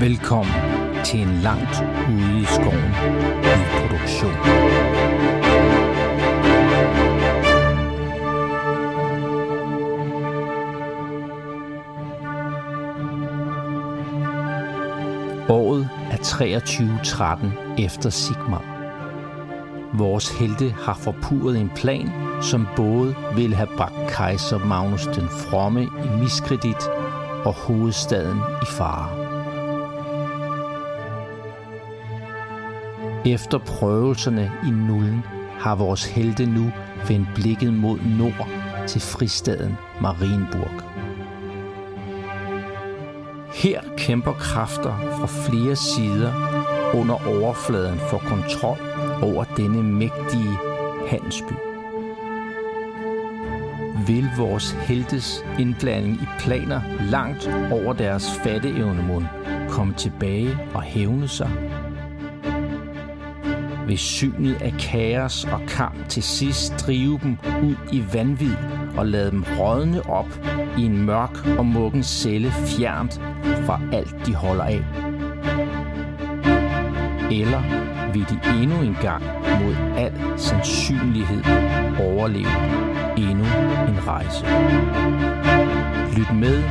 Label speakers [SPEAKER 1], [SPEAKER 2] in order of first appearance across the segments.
[SPEAKER 1] Velkommen til en langt ude i skoven ny produktion. Året er 2313 efter Sigmar. Vores helte har forpurret en plan, som både ville have bragt kejser Magnus den Fromme i miskredit og hovedstaden i fare. Efter prøvelserne i nullen har vores helte nu vendt blikket mod nord til fristaden Marienburg. Her kæmper kræfter fra flere sider under overfladen for kontrol over denne mægtige handelsby. Vil vores heltes indblanding i planer langt over deres fatteevne mund komme tilbage og hævne sig? Vil synet af kaos og kamp til sidst drive dem ud i vanvid og lade dem rådne op i en mørk og muggen celle fjernt fra alt de holder af? Eller vil de endnu en gang mod al sandsynlighed overleve endnu en rejse? Lyt med,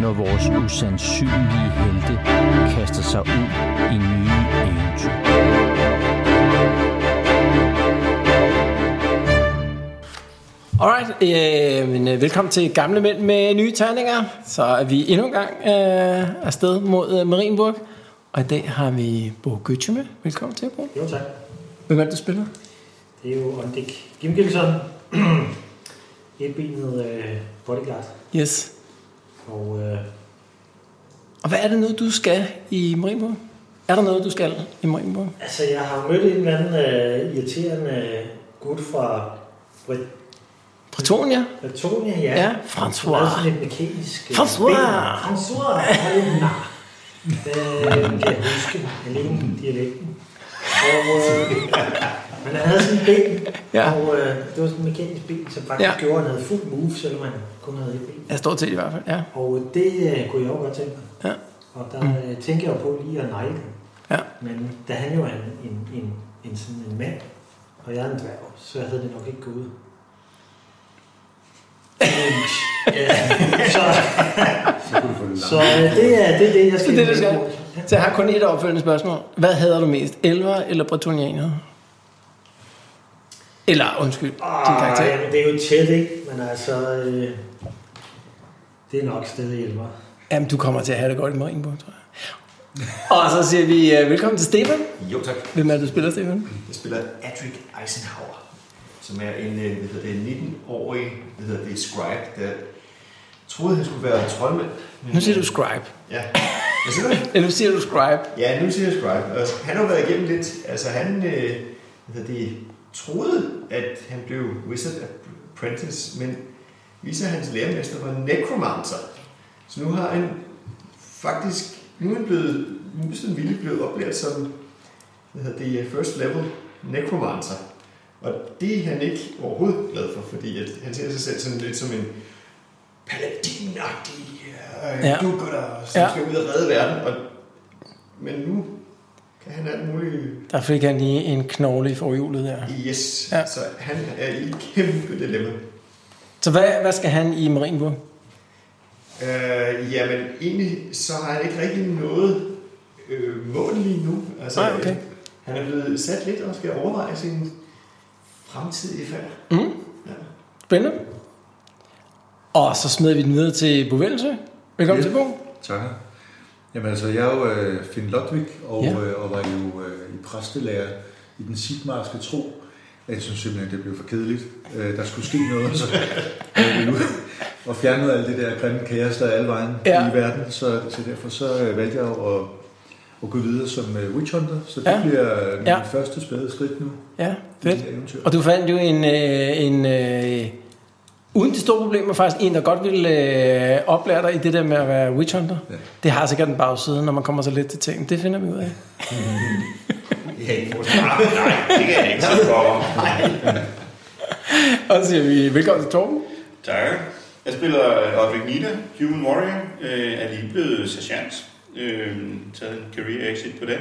[SPEAKER 1] når vores usandsynlige helte kaster sig ud i nye eventyr.
[SPEAKER 2] Alright, øh, men øh, velkommen til Gamle Mænd med nye terninger. Så er vi endnu en gang øh, afsted mod øh, Marienburg. Og i dag har vi Bo Gøtje med. Velkommen til, Bo.
[SPEAKER 3] Jo tak.
[SPEAKER 2] Hvem er det, du spiller?
[SPEAKER 3] Det er jo Ondik Gimgilson, etbenet øh, bodyguard.
[SPEAKER 2] Yes.
[SPEAKER 3] Og øh,
[SPEAKER 2] Og hvad er det nu, du skal i Marienburg? Er der noget, du skal i Marienburg?
[SPEAKER 3] altså, jeg har mødt en eller anden øh, irriterende gut fra Brit-
[SPEAKER 2] Bretonia?
[SPEAKER 3] Bretonia, ja.
[SPEAKER 2] Ja,
[SPEAKER 3] Hun havde
[SPEAKER 2] François.
[SPEAKER 3] sådan et mekanisk... øh,
[SPEAKER 2] François!
[SPEAKER 3] ben. François! Hallo, nej. Øh, kan jeg huske alene dialekten. Og, øh, men han havde sådan et ben,
[SPEAKER 2] Ja.
[SPEAKER 3] og øh, det var sådan et mekanisk ben, som faktisk
[SPEAKER 2] Ja.
[SPEAKER 3] ja. gjorde, at han havde fuld move, selvom han kun havde et ben.
[SPEAKER 2] Ja, stort set i hvert fald, ja.
[SPEAKER 3] Og det øh, kunne jeg jo godt tænke mig.
[SPEAKER 2] Ja,
[SPEAKER 3] Og der mm. tænker jeg jo på lige at negle den.
[SPEAKER 2] ja.
[SPEAKER 3] Men da han jo er en, en, en, en, sådan en mand, og jeg er en dværg, så havde det nok ikke gået. Øhm, ja, så så øh, det, er, det er det, jeg
[SPEAKER 2] Så
[SPEAKER 3] skal.
[SPEAKER 2] det, du skal. Så jeg har kun et opfølgende spørgsmål. Hvad hader du mest? Elver eller bretonianer? Eller, undskyld, din karakter.
[SPEAKER 3] Arh, Ah, jamen, det er jo tæt, ikke? Men altså, øh, det er nok stadig hjælper.
[SPEAKER 2] Jamen, du kommer til at have det godt i Marienborg, tror jeg. Og så siger vi uh, velkommen til Stefan.
[SPEAKER 4] Jo tak.
[SPEAKER 2] Hvem er det, du spiller, Stefan?
[SPEAKER 4] Jeg spiller Adric Eisenhower, som er en øh, hvad hedder det, 19-årig hvad hedder det, scribe, der troede, han skulle være troldmand. men-
[SPEAKER 2] Nu siger du scribe.
[SPEAKER 4] Ja. Hvad siger du?
[SPEAKER 2] Ja, nu siger du scribe.
[SPEAKER 4] Ja, nu siger jeg scribe. Og han har været igennem lidt. Altså han øh, hvad hedder det, troede, at han blev Wizard Apprentice, men viser at hans lærermester var Necromancer. Så nu har han faktisk, nu er han blevet, nu er sådan vildt blevet oplært som hvad hedder det, first level necromancer. Og det er han ikke overhovedet glad for, fordi at han ser sig selv sådan lidt som en paladinagtig øh,
[SPEAKER 2] Ja.
[SPEAKER 4] ja. dukker, som
[SPEAKER 2] Ja.
[SPEAKER 4] ja. skal ud og redde verden. Og, men nu kan han alt muligt
[SPEAKER 2] Der fik han lige en knogle i forhjulet der.
[SPEAKER 4] yes.
[SPEAKER 2] Ja.
[SPEAKER 4] Ja. Så han er i et kæmpe dilemma.
[SPEAKER 2] Så hvad, hvad skal han i Marienburg?
[SPEAKER 4] Øh, jamen, egentlig så har han ikke rigtig noget øh, mål lige nu. Altså,
[SPEAKER 2] Nej, okay.
[SPEAKER 4] øh, han er blevet sat lidt og skal overveje sin fremtidige færd.
[SPEAKER 2] Mm.
[SPEAKER 4] Ja.
[SPEAKER 2] Spændende. Og så smider vi den videre til Bovelse. Velkommen
[SPEAKER 5] Ja.
[SPEAKER 2] til Bo.
[SPEAKER 5] Tak. Jamen altså, jeg er jo øh, Finn Lodvig, og,
[SPEAKER 2] Ja.
[SPEAKER 5] ja. øh, og var jo øh, i præstelærer i den sigmarske tro. Jeg synes simpelthen, det blev for kedeligt. Øh, der skulle ske noget, så jeg ville ud og fjerne noget af alt det der grimme kaos, der er alle vejen
[SPEAKER 2] Ja.
[SPEAKER 5] ja. i verden. Så, så derfor så øh, valgte jeg jo at, at gå videre som øh, witch hunter, så det
[SPEAKER 2] Ja.
[SPEAKER 5] ja. bliver øh, min
[SPEAKER 2] Ja.
[SPEAKER 5] ja. første spæde skridt nu
[SPEAKER 2] Ja,
[SPEAKER 5] i
[SPEAKER 2] fedt.
[SPEAKER 5] det eventyr.
[SPEAKER 2] Og du fandt jo en, øh, en øh, uden de store problemer faktisk, en der godt ville øh, oplære dig i det der med at være witch hunter. Ja.
[SPEAKER 5] Ja.
[SPEAKER 2] Det har sikkert en bagside, når man kommer så lidt til ting. Det finder vi ud af.
[SPEAKER 4] Ja, ikke for- Ah, nej, det kan jeg ikke sige for.
[SPEAKER 2] Og så siger vi velkommen til Torben.
[SPEAKER 6] Tak. Jeg spiller Rodrik Nita, Human Warrior, øh, er lige blevet sergeant.
[SPEAKER 4] øh, taget en career exit på den.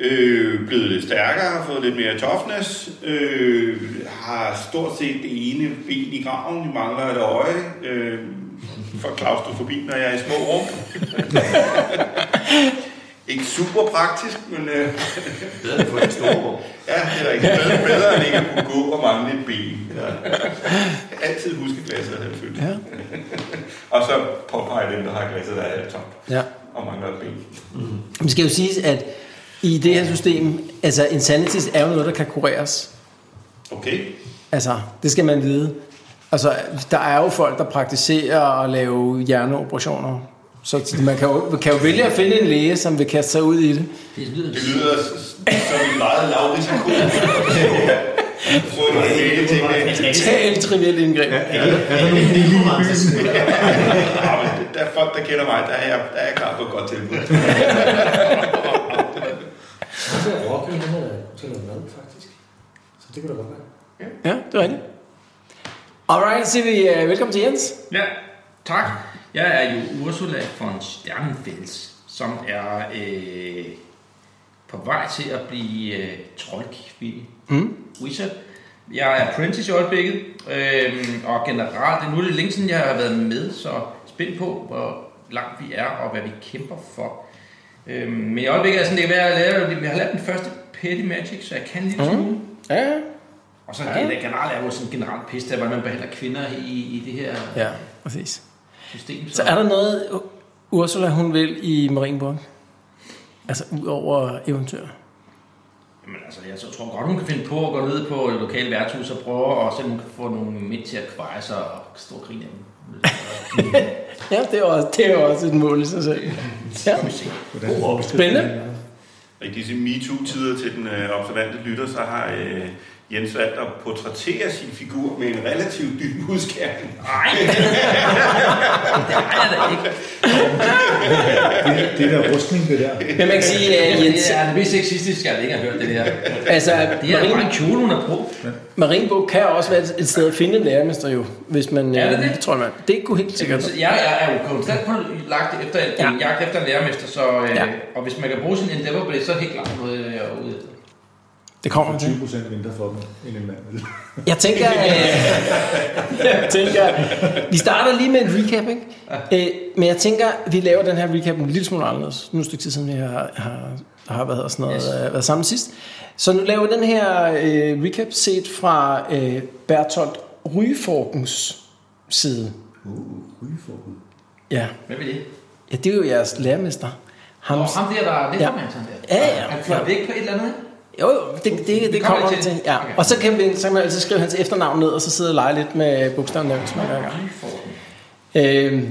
[SPEAKER 4] Øh, blevet lidt stærkere, fået lidt mere toughness, øh, har stort set det ene ben i graven, mangler et øje, øh, for klaustrofobi, når jeg er i små rum. ikke super praktisk, men øh,
[SPEAKER 7] Bedre end at få en stor rum.
[SPEAKER 4] ja, det er da ikke bedre, bedre end ikke at kunne gå og mangle et ben. Ja. Altid huske glasset er halvt fyldt.
[SPEAKER 2] Ja.
[SPEAKER 4] Og så påpege dem, der har glasset der er halvt tomt
[SPEAKER 2] Ja.
[SPEAKER 4] og mangler et ben.
[SPEAKER 2] Det skal jo siges, at i det her system, altså insanity er jo noget, der kan kureres.
[SPEAKER 4] Okay.
[SPEAKER 2] Altså, det skal man vide. Altså, der er jo folk, der praktiserer at lave hjerneoperationer. Så man kan jo, kan jo vælge at finde en læge, som vil kaste sig ud i det.
[SPEAKER 8] Det lyder
[SPEAKER 4] Det lyder s- s- som en meget lav risiko. Få en hele ting med.
[SPEAKER 2] Totalt trivielt indgreb. Ja.
[SPEAKER 7] Er der nogen billige i byen?
[SPEAKER 4] Ja, men Der er folk, der kender mig, der er jeg, der er jeg klar på et godt tilbud.
[SPEAKER 3] Så er Rocky, han er da til noget mad, faktisk. Så det kunne da godt være.
[SPEAKER 2] ja, det er rigtigt. Alright, så siger vi uh, velkommen til Jens.
[SPEAKER 8] Ja, tak. Jeg er jo Ursula von Sternfels, som er øh, på vej til at blive øh, troldkvinde. Mm.
[SPEAKER 2] Hmm?
[SPEAKER 8] Wizard. Jeg er apprentice i øjeblikket, øh, og generelt, det er nu lidt længe siden, jeg har været med, så spænd på, hvor langt vi er, og hvad vi kæmper for. Øh, men i øjeblikket er sådan, det kan være, at jeg laver- jeg har lavet den første Petty Magic, så jeg kan lidt smule. Mm.
[SPEAKER 2] Hmm? Ja,
[SPEAKER 8] Og så ja. generelt er jo sådan generelt pisse, der, hvordan man behandler kvinder i, i det her
[SPEAKER 2] ja, præcis.
[SPEAKER 8] system.
[SPEAKER 2] Så er der noget, U- Ursula hun vil i Marienborg? Altså, ud over eventyr.
[SPEAKER 8] Jamen, altså, jeg så- tror godt, hun kan finde på at gå ned på et lokalt værtshus og prøve at se, om hun kan få nogle midt til at kveje sig og stå og grine af dem.
[SPEAKER 2] Ja, det er også, det er også et mål i sig selv. Ja.
[SPEAKER 8] Det må vi se.
[SPEAKER 2] Spændende.
[SPEAKER 4] I disse MeToo-tider til den øh, observante lytter, så har øh, Jens valgt at portrættere sin figur med en relativt dyb udskæring.
[SPEAKER 8] Nej, det har jeg da ikke.
[SPEAKER 5] Det, det der rustning, det der.
[SPEAKER 2] Men man kan sige, uh, Jens,
[SPEAKER 8] Det er det mest sexistiske, jeg ikke har hørt det der.
[SPEAKER 2] altså,
[SPEAKER 8] Det er bare en kjole, hun har på.
[SPEAKER 2] Marienburg kan også være et sted at finde en lærermester jo, hvis man...
[SPEAKER 8] Er det
[SPEAKER 2] øh,
[SPEAKER 8] det?
[SPEAKER 2] Tror man. Det kunne helt sikkert.
[SPEAKER 8] Så Altså, Jeg, jeg er jo konstant på lagt efter en,
[SPEAKER 2] Ja.
[SPEAKER 8] ja. en jagt efter en lærermester, så, øh,
[SPEAKER 2] Ja.
[SPEAKER 8] ja. og hvis man kan bruge sin endeavor blade, så er det helt klart noget, øh, jeg er ude efter.
[SPEAKER 2] Det kommer til.
[SPEAKER 5] 20 procent mindre for dem, end en mand.
[SPEAKER 2] Jeg tænker, øh, jeg tænker, vi starter lige med en recap, ikke? Øh, men jeg tænker, vi laver den her recap en lille smule anderledes. Nu er det et stykke tid siden, vi har, har, har været, og sådan noget,
[SPEAKER 8] Yes.
[SPEAKER 2] yes. været sammen sidst. Så nu laver vi den her øh, recap set fra øh, Bertolt Ryforkens side.
[SPEAKER 5] Uh, rygeforbud.
[SPEAKER 2] Ja.
[SPEAKER 8] Hvad vil det?
[SPEAKER 2] ja, det er jo jeres lærermester. Ham,
[SPEAKER 8] Og ham der, der er lidt
[SPEAKER 2] Ja.
[SPEAKER 8] ja. han der.
[SPEAKER 2] Ja, ja.
[SPEAKER 8] Han fløj væk på et eller andet, ikke?
[SPEAKER 2] Jo, jo, det, det, det,
[SPEAKER 8] Vi
[SPEAKER 2] det
[SPEAKER 8] Uh, kommer
[SPEAKER 2] kommer vi
[SPEAKER 8] lidt
[SPEAKER 2] til.
[SPEAKER 8] til.
[SPEAKER 2] til. Ja.
[SPEAKER 8] Okay.
[SPEAKER 2] Og så kan, vi, så kan man altid skrive hans efternavn ned, og så sidde og lege lidt med bogstaverne, hvis man gør i gang.
[SPEAKER 8] Ryforken.
[SPEAKER 2] Øhm,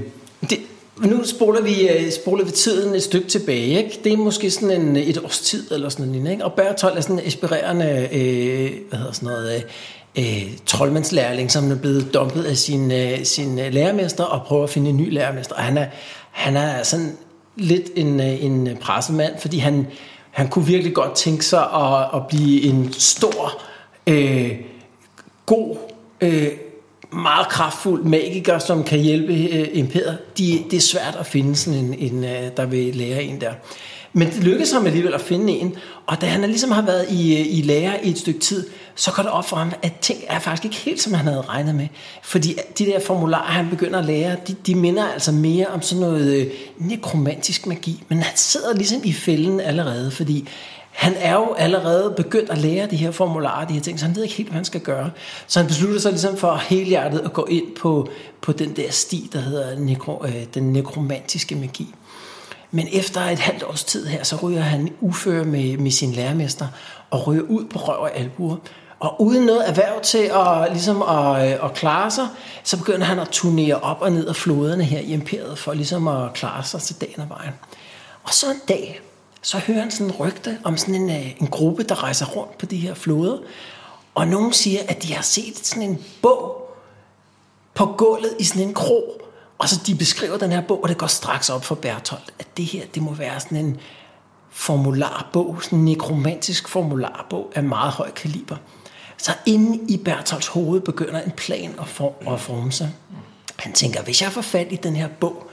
[SPEAKER 2] det, nu spoler vi, øh, spoler vi tiden et stykke tilbage. Ikke? Det er måske sådan en, et års tid eller sådan noget. lignende, Ikke? Og Bertolt er sådan en inspirerende øh, hvad hedder sådan noget, øh, øh, troldmandslærling, som er blevet dumpet af sin, øh, sin øh, lærermester og prøver at finde en ny lærermester. Og han er, han er sådan lidt en, øh, en pressemand, fordi han, han kunne virkelig godt tænke sig at, at blive en stor... Øh, god, øh, meget kraftfuld magiker, som kan hjælpe øh, imperiet. De, det er svært at finde sådan en, en øh, der vil lære en der. Men det lykkedes ham alligevel at finde en, og da han ligesom har været i, øh, i lære i et stykke tid, så går det op for ham, at ting er faktisk ikke helt, som han havde regnet med. Fordi de der formularer, han begynder at lære, de, de minder altså mere om sådan noget øh, nekromantisk magi. Men han sidder ligesom i fælden allerede, fordi han er jo allerede begyndt at lære de her formularer, de her ting, så han ved ikke helt, hvad han skal gøre. Så han beslutter sig ligesom for helhjertet at gå ind på, på den der sti, der hedder nekro, øh, den nekromantiske magi. Men efter et halvt års tid her, så ryger han ufør med, med sin lærermester og ryger ud på røv og albuer. Og uden noget erhverv til at, ligesom at, øh, at klare sig, så begynder han at turnere op og ned af floderne her i imperiet for ligesom at klare sig til dagen og vejen. Og så en dag, så hører han sådan en rygte om sådan en, øh, en gruppe, der rejser rundt på de her floder. Og nogen siger, at de har set sådan en bog, på gulvet i sådan en krog, og så de beskriver den her bog, og det går straks op for Bertolt, at det her, det må være sådan en formularbog, sådan en nekromantisk formularbog af meget høj kaliber. Så inde i Bertolts hoved begynder en plan at, form, at forme sig. Han tænker, hvis jeg får fat i den her bog,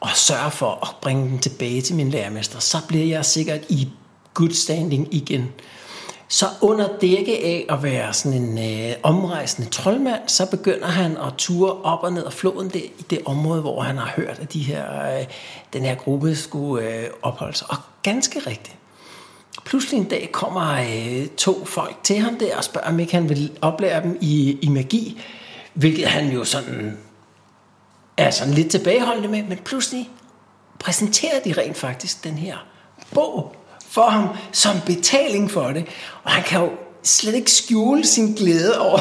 [SPEAKER 2] og sørger for at bringe den tilbage til min lærermester, så bliver jeg sikkert i good standing igen. Så under dække af at være sådan en øh, omrejsende troldmand, så begynder han at ture op og ned af floden det, i det område, hvor han har hørt, at de her, øh, den her gruppe skulle øh, opholde sig. Og ganske rigtigt. Pludselig en dag kommer øh, to folk til ham der og spørger, om ikke han vil oplære dem i, i magi, hvilket han jo sådan er sådan lidt tilbageholdende med, men pludselig præsenterer de rent faktisk den her bog for ham som betaling for det. Og han kan jo slet ikke skjule sin glæde over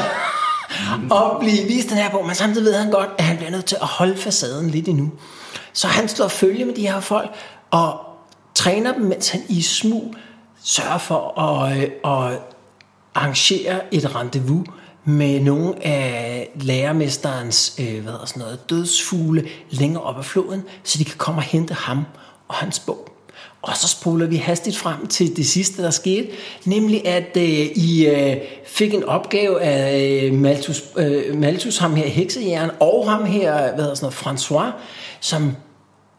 [SPEAKER 2] at blive vist den her bog, men samtidig ved han godt, at han bliver nødt til at holde facaden lidt endnu. Så han slår følge med de her folk og træner dem, mens han i smug sørger for at, øh, at arrangere et rendezvous med nogle af lærermesterens øh, hvad hedder sådan noget, dødsfugle længere op ad floden, så de kan komme og hente ham og hans bog. Og så spoler vi hastigt frem til det sidste, der skete, nemlig at øh, I øh, fik en opgave af øh, Malthus, øh, Malthus, ham her heksejæren, og ham her, hvad hedder sådan noget, François, som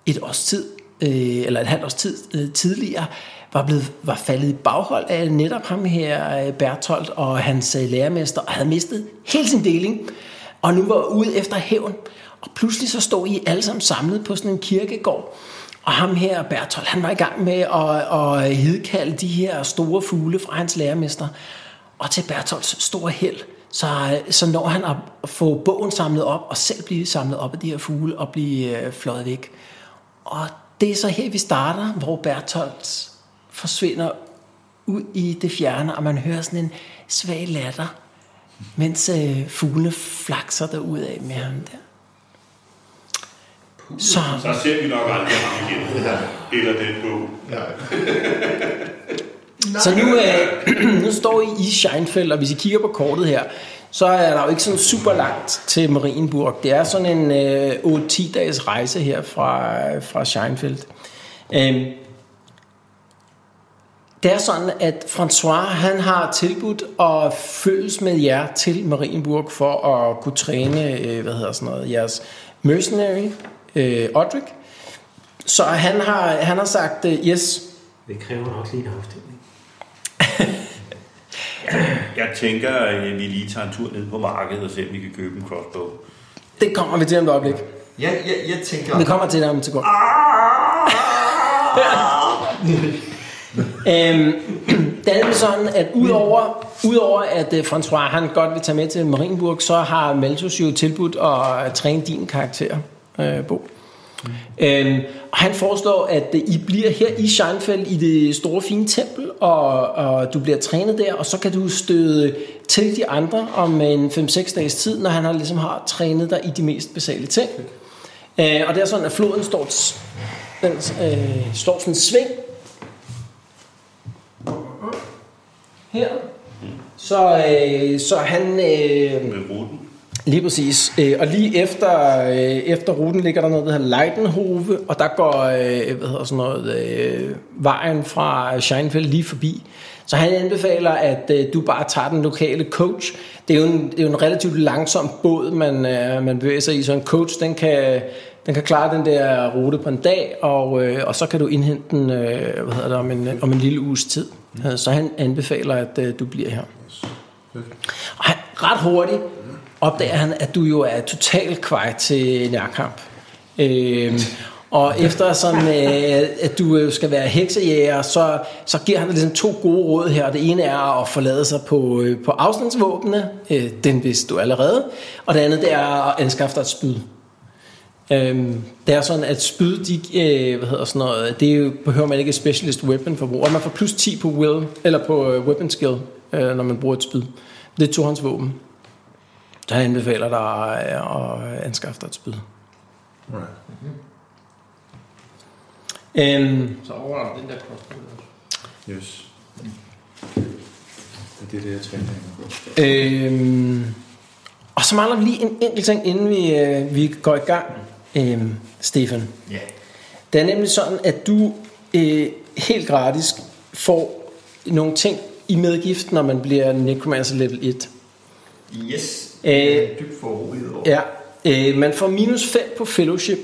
[SPEAKER 2] et års tid, øh, eller et halvt års tid øh, tidligere, var, blevet, var faldet i baghold af netop ham her, øh, Bertolt og hans øh, lærermester, og havde mistet hele sin deling, og nu var ude efter hævn. Og pludselig så stod I alle sammen samlet på sådan en kirkegård, og ham her, Bertolt, han var i gang med at, at hidkalde de her store fugle fra hans lærermester. Og til Bertolts store held, så, så når han at få bogen samlet op, og selv blive samlet op af de her fugle, og blive øh, fløjet væk. Og det er så her, vi starter, hvor Bertolt forsvinder ud i det fjerne, og man hører sådan en svag latter, mens øh, fuglene flakser derudad med ham der. Så,
[SPEAKER 4] Så ser vi nok aldrig ham igen. Eller den bog.
[SPEAKER 2] så nu, øh, nu står I i Scheinfeld, og hvis I kigger på kortet her, så er der jo ikke sådan super langt til Marienburg. Det er sådan en øh, 8-10 dages rejse her fra, fra Scheinfeld. Øhm, det er sådan, at François han har tilbudt at følges med jer til Marienburg for at kunne træne, øh, hvad hedder sådan noget, jeres mercenary, øh, Odrik. Så han har, han har sagt, øh, yes,
[SPEAKER 3] Det kræver nok lige en afstemning.
[SPEAKER 4] Jeg tænker, at vi lige tager en tur ned på markedet og ser, om vi kan købe en crossbow.
[SPEAKER 2] det kommer vi til om et øjeblik.
[SPEAKER 7] Jeg, jeg, jeg tænker... Ah!
[SPEAKER 2] Vi kommer til det om et sekund. øhm, det er nemlig sådan, at udover, udover at øh, François han godt vil tage med til Marienburg, så har Malthus jo tilbudt at træne din karakter, øh, Bo. Øhm, og han foreslår, at øh, I bliver her i Scheinfeld i det store fine tempel, og, og du bliver trænet der, og så kan du støde til de andre om en 5-6 dages tid, når han har, ligesom har trænet dig i de mest basale ting. Øh, og det er sådan, at floden står, t- den, øh, står sådan en sving. Her. Så, øh, så han... Øh,
[SPEAKER 4] Med ruten.
[SPEAKER 2] lige præcis. Øh, og lige efter, øh, efter ruten ligger der noget, der hedder Leidenhove, og der går øh, hvad hedder sådan noget, øh, vejen fra Scheinfeld lige forbi. Så han anbefaler, at øh, du bare tager den lokale coach. Det er jo en, det er jo en relativt langsom båd, man, øh, man bevæger sig i, så en coach, den kan, den kan klare den der rute på en dag, og, øh, og så kan du indhente den øh, hvad hedder det, om, en, om en lille uges tid. Øh, Så han anbefaler, at øh, du bliver her. Og han, ret hurtigt opdager han, at du jo er totalt kvej til nærkamp. Øhm, og efter sådan, øh, at du øh, skal være heksejæger, så, så giver han dig ligesom to gode råd her. Det ene er at forlade sig på, øh, på afstandsvåbne, øh, den vidste du allerede. Og det andet det er at anskaffe dig et spyd. Øhm, det er sådan, at spyd, de, øh, hvad hedder sådan noget, det er jo, behøver man ikke et specialist weapon for at bruge. Og man får plus 10 på will, eller på øh, weapon skill, øh, når man bruger et spyd. Det er tohåndsvåben. Så han anbefaler dig øh, at anskaffe dig et spyd.
[SPEAKER 5] Alright.
[SPEAKER 2] Øhm,
[SPEAKER 8] Så overlader den der crossbow. der.
[SPEAKER 5] Yes. Ja, Det er det, jeg træner her.
[SPEAKER 2] øhm, og så mangler vi lige en enkelt ting, inden vi, øh, vi går i gang, øhm, Stefan.
[SPEAKER 7] Ja.
[SPEAKER 2] Det er nemlig sådan, at du øh, helt gratis får nogle ting i medgift, når man bliver necromancer level 1.
[SPEAKER 7] Yes.
[SPEAKER 2] Øh,
[SPEAKER 7] Jeg er dybt foruroliget over.
[SPEAKER 2] Ja, øh, man får minus 5 på fellowship.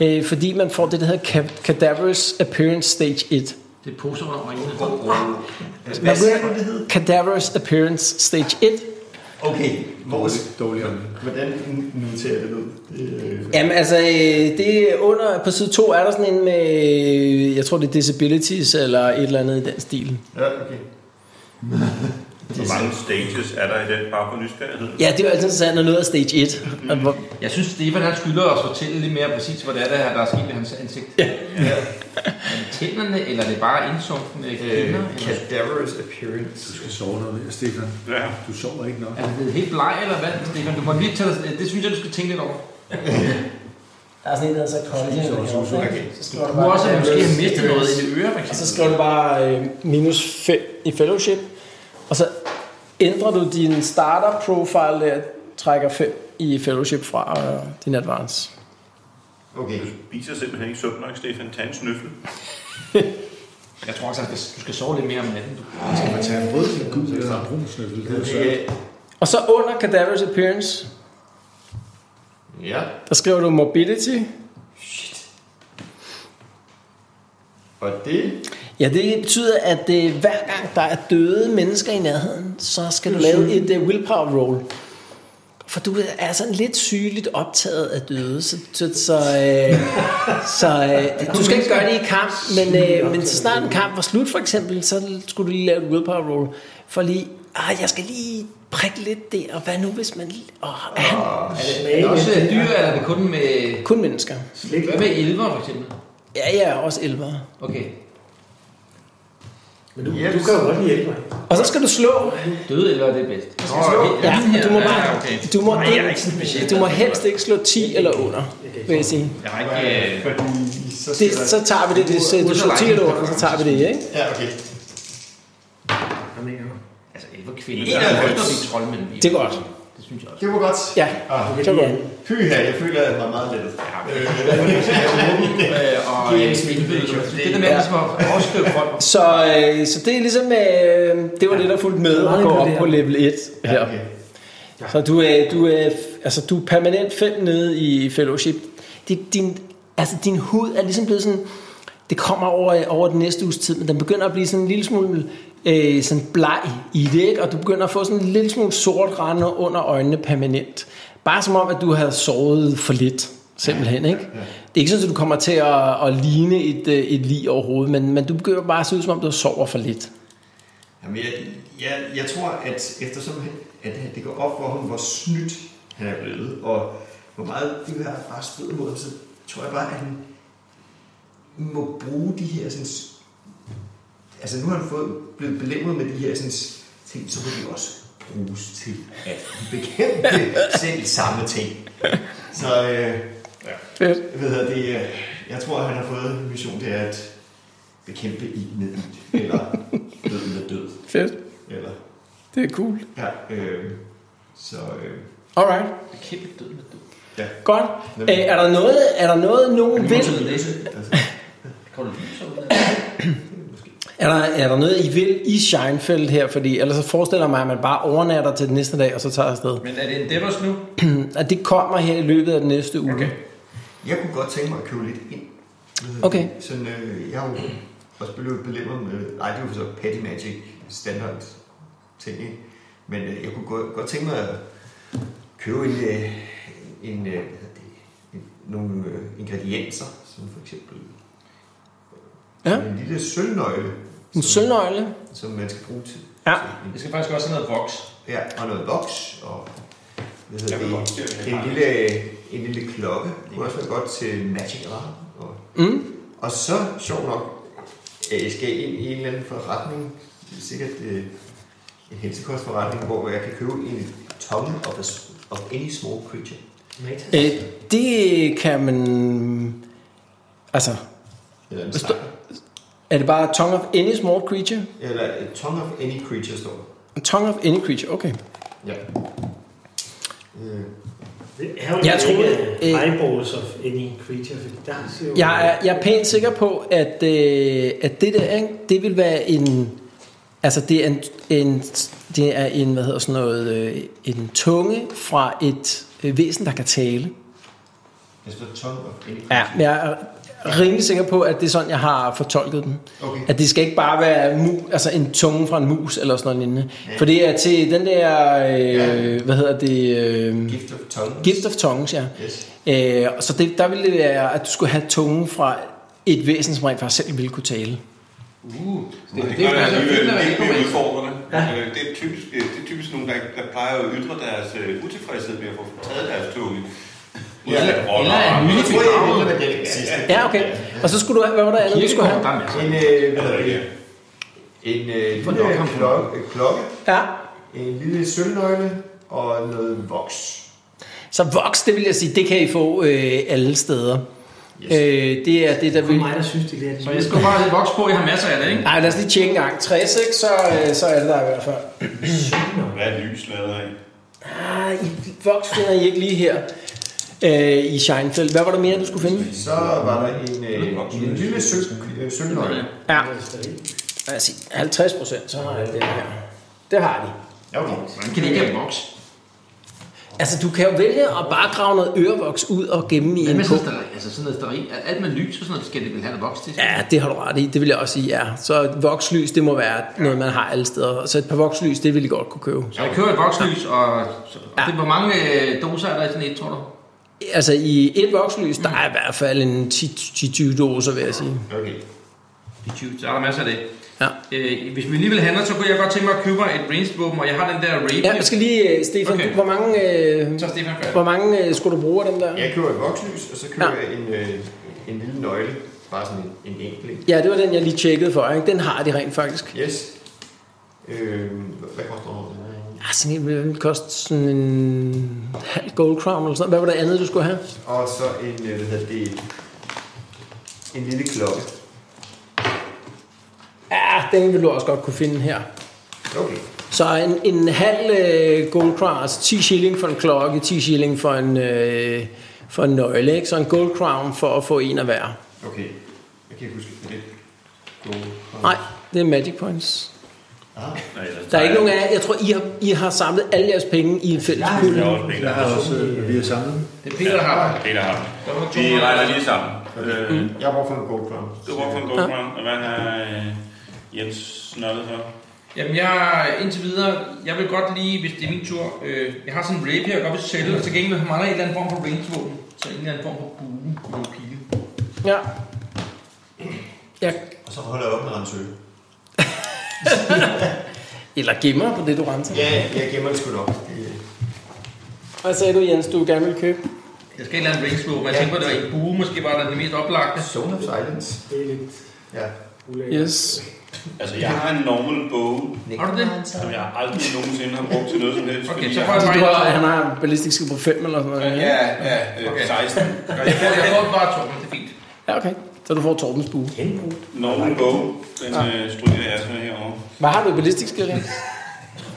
[SPEAKER 2] øh, fordi man får det, der hedder Ca- Cadaverous Appearance Stage 1.
[SPEAKER 8] Det poser under øjnene.
[SPEAKER 7] Hvad sagde du, det hed?
[SPEAKER 2] Cadaverous Appearance Stage 1.
[SPEAKER 7] Okay, Mors,
[SPEAKER 5] Dårlig ånd.
[SPEAKER 7] hvordan noterer det ud? Det, øh,
[SPEAKER 2] Jamen altså, øh, det er under, på side 2 er der sådan en, øh, jeg tror det er disabilities eller et eller andet i den stil.
[SPEAKER 7] Ja, okay.
[SPEAKER 4] Hvor mange stages er der i den bare på nysgerrighed?
[SPEAKER 2] Ja, det er jo altid interessant, når noget er stage 1. Og hvor-
[SPEAKER 8] Jeg synes, Stefan han skylder os fortælle lidt mere præcis, hvad det er, der er, der er sket med hans ansigt. Ja. Er det tænderne, eller er det bare indsunkne kinder?
[SPEAKER 7] Øh,
[SPEAKER 8] Øh,
[SPEAKER 7] cadaverous
[SPEAKER 5] Du
[SPEAKER 7] appearance.
[SPEAKER 5] skal sove noget mere, Stefan.
[SPEAKER 4] Ja.
[SPEAKER 5] Du sover ikke nok.
[SPEAKER 8] er du blevet helt bleg, eller hvad, Stefan? Du må lige tage dig, det synes jeg, du skal tænke lidt over.
[SPEAKER 2] Der er sådan en, der hedder Psychology.
[SPEAKER 5] Så- så- så-
[SPEAKER 7] Okay.
[SPEAKER 2] Så skriver
[SPEAKER 8] Du
[SPEAKER 2] du
[SPEAKER 8] må
[SPEAKER 2] bare
[SPEAKER 8] også have måske have
[SPEAKER 2] Cadaverous
[SPEAKER 8] mistet noget
[SPEAKER 2] Appearance.
[SPEAKER 8] i det Altså, øre, for
[SPEAKER 2] Og
[SPEAKER 8] eksempel.
[SPEAKER 2] så skriver du bare øh, minus 5 i fellowship. Og så ændrer du din starter profile der, trækker 5 i fellowship fra og din advance.
[SPEAKER 7] Okay.
[SPEAKER 4] Du spiser simpelthen ikke sundt nok, Stefan. Tag en snøffel.
[SPEAKER 8] Jeg tror også, at du skal sove lidt mere om natten. Du.
[SPEAKER 5] Skal man tage en rød til gud eller en brun snøffel? Det er jo svært.
[SPEAKER 7] Det,
[SPEAKER 2] Og så under Cadaverous Appearance,
[SPEAKER 7] ja.
[SPEAKER 2] der skriver du Morbidity.
[SPEAKER 7] Og det...
[SPEAKER 2] Ja, det betyder, at øh, hver gang der er døde mennesker i nærheden, så skal du lave et øh, willpower roll. For du er sådan lidt sygeligt optaget af døde, så, så, så, øh, så øh, du skal ikke gøre det i kamp, men, øh, men så snart en kamp var slut for eksempel, så skulle du lige lave et willpower roll, for lige, ah, jeg skal lige prikke lidt der, og hvad nu hvis man... Åh, er han
[SPEAKER 8] Er det også øh, dyr, eller er det kun med...
[SPEAKER 2] kun mennesker?
[SPEAKER 8] Hvad med elver, for eksempel?
[SPEAKER 2] Ja, ja, også elvere.
[SPEAKER 8] Okay.
[SPEAKER 3] Men du,
[SPEAKER 7] Yes.
[SPEAKER 3] du kan jo godt lide hjælpe mig.
[SPEAKER 2] Og så skal du slå
[SPEAKER 8] Døde elver, det er bedst. Nå, helt
[SPEAKER 2] Ja,
[SPEAKER 8] anden her.
[SPEAKER 2] du må,
[SPEAKER 8] Ja,
[SPEAKER 2] bare,
[SPEAKER 8] okay.
[SPEAKER 2] du må,
[SPEAKER 8] Nej, jeg er ikke sådan speciel.
[SPEAKER 2] du må helst ikke slå 10 eller under, vil jeg sige.
[SPEAKER 8] Jeg har ikke... øh,
[SPEAKER 7] Fordi så skal
[SPEAKER 2] Det, så tager vi det, det, det du slår 10 eller under, så tager vi det, ikke?
[SPEAKER 7] der- Ja, okay.
[SPEAKER 3] Hvad mener du?
[SPEAKER 8] Altså, elverkvinder, der
[SPEAKER 7] 91.
[SPEAKER 8] er højt, vi er troldmænd. vi
[SPEAKER 2] Det er godt.
[SPEAKER 8] Det synes jeg også.
[SPEAKER 7] Det var godt.
[SPEAKER 2] Ja,
[SPEAKER 7] Ah,
[SPEAKER 2] det var godt.
[SPEAKER 7] Pyha, jeg føler, at jeg var meget lettet.
[SPEAKER 8] Øh, og
[SPEAKER 7] Det
[SPEAKER 8] det,
[SPEAKER 7] er
[SPEAKER 8] er
[SPEAKER 7] en spilvideo.
[SPEAKER 8] det der med, at man skal afskrive folk.
[SPEAKER 2] Så, øh, så det er ligesom, øh, det var det, der fulgte med at gå op på level 1 her.
[SPEAKER 7] Okay.
[SPEAKER 2] Så du er, du er, altså, du er permanent fem nede i fellowship. Det, din, altså, din hud er ligesom blevet sådan... Det kommer over, over den næste uges tid, men den begynder at blive sådan en lille smule øh, sådan bleg i det, ikke? og du begynder at få sådan en lille smule sort rande under øjnene permanent. Bare som om, at du havde sovet for lidt, simpelthen. Ikke? Det er ikke sådan, at du kommer til at, at ligne et, øh, et lig overhovedet, men, men du begynder bare at se ud, som om du sover for lidt.
[SPEAKER 7] Jamen, jeg, jeg, jeg tror, at eftersom at han- det går op for ham, hvor snydt han er blevet, og hvor meget det her bare stød mod ham, så tror jeg bare, at han må bruge de her sådan... Altså, nu har han fået, blevet belemret med de her sådan, ting, så må de også bruges til at bekæmpe selv samme ting. Så øh,
[SPEAKER 2] Fedt.
[SPEAKER 7] jeg ved, at det, øh, jeg tror, at han har fået en mission, det er at bekæmpe ild med ild, eller død med død,
[SPEAKER 2] Fedt.
[SPEAKER 7] eller
[SPEAKER 2] Det er cool.
[SPEAKER 7] Ja, øh, så øh,
[SPEAKER 2] Alright.
[SPEAKER 8] Kæmpe død med død.
[SPEAKER 7] ja.
[SPEAKER 2] Godt. Øh, er der noget, er der noget, nogen vil?
[SPEAKER 7] Altså,
[SPEAKER 8] Kan du lyse ud af
[SPEAKER 2] Er der, er der noget, I vil i Scheinfeld her? Fordi ellers så forestiller jeg mig, at man bare overnatter til den næste dag, og så tager afsted.
[SPEAKER 8] Men er det Endeavors nu?
[SPEAKER 2] Og det kommer her i løbet af den næste uge. Okay.
[SPEAKER 7] jeg kunne godt tænke mig at købe lidt ind. Øh,
[SPEAKER 2] Okay.
[SPEAKER 7] Sådan, øh, jeg har jo også blevet belemret med, nej, det er jo så Patty Magic standard ting, ikke? Men øh, jeg kunne godt, godt tænke mig at købe en, øh, en, øh, hvad hedder det, en, nogle øh, ingredienser, som for eksempel øh,
[SPEAKER 2] Ja.
[SPEAKER 7] en lille sølvnøgle,
[SPEAKER 2] En
[SPEAKER 7] som,
[SPEAKER 2] sølvnøgle.
[SPEAKER 7] som man skal bruge til.
[SPEAKER 2] Ja.
[SPEAKER 7] til en-
[SPEAKER 8] Jeg skal faktisk også have noget voks.
[SPEAKER 7] Ja, og noget voks, og hvad hedder
[SPEAKER 4] Jeg vil godt se,
[SPEAKER 7] det,
[SPEAKER 4] hvad jeg
[SPEAKER 7] en
[SPEAKER 4] har.
[SPEAKER 7] lille, en lille klokke. Det kunne også være godt til matching alarm. Og,
[SPEAKER 2] Mm.
[SPEAKER 7] og så, sjovt nok, øh, skal jeg ind i en eller anden forretning, sikkert øh, en helsekostforretning, hvor jeg kan købe en tomme of, a, s- of any small creature.
[SPEAKER 3] Matas?
[SPEAKER 2] Øh, det kan man... Altså,
[SPEAKER 7] Eller en stakker.
[SPEAKER 2] er det bare tongue of any small creature?
[SPEAKER 7] Eller øh, tongue of any creature, står der.
[SPEAKER 2] Tongue of any creature, okay.
[SPEAKER 7] Ja. Øh,
[SPEAKER 3] Det er jo
[SPEAKER 2] Jeg
[SPEAKER 3] ikke
[SPEAKER 2] troede, øh,
[SPEAKER 3] øh, eyeballs of any creature, fordi der er jo...
[SPEAKER 2] Jeg er, jeg er pænt sikker på, at, øh, at det der, ikke, det vil være en... Altså, det er en, en, det er en hvad hedder sådan noget, øh, en tunge fra et øh, væsen, der kan tale.
[SPEAKER 7] Der står tongue of any
[SPEAKER 2] Ja, men jeg er rimelig sikker på, at det er sådan, jeg har fortolket den.
[SPEAKER 7] Okay.
[SPEAKER 2] At det skal ikke bare være mu, altså en tunge fra en mus eller sådan noget lignende. For det er til den der, øh,
[SPEAKER 7] Ja.
[SPEAKER 2] hvad hedder det, øh,
[SPEAKER 7] Gift of tongue.
[SPEAKER 2] Gift of Tongues, ja.
[SPEAKER 7] Yes.
[SPEAKER 2] Øh, så det, der ville det være, at du skulle have tungen fra et væsen, som rent faktisk selv ville kunne tale.
[SPEAKER 4] Uh, det,
[SPEAKER 8] det
[SPEAKER 4] det, gør
[SPEAKER 8] er
[SPEAKER 4] det alligevel
[SPEAKER 8] fint, at man
[SPEAKER 4] lidt
[SPEAKER 8] ikke
[SPEAKER 4] mere
[SPEAKER 8] kommer ind.
[SPEAKER 4] udfordrende. Øh, Det er typisk, det er typisk nogen, der, der plejer at yndre deres øh, utilfredshed ved at få taget deres tunge. Ja,
[SPEAKER 8] eller en
[SPEAKER 7] Jeg tror, jeg
[SPEAKER 8] myte.
[SPEAKER 7] ville være den sidste.
[SPEAKER 2] Ja, okay. Og så skulle du have, hvad var der andet, du skulle
[SPEAKER 8] Kirkegaard,
[SPEAKER 2] have?
[SPEAKER 8] der er masser.
[SPEAKER 7] En,
[SPEAKER 4] Eller
[SPEAKER 7] øh, hvad hedder
[SPEAKER 4] ikke.
[SPEAKER 7] det? En øh,
[SPEAKER 8] Hvor nok
[SPEAKER 7] lille
[SPEAKER 8] ham
[SPEAKER 7] klokke, øh, klokke,
[SPEAKER 2] Ja.
[SPEAKER 7] en lille sølvnøgle og noget voks.
[SPEAKER 2] Så voks, det vil jeg sige, det kan I få øh, alle steder.
[SPEAKER 7] Yes.
[SPEAKER 2] Yes. Øh, det er det, der
[SPEAKER 3] For
[SPEAKER 2] vil...
[SPEAKER 3] mig, der synes, det er lidt
[SPEAKER 8] Så jeg skal bare have lidt voks på, jeg har masser af det, ikke?
[SPEAKER 2] Nej, lad os lige tjekke en gang. 60, ikke? Så, øh, så er det der i hvert fald.
[SPEAKER 4] Hvad er lys lavet af?
[SPEAKER 2] Ah, I, voks finder I ikke lige her øh, i Scheinfeld. Hvad var der mere, du skulle finde?
[SPEAKER 7] Så var der en, øh, en lille sølv- øh, sølvnøgle.
[SPEAKER 2] Ja, lad os sige 50 procent, så har jeg det her. Det har de.
[SPEAKER 7] Ja, okay.
[SPEAKER 8] Hvordan kan det ikke have voks?
[SPEAKER 2] Altså, du kan jo vælge at bare grave noget ørevoks ud og gemme i
[SPEAKER 8] Hvad
[SPEAKER 2] en
[SPEAKER 8] med sådan
[SPEAKER 2] pung.
[SPEAKER 8] noget steri? Altså sådan noget steri. Alt med lys og sådan noget, skal det vel have noget voks til?
[SPEAKER 2] Ja, det har du ret i. Det vil jeg også sige, ja. Så vokslys, det må være noget, man har alle steder. Så et par vokslys, det ville I godt kunne købe.
[SPEAKER 8] Så jeg køber et vokslys, og, så,
[SPEAKER 2] Ja.
[SPEAKER 8] ja. det, hvor mange øh, doser er der i sådan et, tror du?
[SPEAKER 2] Altså, i et vokslys, der er i hvert fald en 10-20 doser, vil jeg sige.
[SPEAKER 7] okay.
[SPEAKER 8] I 20, så er der masser af det.
[SPEAKER 2] Ja.
[SPEAKER 8] Øh, hvis vi alligevel handler, så kunne jeg godt tænke mig at købe mig et rangevåben, og jeg har den der rape.
[SPEAKER 2] Ja, jeg skal lige, øh, Stefan, okay.
[SPEAKER 8] Okay.
[SPEAKER 2] hvor mange, øh,
[SPEAKER 8] Så er Stefan færdig.
[SPEAKER 2] hvor mange øh, skulle du bruge af den der?
[SPEAKER 7] Jeg køber et vokslys, og så køber
[SPEAKER 2] Ja.
[SPEAKER 7] jeg en, øh, en lille nøgle. Bare sådan en, en enkelt. en.
[SPEAKER 2] Ja, det var den, jeg lige tjekkede for. Ikke? Den har de rent faktisk.
[SPEAKER 7] Yes. Øh, hvad koster den?
[SPEAKER 2] Ja, sådan en ville koste sådan en halv gold crown eller sådan noget. Hvad var det andet, du skulle have?
[SPEAKER 7] Og så en, øh, hvad hedder det, en lille klokke.
[SPEAKER 2] Ja, den ville du også godt kunne finde her.
[SPEAKER 7] Okay.
[SPEAKER 2] Så en, en halv øh, gold crown, altså 10 shilling for en klokke, 10 shilling for en, øh, for en nøgle. Ikke? Så en gold crown for at få en af hver.
[SPEAKER 7] Okay. Jeg kan ikke huske, hvad det er.
[SPEAKER 2] Nej, det er magic points.
[SPEAKER 4] Nej,
[SPEAKER 2] Der er ikke nogen af jer. Jeg tror, I har, I har samlet alle jeres penge i en fælles pulje.
[SPEAKER 4] Jeg har også
[SPEAKER 5] Jeg har også, øh, vi har samlet.
[SPEAKER 8] Det er Peter, der har det.
[SPEAKER 4] Peter har.
[SPEAKER 8] Der var
[SPEAKER 4] Vi
[SPEAKER 8] 200.
[SPEAKER 4] regner lige sammen. Øh,
[SPEAKER 7] Jeg har brug for en gold crown.
[SPEAKER 4] Du var for en god mand, og hvad har øh, Jens snørret for?
[SPEAKER 8] Jamen, jeg indtil videre, jeg vil godt lige, hvis det er min tur, øh, jeg har sådan en rapier, jeg godt vil sælge, og til gengæld mangler jeg en eller anden form for rangevåben. Så en eller anden form for bue og nogle pile.
[SPEAKER 2] Ja. ja.
[SPEAKER 7] Og så holder jeg op med rensøl.
[SPEAKER 2] Eller gemmer på det, du renser.
[SPEAKER 7] Ja, jeg gemmer det sgu nok. Det-
[SPEAKER 2] Hvad sagde du, Jens, du gerne ville købe?
[SPEAKER 8] Jeg skal have en eller anden rangevåben, jeg tænker, at det var en bue, måske var den det mest oplagte.
[SPEAKER 7] Zone of Silence.
[SPEAKER 3] Det er lidt
[SPEAKER 7] Ja.
[SPEAKER 3] ulækkert.
[SPEAKER 2] Yes.
[SPEAKER 4] Altså, jeg har en normal bow,
[SPEAKER 8] Har du det?
[SPEAKER 4] som jeg aldrig nogensinde har brugt til noget som helst.
[SPEAKER 8] Okay,
[SPEAKER 4] fordi
[SPEAKER 8] så
[SPEAKER 4] jeg
[SPEAKER 8] får jeg
[SPEAKER 2] Altså,
[SPEAKER 8] bare
[SPEAKER 2] du har,
[SPEAKER 8] en-
[SPEAKER 2] han har en ballistisk skill på 5 eller sådan noget.
[SPEAKER 4] Ja, ja, øh,
[SPEAKER 8] Okay.
[SPEAKER 4] 16.
[SPEAKER 8] Jeg får, jeg får bare to, men det er fint.
[SPEAKER 2] ja okay. Så du får Torbens bue.
[SPEAKER 3] Genbrug.
[SPEAKER 4] Normal bow, den øh, stryger jeg så herovre.
[SPEAKER 2] Hvad har du i ballistisk skill?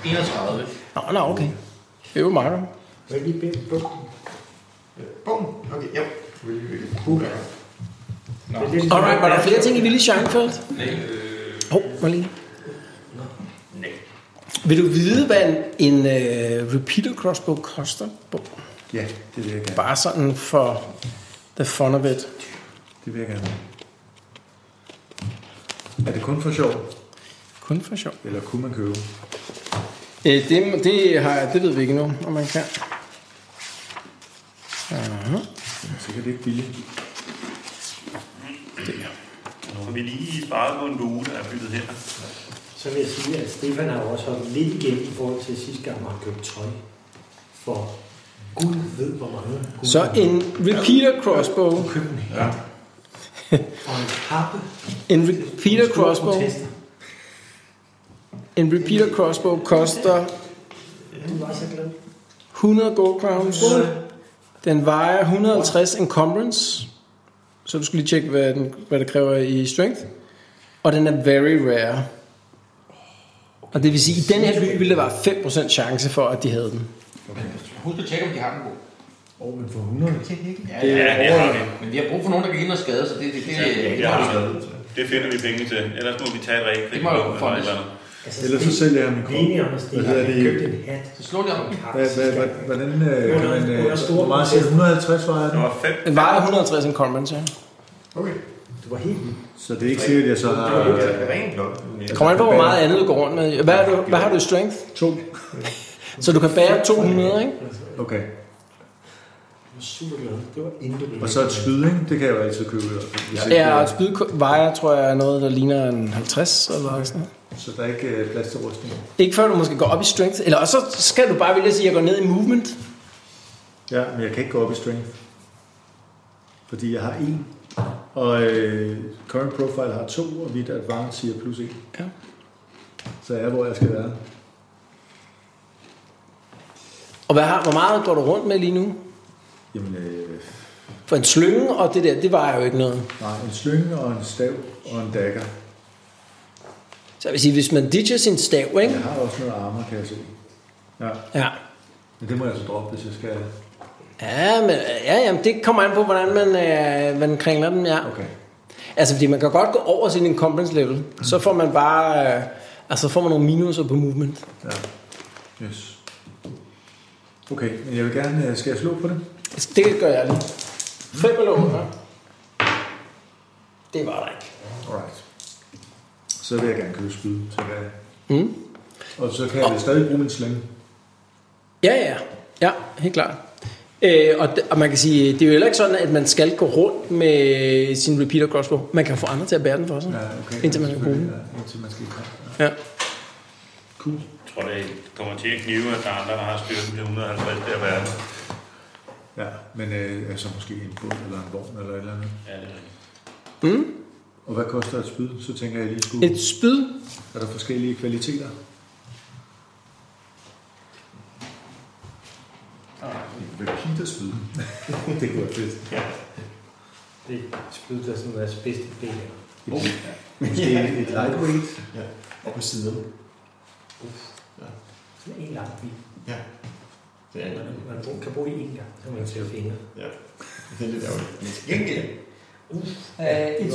[SPEAKER 8] 31.
[SPEAKER 2] Nå, nå, okay. Det er jo meget.
[SPEAKER 3] Må jeg lige bede bukken?
[SPEAKER 7] Øh, Bum. Okay, jo.
[SPEAKER 8] Nå,
[SPEAKER 3] Det er lidt
[SPEAKER 2] Alright, var der flere ting, I ville i Scheinfeld?
[SPEAKER 8] nej. øh.
[SPEAKER 2] Hov, oh, må jeg lige. Vil du vide, hvad en, en uh, repeater crossbow koster? Bo?
[SPEAKER 5] Ja, det vil jeg gerne.
[SPEAKER 2] Bare sådan for the fun of it.
[SPEAKER 5] Det vil jeg gerne. Er det kun for sjov,
[SPEAKER 2] Kun for sjov.
[SPEAKER 5] eller kunne man købe?
[SPEAKER 2] Øh, det, det, har, jeg- det ved vi ikke nu, om man kan.
[SPEAKER 5] Sikkert ikke billigt.
[SPEAKER 4] Så vi lige sparet på en bue, der er byttet her.
[SPEAKER 3] Så vil jeg sige, at Stefan har jo også holdt lidt igen i forhold til sidste gang, hvor han købte tøj. For Gud ved, hvor mange. Gud
[SPEAKER 2] Så en repeater crossbow.
[SPEAKER 3] købte ja. Og en kappe.
[SPEAKER 2] En repeater
[SPEAKER 3] Store
[SPEAKER 2] crossbow.
[SPEAKER 3] protester.
[SPEAKER 2] En repeater crossbow koster
[SPEAKER 3] Du var så glad.
[SPEAKER 2] 100 gold crowns. Den vejer 150 encumbrance. Så du skal lige tjekke, hvad, den, hvad det kræver i strength. Og den er very rare. Og det vil sige, at i den her by ville der være 5% chance for, at de havde den.
[SPEAKER 8] Husk at tjekke, om de har den på.
[SPEAKER 5] Åh, oh, men for 100?
[SPEAKER 8] Ja,
[SPEAKER 4] Ja, det har vi.
[SPEAKER 8] Men vi har brug for nogen, der kan hindre skade, så det, det, det, det, det, det, det, det, det, det,
[SPEAKER 4] Det finder vi penge til. Ellers må vi tage et rigtigt.
[SPEAKER 8] Det må jo
[SPEAKER 4] eller et
[SPEAKER 8] fundes.
[SPEAKER 4] eller andet.
[SPEAKER 3] Altså,
[SPEAKER 5] Ellers så sælger jeg min
[SPEAKER 3] Vi er
[SPEAKER 5] krop.
[SPEAKER 3] enige om, at Stig
[SPEAKER 5] Hvad
[SPEAKER 3] har
[SPEAKER 5] hedder det?
[SPEAKER 3] købt en hat.
[SPEAKER 8] Så slå lige om.
[SPEAKER 3] En hat,
[SPEAKER 5] Hvad,
[SPEAKER 3] sidste
[SPEAKER 5] hvad,
[SPEAKER 3] gang.
[SPEAKER 5] hvad, hvordan øh,
[SPEAKER 3] Hvor er
[SPEAKER 5] kan man...
[SPEAKER 3] der-
[SPEAKER 5] øh,
[SPEAKER 3] hvor er der store
[SPEAKER 5] Hvor meget siger du? 150 vejer
[SPEAKER 4] Der
[SPEAKER 5] den?
[SPEAKER 4] var fem.
[SPEAKER 2] Den vejer 150 en Coleman, så.
[SPEAKER 7] Okay.
[SPEAKER 3] Du var helt vild.
[SPEAKER 5] Så det er ikke sikkert, at jeg så
[SPEAKER 7] Det
[SPEAKER 5] har
[SPEAKER 7] er jo ikke
[SPEAKER 5] øh,
[SPEAKER 7] at rent blot.
[SPEAKER 2] Det kommer an på, hvor meget andet du går rundt med. Hvad, er du, hvad har du i strength?
[SPEAKER 5] to.
[SPEAKER 2] Så du kan bære 200, ikke?
[SPEAKER 5] Okay.
[SPEAKER 3] Jeg Altså, var super glad. Det var intet.
[SPEAKER 5] Og så et skyde, ikke? Det kan jeg jo altid købe. i hvert fald, hvis ikke,
[SPEAKER 2] Ja, og
[SPEAKER 5] øh,
[SPEAKER 2] et spyd vejer, tror jeg, er noget, der ligner en 50 eller sådan noget.
[SPEAKER 5] Så der er ikke øh, plads til rustning.
[SPEAKER 2] Ikke før du måske går op i strength. Eller også så skal du bare vælge at sige, at jeg går ned i movement.
[SPEAKER 5] Ja, men jeg kan ikke gå op i strength. Fordi jeg har en. Og øh, current profile har to, og mit advanced siger plus en.
[SPEAKER 2] Ja.
[SPEAKER 5] Så jeg er, hvor jeg skal være.
[SPEAKER 2] Og hvad har, hvor meget går du rundt med lige nu?
[SPEAKER 5] Jamen, øh,
[SPEAKER 2] For en slynge og det der, det vejer jo ikke noget.
[SPEAKER 5] nej, en slynge og en stav og en dagger.
[SPEAKER 2] Så jeg vil sige, hvis man ditcher sin stav, ikke?
[SPEAKER 5] Jeg har også noget armor, kan jeg se. Ja.
[SPEAKER 2] Ja.
[SPEAKER 5] Men det må jeg så droppe, hvis jeg skal...
[SPEAKER 2] Ja, men ja, jamen, det kommer an på, hvordan man, øh, man kringler den, ja.
[SPEAKER 5] Okay.
[SPEAKER 2] Altså, fordi man kan godt gå over sin incompetence level. Så får man bare... Øh, altså, så får man nogle minuser på movement.
[SPEAKER 5] Ja. Yes. Okay, men jeg vil gerne... øh, Skal jeg slå på det?
[SPEAKER 2] Det gør jeg lige. Fem eller under. Det var der ikke.
[SPEAKER 5] Alright. Så vil jeg gerne købe skyde, tænker jeg.
[SPEAKER 2] Mm.
[SPEAKER 5] Og så kan jeg vel stadig bruge min slynge.
[SPEAKER 2] Ja, ja, ja, helt klart. Øh, og, d- og man kan sige, det er jo heller ikke sådan, at man skal gå rundt med sin repeater crossbow. Man kan få andre til at bære den for sig.
[SPEAKER 5] Ja, okay.
[SPEAKER 2] Indtil man skal bruge den.
[SPEAKER 5] Ja, indtil man skal bruge den.
[SPEAKER 2] Ja.
[SPEAKER 5] Cool.
[SPEAKER 4] Jeg tror, det kommer til at knive, at der er andre, der har styrken til 150 der verden.
[SPEAKER 5] Ja, men øh, altså måske en båd eller en vogn eller et eller andet.
[SPEAKER 4] Ja, det er rigtigt.
[SPEAKER 5] Og hvad koster et spyd? Så tænker jeg lige, skulle,
[SPEAKER 2] Mm. Et spyd.
[SPEAKER 5] er der forskellige kvaliteter?
[SPEAKER 4] Ah,
[SPEAKER 7] Hvad Peter spyd?
[SPEAKER 5] det kunne være fedt.
[SPEAKER 3] Det spydte der sådan deres bedste ben.
[SPEAKER 5] Måske et, et lightweight.
[SPEAKER 7] Ja. Og på siden.
[SPEAKER 3] Sådan en lang bil.
[SPEAKER 7] Ja. Det er
[SPEAKER 3] Man, man brug- kan bruge i en gang, så man til fingre.
[SPEAKER 7] Ja. Det er lidt ærgerligt. Men til gengæld,
[SPEAKER 2] Øh, et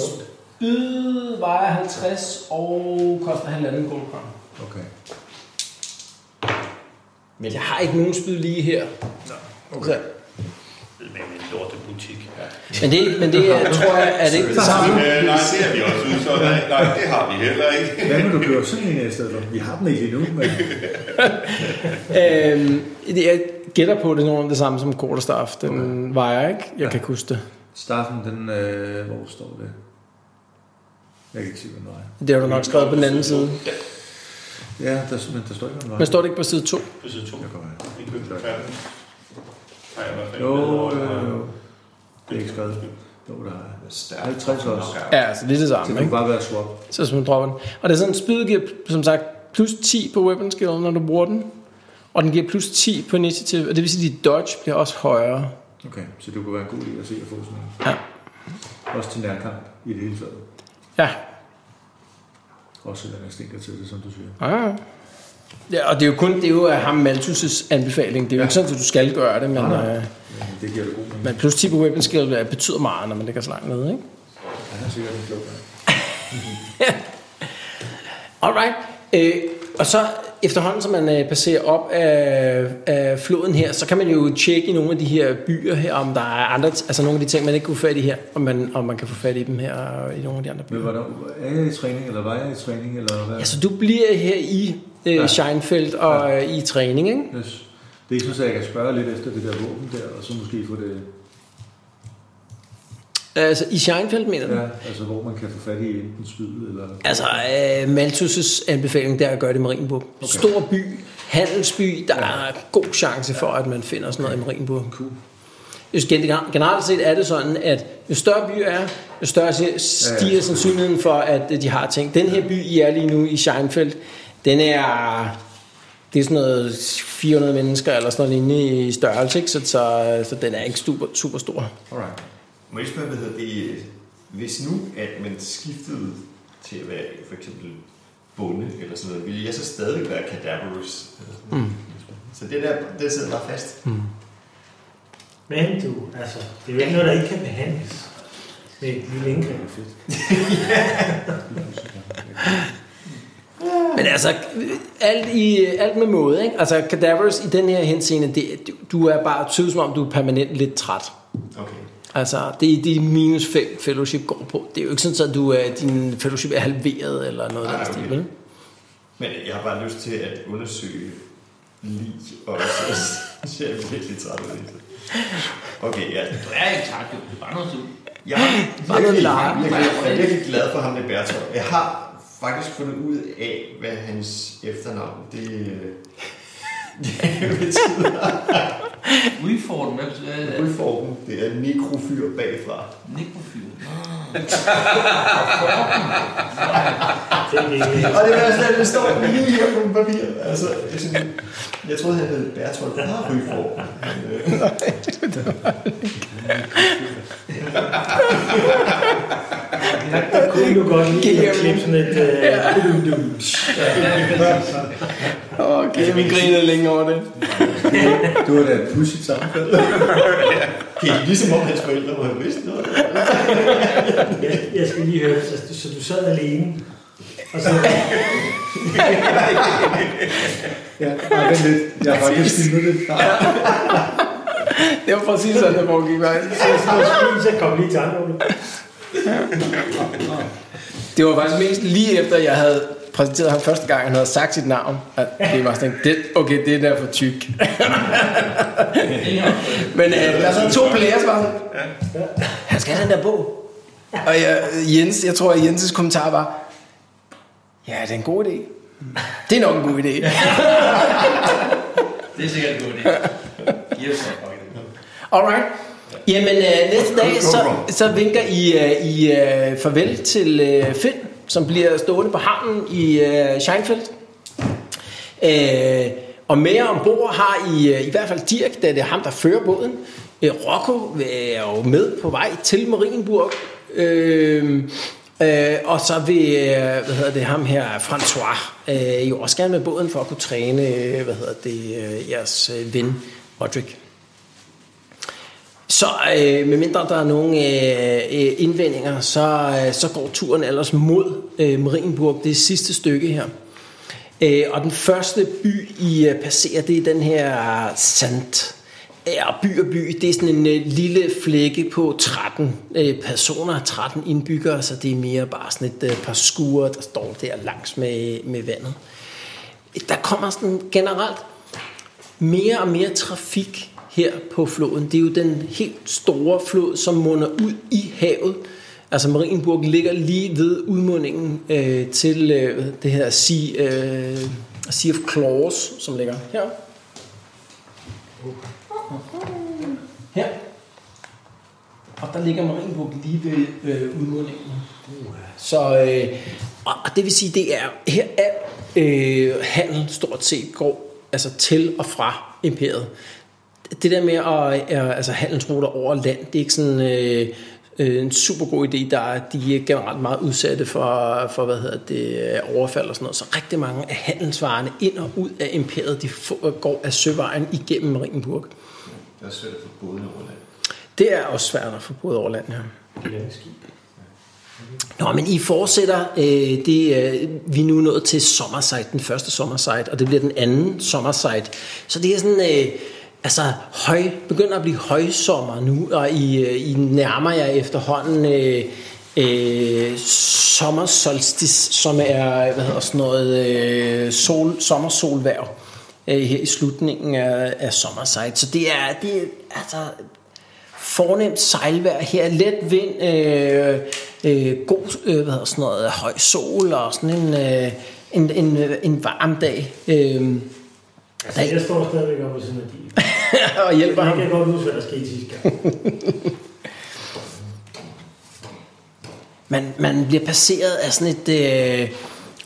[SPEAKER 2] spyd vejer 50 og koster halvanden guldkron.
[SPEAKER 5] Okay.
[SPEAKER 2] Men jeg har ikke nogen spyd lige her. Okay. Så,
[SPEAKER 4] Det er en lorte butik. Ja.
[SPEAKER 2] men det, men det er, tror jeg, er det ikke det samme?
[SPEAKER 4] Øh, nej, det har vi også udsolgt. Nej, det har vi heller ikke.
[SPEAKER 5] Hvad vil du købe sådan en i stedet for? Vi har den ikke endnu, men
[SPEAKER 2] Øh, jeg gætter på, at det er nogen af det samme som quarterstaff. Den vejer ikke. Jeg
[SPEAKER 5] Ja.
[SPEAKER 2] kan ikke huske det.
[SPEAKER 5] staffen, den, øh, hvor står det? Jeg kan ikke se, hvad den vejer.
[SPEAKER 2] Det har du nok skrevet på den anden side.
[SPEAKER 5] Ja, der, men der står ikke, hvad den vejer.
[SPEAKER 2] Men står det ikke på side 2?
[SPEAKER 4] På side 2.
[SPEAKER 5] Jeg kommer her.
[SPEAKER 4] Vi købte færden. Nej, jeg var færdig.
[SPEAKER 5] Jo, jo, jo. Det er ikke skrevet. Jo, der er.
[SPEAKER 7] hvor stærk
[SPEAKER 5] 50 også.
[SPEAKER 2] Ja, så det er det
[SPEAKER 5] Så
[SPEAKER 2] samme,
[SPEAKER 5] det
[SPEAKER 2] ikke?
[SPEAKER 5] kunne bare være swap.
[SPEAKER 2] Så som dropper den. Og det er sådan, spyd giver, som sagt, plus 10 på weapon skill, når du bruger den. Og den giver plus 10 på initiativ, og det vil sige, at dit dodge bliver også højere.
[SPEAKER 5] Okay, så det kunne være en god idé at se at få sådan en.
[SPEAKER 2] Ja.
[SPEAKER 5] Også til nærkamp i det hele taget.
[SPEAKER 2] Ja,
[SPEAKER 5] Også selvom jeg stinker til det, som du siger.
[SPEAKER 2] ja. ja. ja og det er jo kun det er jo af ham Malthus' anbefaling. Det er jo ja. ikke sådan, at du skal gøre det, men, øh,
[SPEAKER 5] Men det giver det god mening.
[SPEAKER 2] men plus 10 på weapon skill øh, betyder meget, når man ligger så langt nede, ikke?
[SPEAKER 5] Han er sikkert en klog mand.
[SPEAKER 2] Alright. Øh, og så efterhånden, som man øh, passerer op af, af floden her, så kan man jo tjekke i nogle af de her byer her, om der er andre, altså nogle af de ting, man ikke kunne få fat i her, om man, om man kan få fat i dem her øh, i nogle af de andre byer.
[SPEAKER 5] Men var der, er jeg i træning, eller var jeg i træning, eller hvad?
[SPEAKER 2] Altså, du bliver her i øh,
[SPEAKER 5] Ja.
[SPEAKER 2] Scheinfeld og øh, i træning, ikke?
[SPEAKER 5] Yes. Det er sådan, at jeg kan spørge lidt efter det der våben der, og så måske få det,
[SPEAKER 2] Altså, i Scheinfeld, mener du? Ja.
[SPEAKER 5] ja, altså hvor man kan få fat i enten spyd, eller...
[SPEAKER 2] Altså, øh, Malthus' anbefaling, der er at gøre det i Marienburg. Okay. Stor by, handelsby, der ja. er god chance for, at man finder sådan noget i Marienburg.
[SPEAKER 5] Cool.
[SPEAKER 2] Jo, gen- Generelt set er det sådan, at jo større by er, jo større se- stiger ja, ja. sandsynligheden for, at øh, de har ting. Den her by, I er lige nu i Scheinfeld, den er... Det er sådan noget 400 mennesker eller sådan noget inde i størrelse, ikke? Så, så, så den er ikke super, super stor.
[SPEAKER 5] Alright.
[SPEAKER 7] Må jeg lige spørge, hvad hedder det, hvis nu, at man skiftede til at være for eksempel bonde eller sådan noget, ville jeg så stadig være Cadaverus? Mm. Så det der, det sidder bare fast. Mm.
[SPEAKER 3] Men du, altså, det er jo ikke noget, der ikke kan behandles med et lille indgreb.
[SPEAKER 2] Men altså, alt, i, alt med måde, ikke? Altså, Cadavers i den her henseende, det, du er bare tydeligt som om, du er permanent lidt træt.
[SPEAKER 8] Mm.
[SPEAKER 7] Okay.
[SPEAKER 2] Altså, det er de minus 5 fellowship går på. Det er jo ikke sådan, at du er, din fellowship er halveret eller noget
[SPEAKER 7] Nej,
[SPEAKER 2] der stil,
[SPEAKER 7] okay.
[SPEAKER 2] vel?
[SPEAKER 7] Men jeg har bare lyst til at undersøge lige, og så ser jeg virkelig træt ud. Okay, ja.
[SPEAKER 8] Du er ikke træt, jo. Det er bare noget sult.
[SPEAKER 7] Jeg er
[SPEAKER 2] Bare noget
[SPEAKER 7] virkelig,
[SPEAKER 2] larm.
[SPEAKER 7] virkelig, jeg er virkelig glad for ham, det Berthold. Jeg har faktisk fundet ud af, hvad hans efternavn det, øh, det betyder.
[SPEAKER 8] Udfordring, hvad betyder det?
[SPEAKER 7] Udformen, det er nekrofyr bagfra.
[SPEAKER 8] Nekrofil.
[SPEAKER 3] Tænk ikke.
[SPEAKER 7] Og det er sådan, at det står lige her på papiret. Altså, det er sådan, jeg troede, han hed Berthold fra Ryform. Men, øh,
[SPEAKER 3] Der kunne du godt lige at klippe sådan et... Øh,
[SPEAKER 2] Okay, Altså, vi griner længe over det.
[SPEAKER 5] Det var da et pudsigt sammenfald.
[SPEAKER 7] Det er ligesom om hans forældre må have vidst noget.
[SPEAKER 3] jeg, jeg skal lige høre, så, så du sad alene. Og så,
[SPEAKER 5] Ja, nej, vent lidt. Jeg har faktisk filmet det. Nej,
[SPEAKER 2] Det var præcis sådan, det foregik faktisk.
[SPEAKER 3] så, så, så kom lige i tanke om det.
[SPEAKER 2] Det var faktisk mest lige efter, jeg havde præsenteret ham første gang, han havde sagt sit navn, at det var sådan, det, okay, det er der for tyk. Men øh, der sad to players, var sådan, han skal have den der bog. Og jeg, Jens, jeg tror, at Jenses kommentar var, ja, det er en god idé. Det er nok en god idé.
[SPEAKER 8] Det er sikkert en god idé. Giv os en fucking idé.
[SPEAKER 2] Alright. Jamen, øh, næste dag, så, så vinker I, øh, I øh, farvel til øh, Finn, som bliver stående på havnen i øh, Scheinfeldt. Øh, og med jer ombord har I øh, i hvert fald Dirk, da det er ham, der fører båden. Øh, Rocco er jo med på vej til Marienburg. Øh, øh, og så vil, øh, hvad hedder det, ham her, François, øh, jo også gerne med båden for at kunne træne, øh, hvad hedder det, øh, jeres øh, ven, Roderick. Så øh, medmindre der er nogle øh, øh, indvendinger, så, øh, så går turen ellers mod øh, Marienburg, det sidste stykke her. Øh, og den første by, I øh, passerer, det er den her Sandt. Ja, og by og by, det er sådan en øh, lille flække på 13 øh, personer, 13 indbyggere, så det er mere bare sådan et øh, par skure, der står der langs med, med vandet. Der kommer sådan generelt mere og mere trafik her på floden. Det er jo den helt store flod, som munder ud i havet. Altså Marienburg ligger lige ved udmundingen øh, til øh, det her sea, øh, sea of Claws, som ligger her. Her. Og der ligger Marienburg lige ved øh, udmundingen. Så øh, og og det vil sige, det er her er øh, handel stort set går altså til og fra imperiet. Det der med at øh, altså handelsruter over land, det er ikke sådan øh, øh, en super god idé. Der er, de er generelt meget udsatte for, for hvad hedder det, øh, overfald og sådan noget. Så rigtig mange af handelsvarerne ind og ud af imperiet, de får, går af søvejen igennem Marienburg.
[SPEAKER 7] Det er svært at få båden over land.
[SPEAKER 2] Det er også svært at få både over land her. Ja. Nå, men I fortsætter. Øh, det, øh, vi er nu nået til sommersite, den første sommersite, og det bliver den anden sommersite. Så det er sådan, øh, altså høj, begynder at blive højsommer nu, og I, øh, I nærmer jer efterhånden øh, øh, sommersolstice, som er, hvad hedder sådan noget, øh, sol, sommersolværv øh, her i slutningen af, af sommersite. Så det er, det er altså fornemt sejlvejr her, let vind, øh, øh, god øh, hvad hedder sådan noget, høj sol og sådan en, øh, en, en, øh, en varm dag. Øh,
[SPEAKER 3] Altså, jeg står stadigvæk oppe ved siden af bilen.
[SPEAKER 2] og hjælper
[SPEAKER 3] Jeg
[SPEAKER 2] ham.
[SPEAKER 3] kan godt huske, hvad der skete sidste gang.
[SPEAKER 2] Man, man bliver passeret af sådan et... Øh,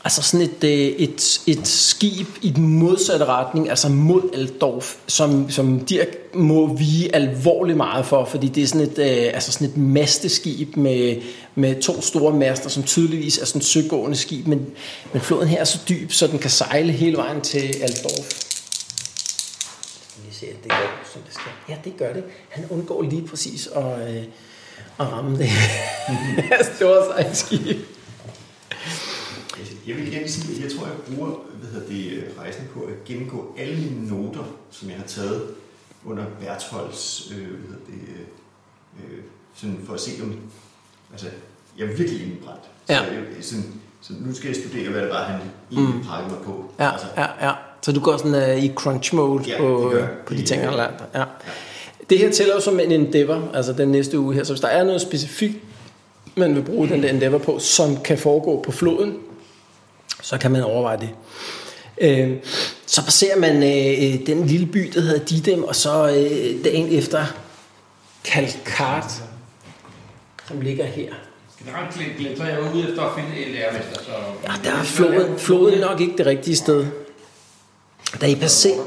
[SPEAKER 2] altså sådan et, øh, et, et skib i den modsatte retning, altså mod Aldorf, som, som Dirk må vige alvorligt meget for, fordi det er sådan et, øh, altså sådan et masteskib med, med to store master, som tydeligvis er sådan et søgående skib, men, men floden her er så dyb, så den kan sejle hele vejen til Aldorf. Vi ser, at det går, som det skal. Ja, det gør det. Han undgår lige præcis at, øh, at ramme det her store sejlskib.
[SPEAKER 7] Jeg vil igen sige, at jeg tror, jeg bruger hvad hedder det, rejsen på at gennemgå alle mine noter, som jeg har taget under Bertholds, øh, hvad hedder det, øh, øh, sådan for at se om, altså, jeg er virkelig indebrændt.
[SPEAKER 2] Ja.
[SPEAKER 7] Så, jeg, sådan, så nu skal jeg studere, hvad det var, han egentlig mm. pakkede mig på.
[SPEAKER 2] Ja,
[SPEAKER 7] altså,
[SPEAKER 2] ja, ja. Så du går sådan uh, i crunch mode
[SPEAKER 7] Ja,
[SPEAKER 2] ja,
[SPEAKER 7] det
[SPEAKER 2] på,
[SPEAKER 7] gør jeg.
[SPEAKER 2] på de
[SPEAKER 7] Det-
[SPEAKER 2] ting, jeg har lært dig. Ja. Det her tæller jo som en endeavor, altså den næste uge her. Så hvis der er noget specifikt, man vil bruge den der endeavor på, som kan foregå på floden, så kan man overveje det. Øh, så passerer man øh, øh, den lille by, der hedder Didem, og så øh, dagen efter Kalkart, som ligger her.
[SPEAKER 8] Generelt glæ- glæ- så er jeg ude efter at finde en lærermester. Så...
[SPEAKER 2] Ja, Ah, der er floden, floden nok ikke det rigtige sted. Da I passerer,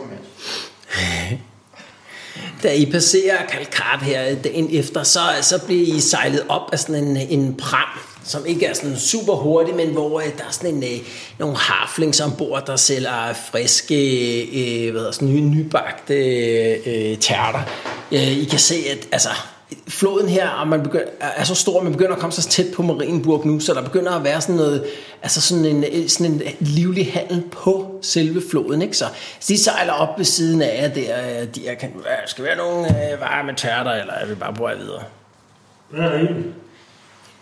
[SPEAKER 2] Da I passerer Kalkart her dagen efter, så, så bliver I sejlet op af sådan en, en pram, som ikke er sådan super hurtig, men hvor øh, der er sådan en, øh, nogle harflings ombord, der sælger friske, øh, hvad hedder, sådan nye, nybagte øh, tærter. Øh, I kan se, at altså, floden her og man begynder, er er så stor, at man begynder at komme så tæt på Marienburg nu, så der begynder at være sådan noget, altså sådan en, sådan en livlig handel på selve floden, ikke? Så, så de sejler op ved siden af jer der, øh, de her, kan, "Hvad, skal vi have nogle øh, varer med tærter, eller er vi bare på vej videre?
[SPEAKER 3] Hvad er der i den?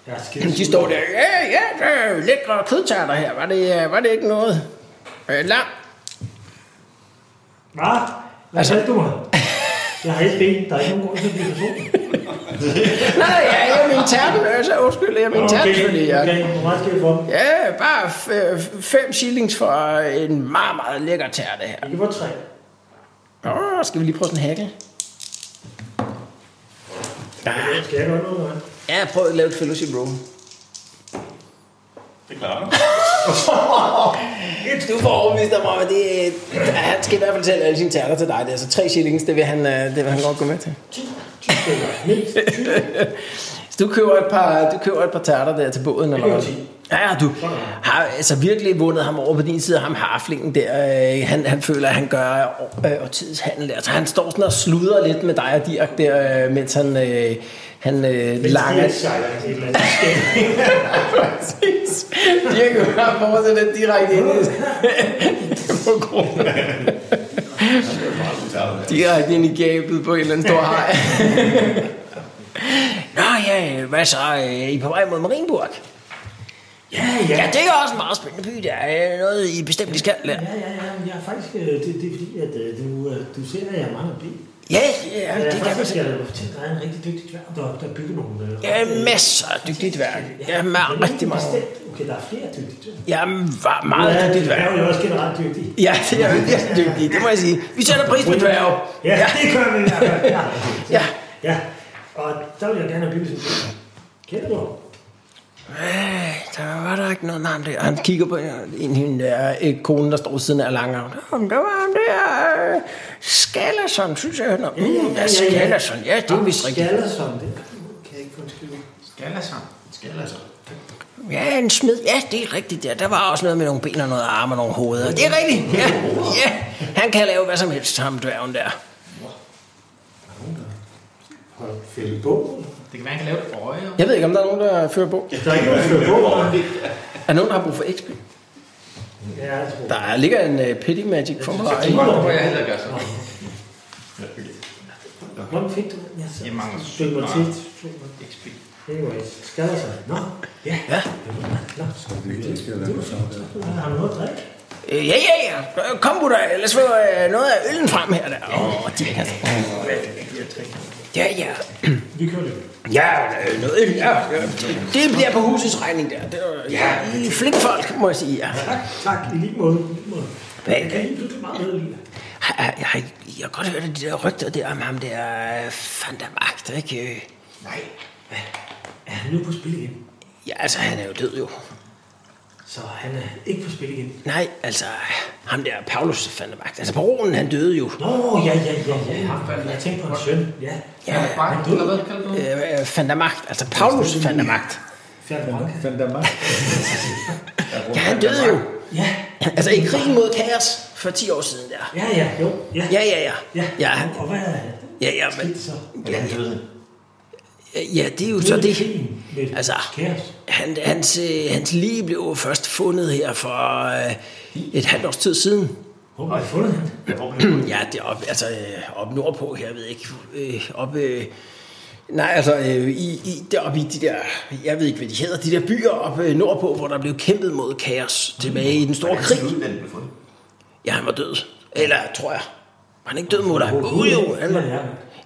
[SPEAKER 3] Jeg er skidt.
[SPEAKER 2] De står der, ja, ja, der er lækre kødtærter her, var det, øh, var det ikke noget? Øh, lam?
[SPEAKER 3] Hvad? Hvad
[SPEAKER 2] Altså-
[SPEAKER 3] altså... du mig? Jeg har et ben. Der er ikke nogen grund til at blive person.
[SPEAKER 2] Nej, ja, jeg er min tærte, øh, så undskyld, jeg er min tærte, fordi jeg...
[SPEAKER 3] okay. Hvor meget skal vi få?
[SPEAKER 2] Ja, bare f- øh, f- fem shillings for en meget, meget lækker tærte her.
[SPEAKER 3] Ikke for tre.
[SPEAKER 2] Åh, skal vi lige prøve sådan en hackle?
[SPEAKER 3] Skal jeg gøre noget? eller hvad?
[SPEAKER 2] Ja, prøv at lave et fellowship roll.
[SPEAKER 4] Det klarer man.
[SPEAKER 2] Du får overbevist dig om, at det, øh, han skal i hvert fald sælge alle sine tærter til dig. Det er altså tre shillings, det vil han, øh, det vil han godt gå med til.
[SPEAKER 3] Ti. Ti stykker. Mindst. Ti.
[SPEAKER 2] Så du køber et par, du køber et par tærter der til båden, eller
[SPEAKER 3] køber
[SPEAKER 2] hvad?
[SPEAKER 3] ti.
[SPEAKER 2] Ja, ja, du har altså virkelig vundet ham over på din side, ham harflingen der. øh, Han, han føler, at han gør øh, årtiets handel der. Så han står sådan og sludrer lidt med dig og Dirk der, øh, mens han, øh, han øh, langer...
[SPEAKER 3] Mens de sejler altså, et eller andet skæg.
[SPEAKER 2] Præcis. Dirk jo har fortsat lidt direkte ind i på kronen. direkte ind i gabet på en eller anden stor hej. Nå ja, hvad så? øh, I er på vej mod Marienburg?
[SPEAKER 3] Ja, ja.
[SPEAKER 2] Ja, det er også en meget spændende by. Der er noget, I bestemt vi skal lære.
[SPEAKER 3] Ja, ja, ja. men Jeg er faktisk... øh, Det, det er fordi, at øh, du, øh, du ser, at jeg mangler ben.
[SPEAKER 2] Ja, ja,
[SPEAKER 3] Ja,
[SPEAKER 2] det kan man
[SPEAKER 3] faktisk,
[SPEAKER 2] sige.
[SPEAKER 3] jeg har fortalt, at der er en rigtig dygtig dværg, der, der bygger nogle... øh,
[SPEAKER 2] Jeg
[SPEAKER 3] ret,
[SPEAKER 2] er
[SPEAKER 3] øh,
[SPEAKER 2] masser af dygtigt værk. Jeg er
[SPEAKER 3] men
[SPEAKER 2] meget,
[SPEAKER 3] ikke
[SPEAKER 2] rigtig meget.
[SPEAKER 3] bestemt. Okay, der er flere dygtige dværge.
[SPEAKER 2] Jeg er meget dygtigt
[SPEAKER 3] Ja,
[SPEAKER 2] værk.
[SPEAKER 3] jeg er jo også generelt dygtig.
[SPEAKER 2] Ja, det er jeg virkelig dygtig. Det må jeg sige. Vi sætter pris på dværge.
[SPEAKER 3] Ja, det gør vi i hvert fald. Ja.
[SPEAKER 2] Ja.
[SPEAKER 3] ja. Og der vil jeg gerne have bygget sådan en. Kender
[SPEAKER 2] Mm,
[SPEAKER 3] du ham?
[SPEAKER 2] Øh, der var der ikke noget navn der. Han kigger på en hende der, øh, konen, der står ved siden af Langhavn. Jamen, der var ham der, øh, Skallerson, synes jeg. Nå, mm, ja, Skallerson, ja, det er vist rigtigt.
[SPEAKER 3] Skallerson, det kan jeg ikke undskylde.
[SPEAKER 2] Ja, en smed, ja, det er rigtigt der. Der var også noget med nogle ben og noget arme og nogle hoveder. Det er rigtigt, ja, ja. Han kan lave hvad som helst, ham dværgen der.
[SPEAKER 3] Hold fælde bogen.
[SPEAKER 8] Det kan være, han kan lave et øje.
[SPEAKER 2] Jeg ved ikke, om der er nogen, der fører på.
[SPEAKER 3] Der er ikke nogen fælde bogen.
[SPEAKER 2] Er nogen, der har brug for XP?
[SPEAKER 3] Ja, jeg tror.
[SPEAKER 2] Der ligger en uh, Pity Magic for mig.
[SPEAKER 8] Det må jeg heller gøre så.
[SPEAKER 3] Hvordan fik du den? Jeg så-
[SPEAKER 8] Jeg mangler
[SPEAKER 3] Styk mig til.
[SPEAKER 8] XP.
[SPEAKER 3] Anyways, Skallerson. Nå, ja. Ja. Nå,
[SPEAKER 5] Det er skal være sådan
[SPEAKER 3] har du noget at drikke?
[SPEAKER 2] Øh, ja, ja, ja. Kom, gutter. Lad os få øh, noget af øllen frem her. Der. Åh, de kan. Ja, ja.
[SPEAKER 3] Vi kører lidt.
[SPEAKER 2] Ja, øh, noget øl. Ja, ja. Det bliver på husets regning der. Det er ja. I er flink folk, må jeg sige. Ja.
[SPEAKER 3] Tak, tak. I lige måde. I lige måde.
[SPEAKER 2] Hvad?
[SPEAKER 3] Jeg kan ikke blive meget bedre lige.
[SPEAKER 2] Har- har- Jeg har, jeg har godt hørt af de der rygter der om ham der øh, van der Magt, ikke? Øh,
[SPEAKER 3] Nej. Er han nu på spil igen?
[SPEAKER 2] Ja, altså, han er jo død jo.
[SPEAKER 3] Så han er ikke på spil igen.
[SPEAKER 2] Nej, altså, ham der Paulus van der Magt. Altså, baronen, han døde jo.
[SPEAKER 3] Nå, ja, ja, ja, ja. Jeg tænkte på en søn. Ja.
[SPEAKER 2] Ja,
[SPEAKER 8] Bank, eller hvad kalder du det?
[SPEAKER 2] øh, øh, van der Magt. Altså, Paulus van der Magt.
[SPEAKER 3] Fjern Branca.
[SPEAKER 5] Fandt der mig?
[SPEAKER 2] Ja, han døde jo.
[SPEAKER 3] Ja.
[SPEAKER 2] Altså, i krigen mod kaos for 10 år siden der.
[SPEAKER 3] Ja, ja, jo. Ja,
[SPEAKER 2] Ja, ja, ja.
[SPEAKER 3] Ja.
[SPEAKER 2] Ja,
[SPEAKER 3] Og hvad er det?
[SPEAKER 2] ja, ja, men,
[SPEAKER 3] Så.
[SPEAKER 7] Hvordan døde han?
[SPEAKER 2] Ja, det er jo så det. Altså,
[SPEAKER 3] Altså. Kæres.
[SPEAKER 2] han, hans, øh, hans lige blev jo først fundet her for øh, et halvt års tid siden.
[SPEAKER 3] Hvor har I fundet ham?
[SPEAKER 2] Ja, det er op, altså, øh, op nordpå her, jeg ved ikke. Øh, op, øh, nej, altså øh, i, i, deroppe i de der, jeg ved ikke, hvad de hedder, de der byer op øh, nordpå, hvor der blev kæmpet mod kaos tilbage i den store krig.
[SPEAKER 7] Ud, den blev fundet.
[SPEAKER 2] Ja, han var død. Eller, tror jeg. Var han ikke død mod dig? Jo, jo. Han var...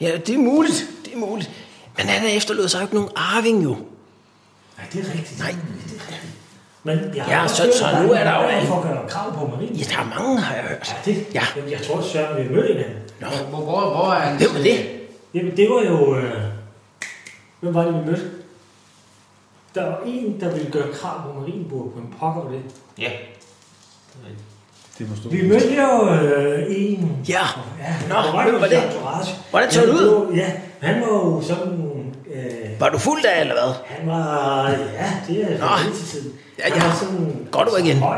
[SPEAKER 2] Ja, det er muligt. Det er muligt. Men han efterlod sig jo ikke nogen arving, jo.
[SPEAKER 3] Nej, det er rigtigt.
[SPEAKER 2] Nej.
[SPEAKER 3] Men jeg har
[SPEAKER 2] Ja,
[SPEAKER 3] også
[SPEAKER 2] så-
[SPEAKER 3] hørt,
[SPEAKER 2] så
[SPEAKER 3] at er
[SPEAKER 2] nu er der jo
[SPEAKER 3] nogen,
[SPEAKER 2] en-
[SPEAKER 3] For at gøre krav på Marie.
[SPEAKER 2] Ja, der er mange, har jeg hørt.
[SPEAKER 3] Ja, det.
[SPEAKER 2] Ja.
[SPEAKER 3] Jamen, jeg tror, Søren vil møde hinanden.
[SPEAKER 8] Hvor, hvor, hvor er hans...
[SPEAKER 2] Hvem var det?
[SPEAKER 3] Jamen, det var jo... Øh... Hvem var det, vi mødte? Der var en, der ville gøre krav på Marienburg, men pokker var det.
[SPEAKER 9] Ja.
[SPEAKER 5] Det må stå.
[SPEAKER 3] Vi mødte jo øh, en...
[SPEAKER 2] Ja.
[SPEAKER 3] ja
[SPEAKER 2] Nå,
[SPEAKER 3] der
[SPEAKER 2] hvem
[SPEAKER 3] jo
[SPEAKER 2] var
[SPEAKER 3] en
[SPEAKER 2] det?
[SPEAKER 3] entourage.
[SPEAKER 2] Hvordan så det
[SPEAKER 3] Han
[SPEAKER 2] ud?
[SPEAKER 3] var jo- Ja, han var jo sådan... Øh,
[SPEAKER 2] Var du fuld af, eller hvad?
[SPEAKER 3] han var... Ja, det er
[SPEAKER 2] Nå.
[SPEAKER 3] lidt til tiden.
[SPEAKER 2] Ja,
[SPEAKER 3] Han
[SPEAKER 2] ja.
[SPEAKER 3] var sådan...
[SPEAKER 2] Godt ord igen.
[SPEAKER 3] Høj.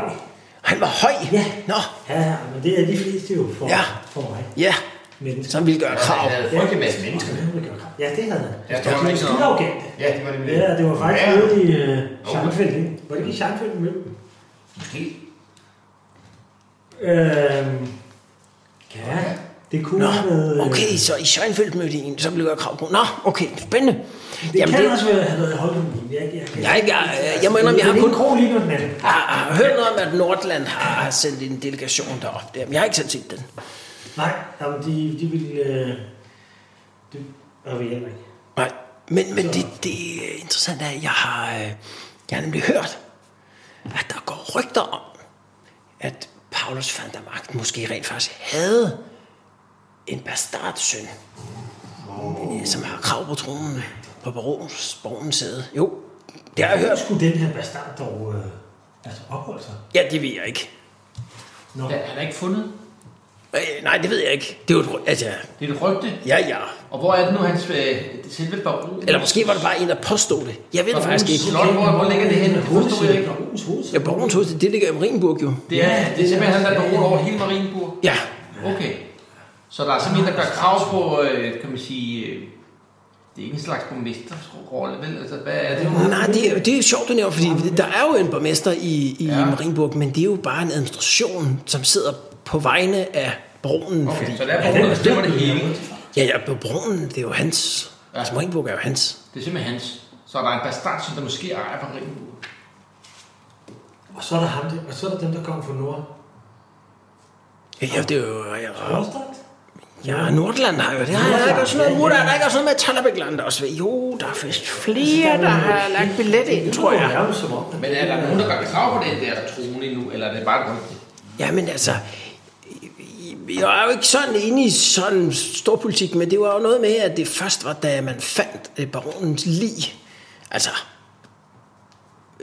[SPEAKER 2] Han var høj.
[SPEAKER 3] Ja.
[SPEAKER 2] Nå,
[SPEAKER 3] Ja, ja, men det er de fleste jo for,
[SPEAKER 2] Ja.
[SPEAKER 3] for mig.
[SPEAKER 2] ja.
[SPEAKER 3] Mennesker.
[SPEAKER 2] Som ville gøre krav.
[SPEAKER 8] Han havde frygtelig masse mennesker.
[SPEAKER 3] Mennesker, han vil gøre krav. Ja, det havde han.
[SPEAKER 8] Ja, det var
[SPEAKER 3] Men
[SPEAKER 8] ikke
[SPEAKER 3] skide
[SPEAKER 8] noget.
[SPEAKER 3] arrogante.
[SPEAKER 7] Ja, det var det.
[SPEAKER 3] Ja, det var faktisk
[SPEAKER 7] Ja.
[SPEAKER 3] ja. ude i øh, Seinfeld, ikke? Var det ikke i Seinfeld, vi mødte dem?
[SPEAKER 8] Måske.
[SPEAKER 3] Øhm, ja, det kunne
[SPEAKER 2] Nå,
[SPEAKER 3] have været... øh,
[SPEAKER 2] okay, så i Scheinfeldt mødte I en, som ville gøre krav på. Nå, okay, spændende.
[SPEAKER 3] Det
[SPEAKER 2] Jamen,
[SPEAKER 3] kan
[SPEAKER 2] det,
[SPEAKER 3] også være, have været Holmen. Jeg, jeg,
[SPEAKER 2] jeg, jeg, jeg, øh, jeg må indrømme, jeg har
[SPEAKER 3] Det er
[SPEAKER 2] kun
[SPEAKER 3] en krog lige nu, den anden.
[SPEAKER 2] Jeg har hørt noget om, at Nordland har har sendt en delegation derop. Der. Men jeg har ikke selv set den.
[SPEAKER 3] Nej, jamen, de, de ville... Øh, det var vi heller ikke.
[SPEAKER 2] Nej. Men, men det, det interessante er, at jeg har, øh, jeg har nemlig hørt, at der går rygter om, at Paulus van der Magt måske rent faktisk havde en bastardsøn, oh. som har krav på tronen på barons, borgens sæde. Jo, det har jeg
[SPEAKER 3] Hvor
[SPEAKER 2] hørt.
[SPEAKER 3] skulle den her bastard dog øh, altså opholde sig?
[SPEAKER 2] Ja, det ved jeg ikke.
[SPEAKER 3] Nå,
[SPEAKER 8] Ja, Han er ikke fundet.
[SPEAKER 2] Øh, nej, det ved jeg ikke. Det er jo et, ry- altså,
[SPEAKER 8] Det er et rygte.
[SPEAKER 2] ja, ja.
[SPEAKER 8] Og hvor er det nu, hans øh, selve baron?
[SPEAKER 2] Eller måske var det bare en, der påstod det. Jeg ved det faktisk ikke.
[SPEAKER 8] Slot, hvor, hvor ligger det henne? Det forstår jeg ikke.
[SPEAKER 3] Baronens
[SPEAKER 2] Ja,
[SPEAKER 3] hovedsæde.
[SPEAKER 2] Borgens Hovedstad, det ligger i Marienburg jo.
[SPEAKER 8] Det er, det er simpelthen han, der baron over hele Marienburg.
[SPEAKER 2] Ja,
[SPEAKER 8] Okay. Så der er simpelthen en, der gør krav på, øh, kan man sige, øh, det er ikke en slags borgmesterrolle, vel? Altså, hvad er det nu?
[SPEAKER 2] nej, det er, det er sjovt, du nævner, fordi der er jo en borgmester i, i ja.
[SPEAKER 8] Ja.
[SPEAKER 2] Marienburg, men det er jo bare en administration, som sidder på vegne af bronen. Okay,
[SPEAKER 8] Okay,
[SPEAKER 2] fordi,
[SPEAKER 8] så der er baronen, der bestemmer det hele.
[SPEAKER 2] ja, ja, på bronen, det er jo hans. Ja.
[SPEAKER 8] Ja.
[SPEAKER 2] Altså, Marienburg er jo hans.
[SPEAKER 8] Det er simpelthen hans. Så er der en bastard, som der måske ejer Marienburg.
[SPEAKER 3] Og så er der ham der, og så er der dem, der kommer fra Nord.
[SPEAKER 2] Ja, ja det er jo... Ja,
[SPEAKER 3] Nordstrand?
[SPEAKER 2] ja Nordland har jo det. Har der ikke også noget, Mutter, er der ikke også noget med Talabekland også? ved? Jo, der er vist flere, der har lagt billet ind, tror jeg.
[SPEAKER 3] Det er jo som om,
[SPEAKER 8] Men er der nogen, der gør krav på den der trone endnu, eller er det bare et rygte?
[SPEAKER 2] Jamen altså, jeg er jo ikke sådan inde i sådan stor politik, men det var jo noget med, at det først var, da man fandt øh, baronens lig. Altså,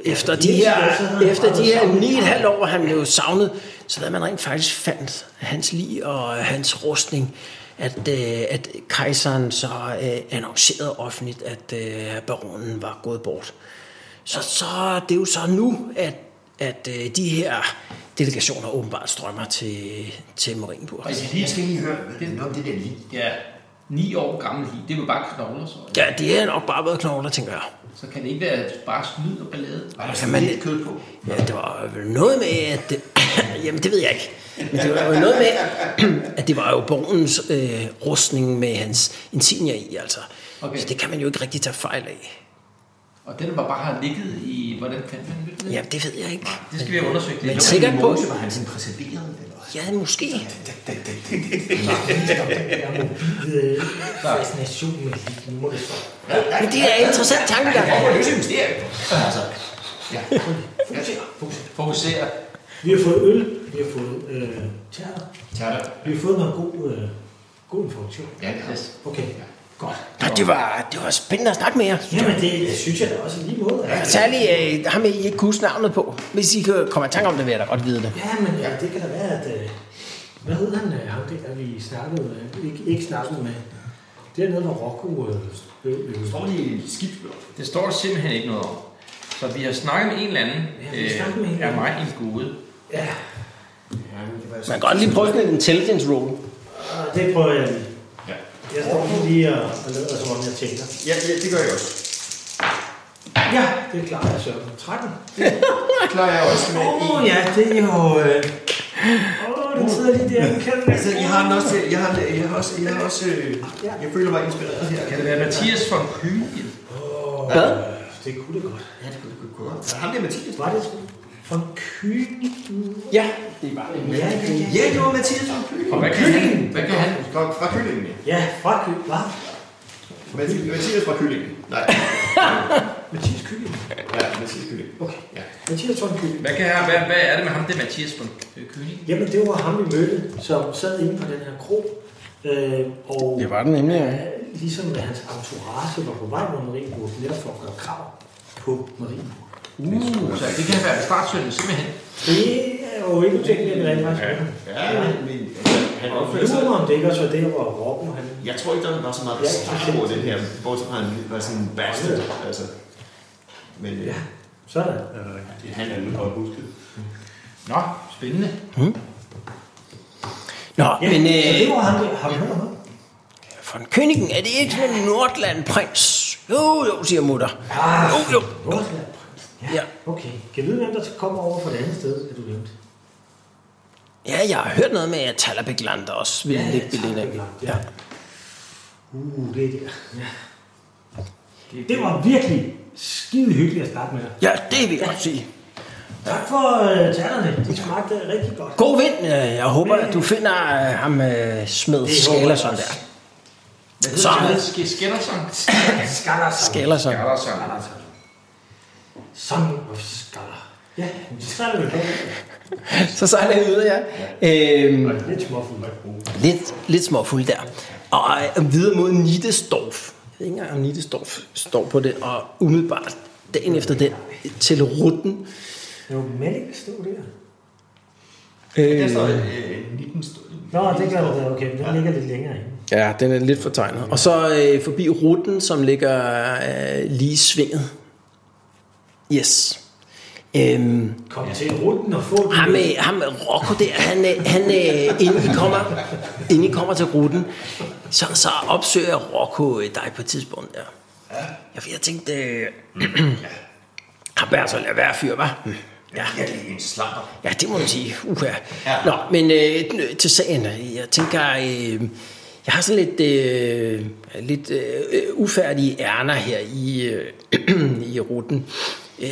[SPEAKER 2] efter de
[SPEAKER 3] det er
[SPEAKER 2] her,
[SPEAKER 3] altså, han har
[SPEAKER 2] efter de
[SPEAKER 3] været
[SPEAKER 2] her
[SPEAKER 3] savnet.
[SPEAKER 2] 9,5 år, han blev savnet, så da man rent faktisk fandt hans lig og øh, hans rustning, at, øh, at kejseren så øh, annoncerede offentligt, at øh, baronen var gået bort. Så, så det er jo så nu, at, at øh, de her delegationer åbenbart strømmer til, til Marienburg.
[SPEAKER 8] Og et
[SPEAKER 7] Jeg skal
[SPEAKER 8] lig,
[SPEAKER 7] lige høre, hvad det er om det der lige.
[SPEAKER 8] ja, ni år gammel lig, det er jo bare knogler, så.
[SPEAKER 2] Ja, det er nok bare været knogler, tænker jeg.
[SPEAKER 8] Så kan det ikke være bare snyd og ballade.
[SPEAKER 7] Og der
[SPEAKER 2] Kan
[SPEAKER 7] skal
[SPEAKER 2] man-
[SPEAKER 7] man lidt kød på.
[SPEAKER 2] Ja, det var vel noget med, at... Det, jamen, det ved jeg ikke. Men det var jo noget med, at det var jo borgens øh, rustning med hans insignier i, altså. Okay.
[SPEAKER 8] Okay.
[SPEAKER 2] Så det kan man jo ikke rigtig tage fejl af.
[SPEAKER 8] Og den var bare har ligget i, hvordan fandt man det?
[SPEAKER 2] Ja, det ved jeg ikke.
[SPEAKER 8] Det skal vi have undersøgt.
[SPEAKER 2] Men
[SPEAKER 8] Det
[SPEAKER 2] sikkert på...
[SPEAKER 7] Så var han sådan præserveret, eller?
[SPEAKER 2] Ja, måske.
[SPEAKER 3] øh, fascination med lig. Nu må det stoppe.
[SPEAKER 2] Men det er en interessant tankegang.
[SPEAKER 8] Fokusere.
[SPEAKER 3] Vi har fået øl, vi har fået øh, tærter,
[SPEAKER 7] Tjerter.
[SPEAKER 3] vi har fået noget god, øh, god information.
[SPEAKER 7] Ja, det er
[SPEAKER 8] Yes.
[SPEAKER 3] Okay, godt.
[SPEAKER 2] Nå, det var, det var spændende at snakke med jer.
[SPEAKER 3] Jamen det jeg synes jeg da også i lige måde. Altså, Ja,
[SPEAKER 2] Særligt øh, ham, I ikke kunne huske navnet på. Hvis I kan komme i tanke om det, vil jeg da godt vide det.
[SPEAKER 3] ja men ja, det kan da være, at... Øh, hvad hed han, øh, ham der, vi snakkede med? Ikke, ikke snakkede med. Dernede var Rocco... Øh, øh, øh.
[SPEAKER 7] Tror de er skidt blot?
[SPEAKER 8] Det står der simpelthen ikke noget om. Så vi har snakket med en eller anden,
[SPEAKER 3] Ja, vi har snakket med en
[SPEAKER 8] øh,
[SPEAKER 3] eller
[SPEAKER 8] er
[SPEAKER 3] anden.
[SPEAKER 8] mig en gode.
[SPEAKER 3] Ja,
[SPEAKER 2] Man kan godt lige prøve sådan en intelligence roll.
[SPEAKER 3] og det prøver jeg lige.
[SPEAKER 7] Ja.
[SPEAKER 3] Jeg står lige og og lader, som om jeg tænker.
[SPEAKER 7] Ja, ja, det gør jeg også.
[SPEAKER 3] Ja, det klarer jeg, Søren. 13.
[SPEAKER 7] Det klarer jeg også med en.
[SPEAKER 3] Åh, ja, det er jo... øh, Åh, øh... den sidder lige der. Den Kan den
[SPEAKER 7] Altså, jeg har den også til, jeg har, den- jeg har også, jeg har også, øh, jeg føler mig inspireret her. Kan det være
[SPEAKER 8] Mathias von Kühn.
[SPEAKER 2] Hvad?
[SPEAKER 3] Det kunne det godt.
[SPEAKER 7] Ja, det kunne det kunne godt. Ham der Mathias.
[SPEAKER 3] Var det sgu? Von Kygen?
[SPEAKER 2] Ja.
[SPEAKER 3] Ja, ja, ja.
[SPEAKER 7] Ja, det var Mathias fra Køling.
[SPEAKER 8] Og hvad kan han? Hvad kan han?
[SPEAKER 7] Fra, fra Køling, ja.
[SPEAKER 3] Ja, fra Kygen. Hvad?
[SPEAKER 7] Mathi- Mathias fra Køling. Nej,
[SPEAKER 3] Mathias Kygen.
[SPEAKER 7] ja, Mathias Køling.
[SPEAKER 3] Okay.
[SPEAKER 7] Ja.
[SPEAKER 3] Mathias von Kygen.
[SPEAKER 8] Hvad, kan han? hvad, hvad er det med ham, det er Mathias von Kühn?
[SPEAKER 3] Jamen, det var ham, vi mødte, som sad inde på den her kro. Øh, og
[SPEAKER 2] Det var den nemlig, ja.
[SPEAKER 3] øh, ligesom da hans entourage var på vej mod Marienburg, netop for at gøre krav på Marienburg.
[SPEAKER 8] Uh, så det kan være startsønnen simpelthen.
[SPEAKER 3] Det er jo ikke utænkeligt, at vi rent faktisk møder.
[SPEAKER 7] Ja, men altså, han
[SPEAKER 3] Og
[SPEAKER 7] opfører sig...
[SPEAKER 3] lurer mig, om det ikke også var der, hvor Robben han...
[SPEAKER 7] Jeg tror ikke, der var så meget bestar over den her, bortset fra, at han var sådan en bastard, altså. Men øh,
[SPEAKER 3] Sådan.
[SPEAKER 4] Det er han anden godt husket.
[SPEAKER 8] Nå, spændende.
[SPEAKER 2] Nå,
[SPEAKER 3] Ja,
[SPEAKER 2] men...
[SPEAKER 3] så
[SPEAKER 2] Øh,
[SPEAKER 3] det var ham der. Har vi hørt ham?
[SPEAKER 2] von Königen, er det ikke sådan en Nordlandprins? Jo, jo, siger mutter.
[SPEAKER 3] Ah,
[SPEAKER 2] Jo, jo.
[SPEAKER 3] Nordsjælland.
[SPEAKER 2] Ja.
[SPEAKER 3] Ja, okay. Kan du vide, hvem der kommer over fra det andet sted, at du nævnte?
[SPEAKER 2] Ja, jeg har hørt noget med, at Talabik Land også ville lægge billedet af.
[SPEAKER 3] Langt, ja. Uh, det er der. Ja. Det var virkelig skide hyggeligt at starte med.
[SPEAKER 2] Ja, det vil jeg godt sige.
[SPEAKER 3] Tak for øh, tærterne. De smagte rigtig godt.
[SPEAKER 2] God vind. øh, Jeg håber, at du finder øh, ham øh, smed
[SPEAKER 3] Det håber jeg
[SPEAKER 2] Skalerson
[SPEAKER 3] også.
[SPEAKER 2] der.
[SPEAKER 8] Hvad
[SPEAKER 2] Så-
[SPEAKER 8] hedder det? Sk- Skælderson?
[SPEAKER 3] Skaller sammen.
[SPEAKER 2] Skalerson.
[SPEAKER 8] Skælderson.
[SPEAKER 3] Son of skaller. Ja, så er det vel godt.
[SPEAKER 2] Så sejler jeg ud, ja. Øhm,
[SPEAKER 3] Og Lidt småfuld.
[SPEAKER 2] lidt, lidt småfuld der. Og øh, videre mod Nidesdorf. Jeg ved ikke engang, om Nidesdorf står på det. Og umiddelbart dagen efter den til Rutten.
[SPEAKER 3] Det var Malik, stod der.
[SPEAKER 7] der
[SPEAKER 2] Øh,
[SPEAKER 7] står øh, 19 stund.
[SPEAKER 3] Nå, det gør det der. Okay, men den ligger lidt længere inde.
[SPEAKER 2] ja, den er lidt fortegnet. Og så øh, forbi Rutten, som ligger øh, lige i svinget. Yes. Øhm,
[SPEAKER 3] Kom til runden og få den.
[SPEAKER 2] Ham, øh, ham Rocco der, han, øh, han øh, inden, I kommer, inden I kommer til ruten, så, så opsøger Rocco øh, dig på et tidspunkt der. Ja, for jeg tænkte, øh, han bærer så lade være fyr, hva'? Ja.
[SPEAKER 7] Virkelig en slapper.
[SPEAKER 2] ja, det må man sige. Uha. Nå, men øh, n- til sagen, øh, jeg tænker, øh, jeg har sådan lidt, øh, lidt øh, øh, ufærdige ærner her i, øh, i ruten.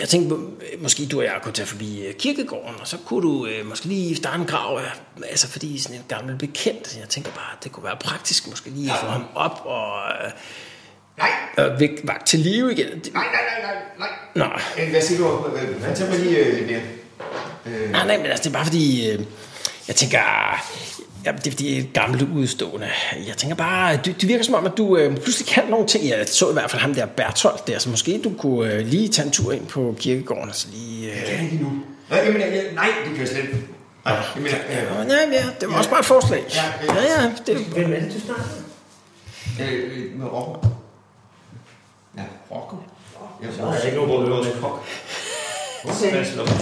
[SPEAKER 2] Jeg tænkte, øh, måske du og jeg kunne tage forbi øh, kirkegården, og så kunne du øh, måske lige starte en grav, ja. altså fordi I er sådan en gammel bekendt. Jeg tænker bare, at det kunne være praktisk måske lige at få ham op og... Øh, og væk, vagt til live igen. Det,
[SPEAKER 7] Nej, nej, nej, nej, nej.
[SPEAKER 2] Nå,
[SPEAKER 7] Øh, Hvad siger du? Hvad- hvad- Hvad tager man lige øh, lidt mere?
[SPEAKER 2] Nej, nej, men altså, det er bare fordi, øh, jeg tænker, ja, det er fordi, jeg er gammelt udstående. Jeg tænker bare, det, det virker som om, at du øh, pludselig kan nogle ting. Jeg så i hvert fald ham der Bertolt der, så måske du kunne øh, lige tage en tur ind på kirkegården og så lige... Øh,
[SPEAKER 7] Kan ikke nu? Nej, jeg mener, jeg, nej, det kan jeg slet ikke. Nej, jeg mener, øh,
[SPEAKER 2] Nå, nej, ja, det var også bare et forslag. Ja,
[SPEAKER 7] Ja, ja.
[SPEAKER 2] ja, det,
[SPEAKER 3] Hvem er det, du snakker om?
[SPEAKER 7] øh, øh, med Rocco. Ja, Rocco. Ja,
[SPEAKER 3] Så er der ikke nogen
[SPEAKER 7] Rocco.
[SPEAKER 3] problemer.
[SPEAKER 7] Rocco.
[SPEAKER 3] Hvad sagde
[SPEAKER 7] Rocco.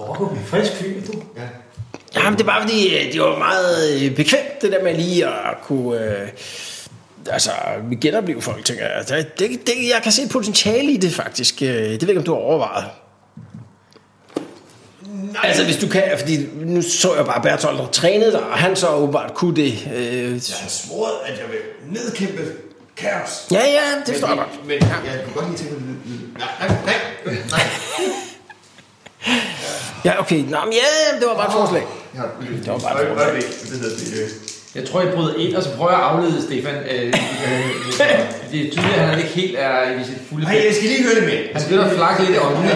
[SPEAKER 3] Rocco, frisk fyr, du.
[SPEAKER 7] Ja.
[SPEAKER 2] Jamen, det er bare fordi, øh, det var meget øh, bekvemt, det der med lige at kunne... Øh, altså, genopleve folk, tænker jeg. Altså, Det, det, det, jeg kan se et potentiale i det, faktisk. Øh, Det ved jeg ikke, om du har overvejet. Nej. Altså, hvis du kan, fordi nu så jeg bare Bertolt, der trænede dig, og han så åbenbart kunne det. Øh,
[SPEAKER 7] Jeg har svoret, at jeg vil nedkæmpe kaos.
[SPEAKER 2] ja, ja, det forstår jeg
[SPEAKER 7] men,
[SPEAKER 2] godt.
[SPEAKER 7] men jeg kunne godt lige tænke mig... Nej, nej, nej, nej.
[SPEAKER 2] Ja, okay. Nå, men ja, ja, det var bare et forslag.
[SPEAKER 7] Ja, øh,
[SPEAKER 2] var bare et
[SPEAKER 7] øje-
[SPEAKER 2] forslag.
[SPEAKER 7] øjeblik. Det hedder det. øh.
[SPEAKER 10] Jeg tror, jeg bryder ind, og så prøver jeg at aflede Stefan. Øh, øh, det er tydeligt, at han ikke helt er i sit fulde
[SPEAKER 7] Nej,
[SPEAKER 10] felt.
[SPEAKER 7] jeg skal lige høre det med.
[SPEAKER 10] Han begynder at flakke lidt i øjnene.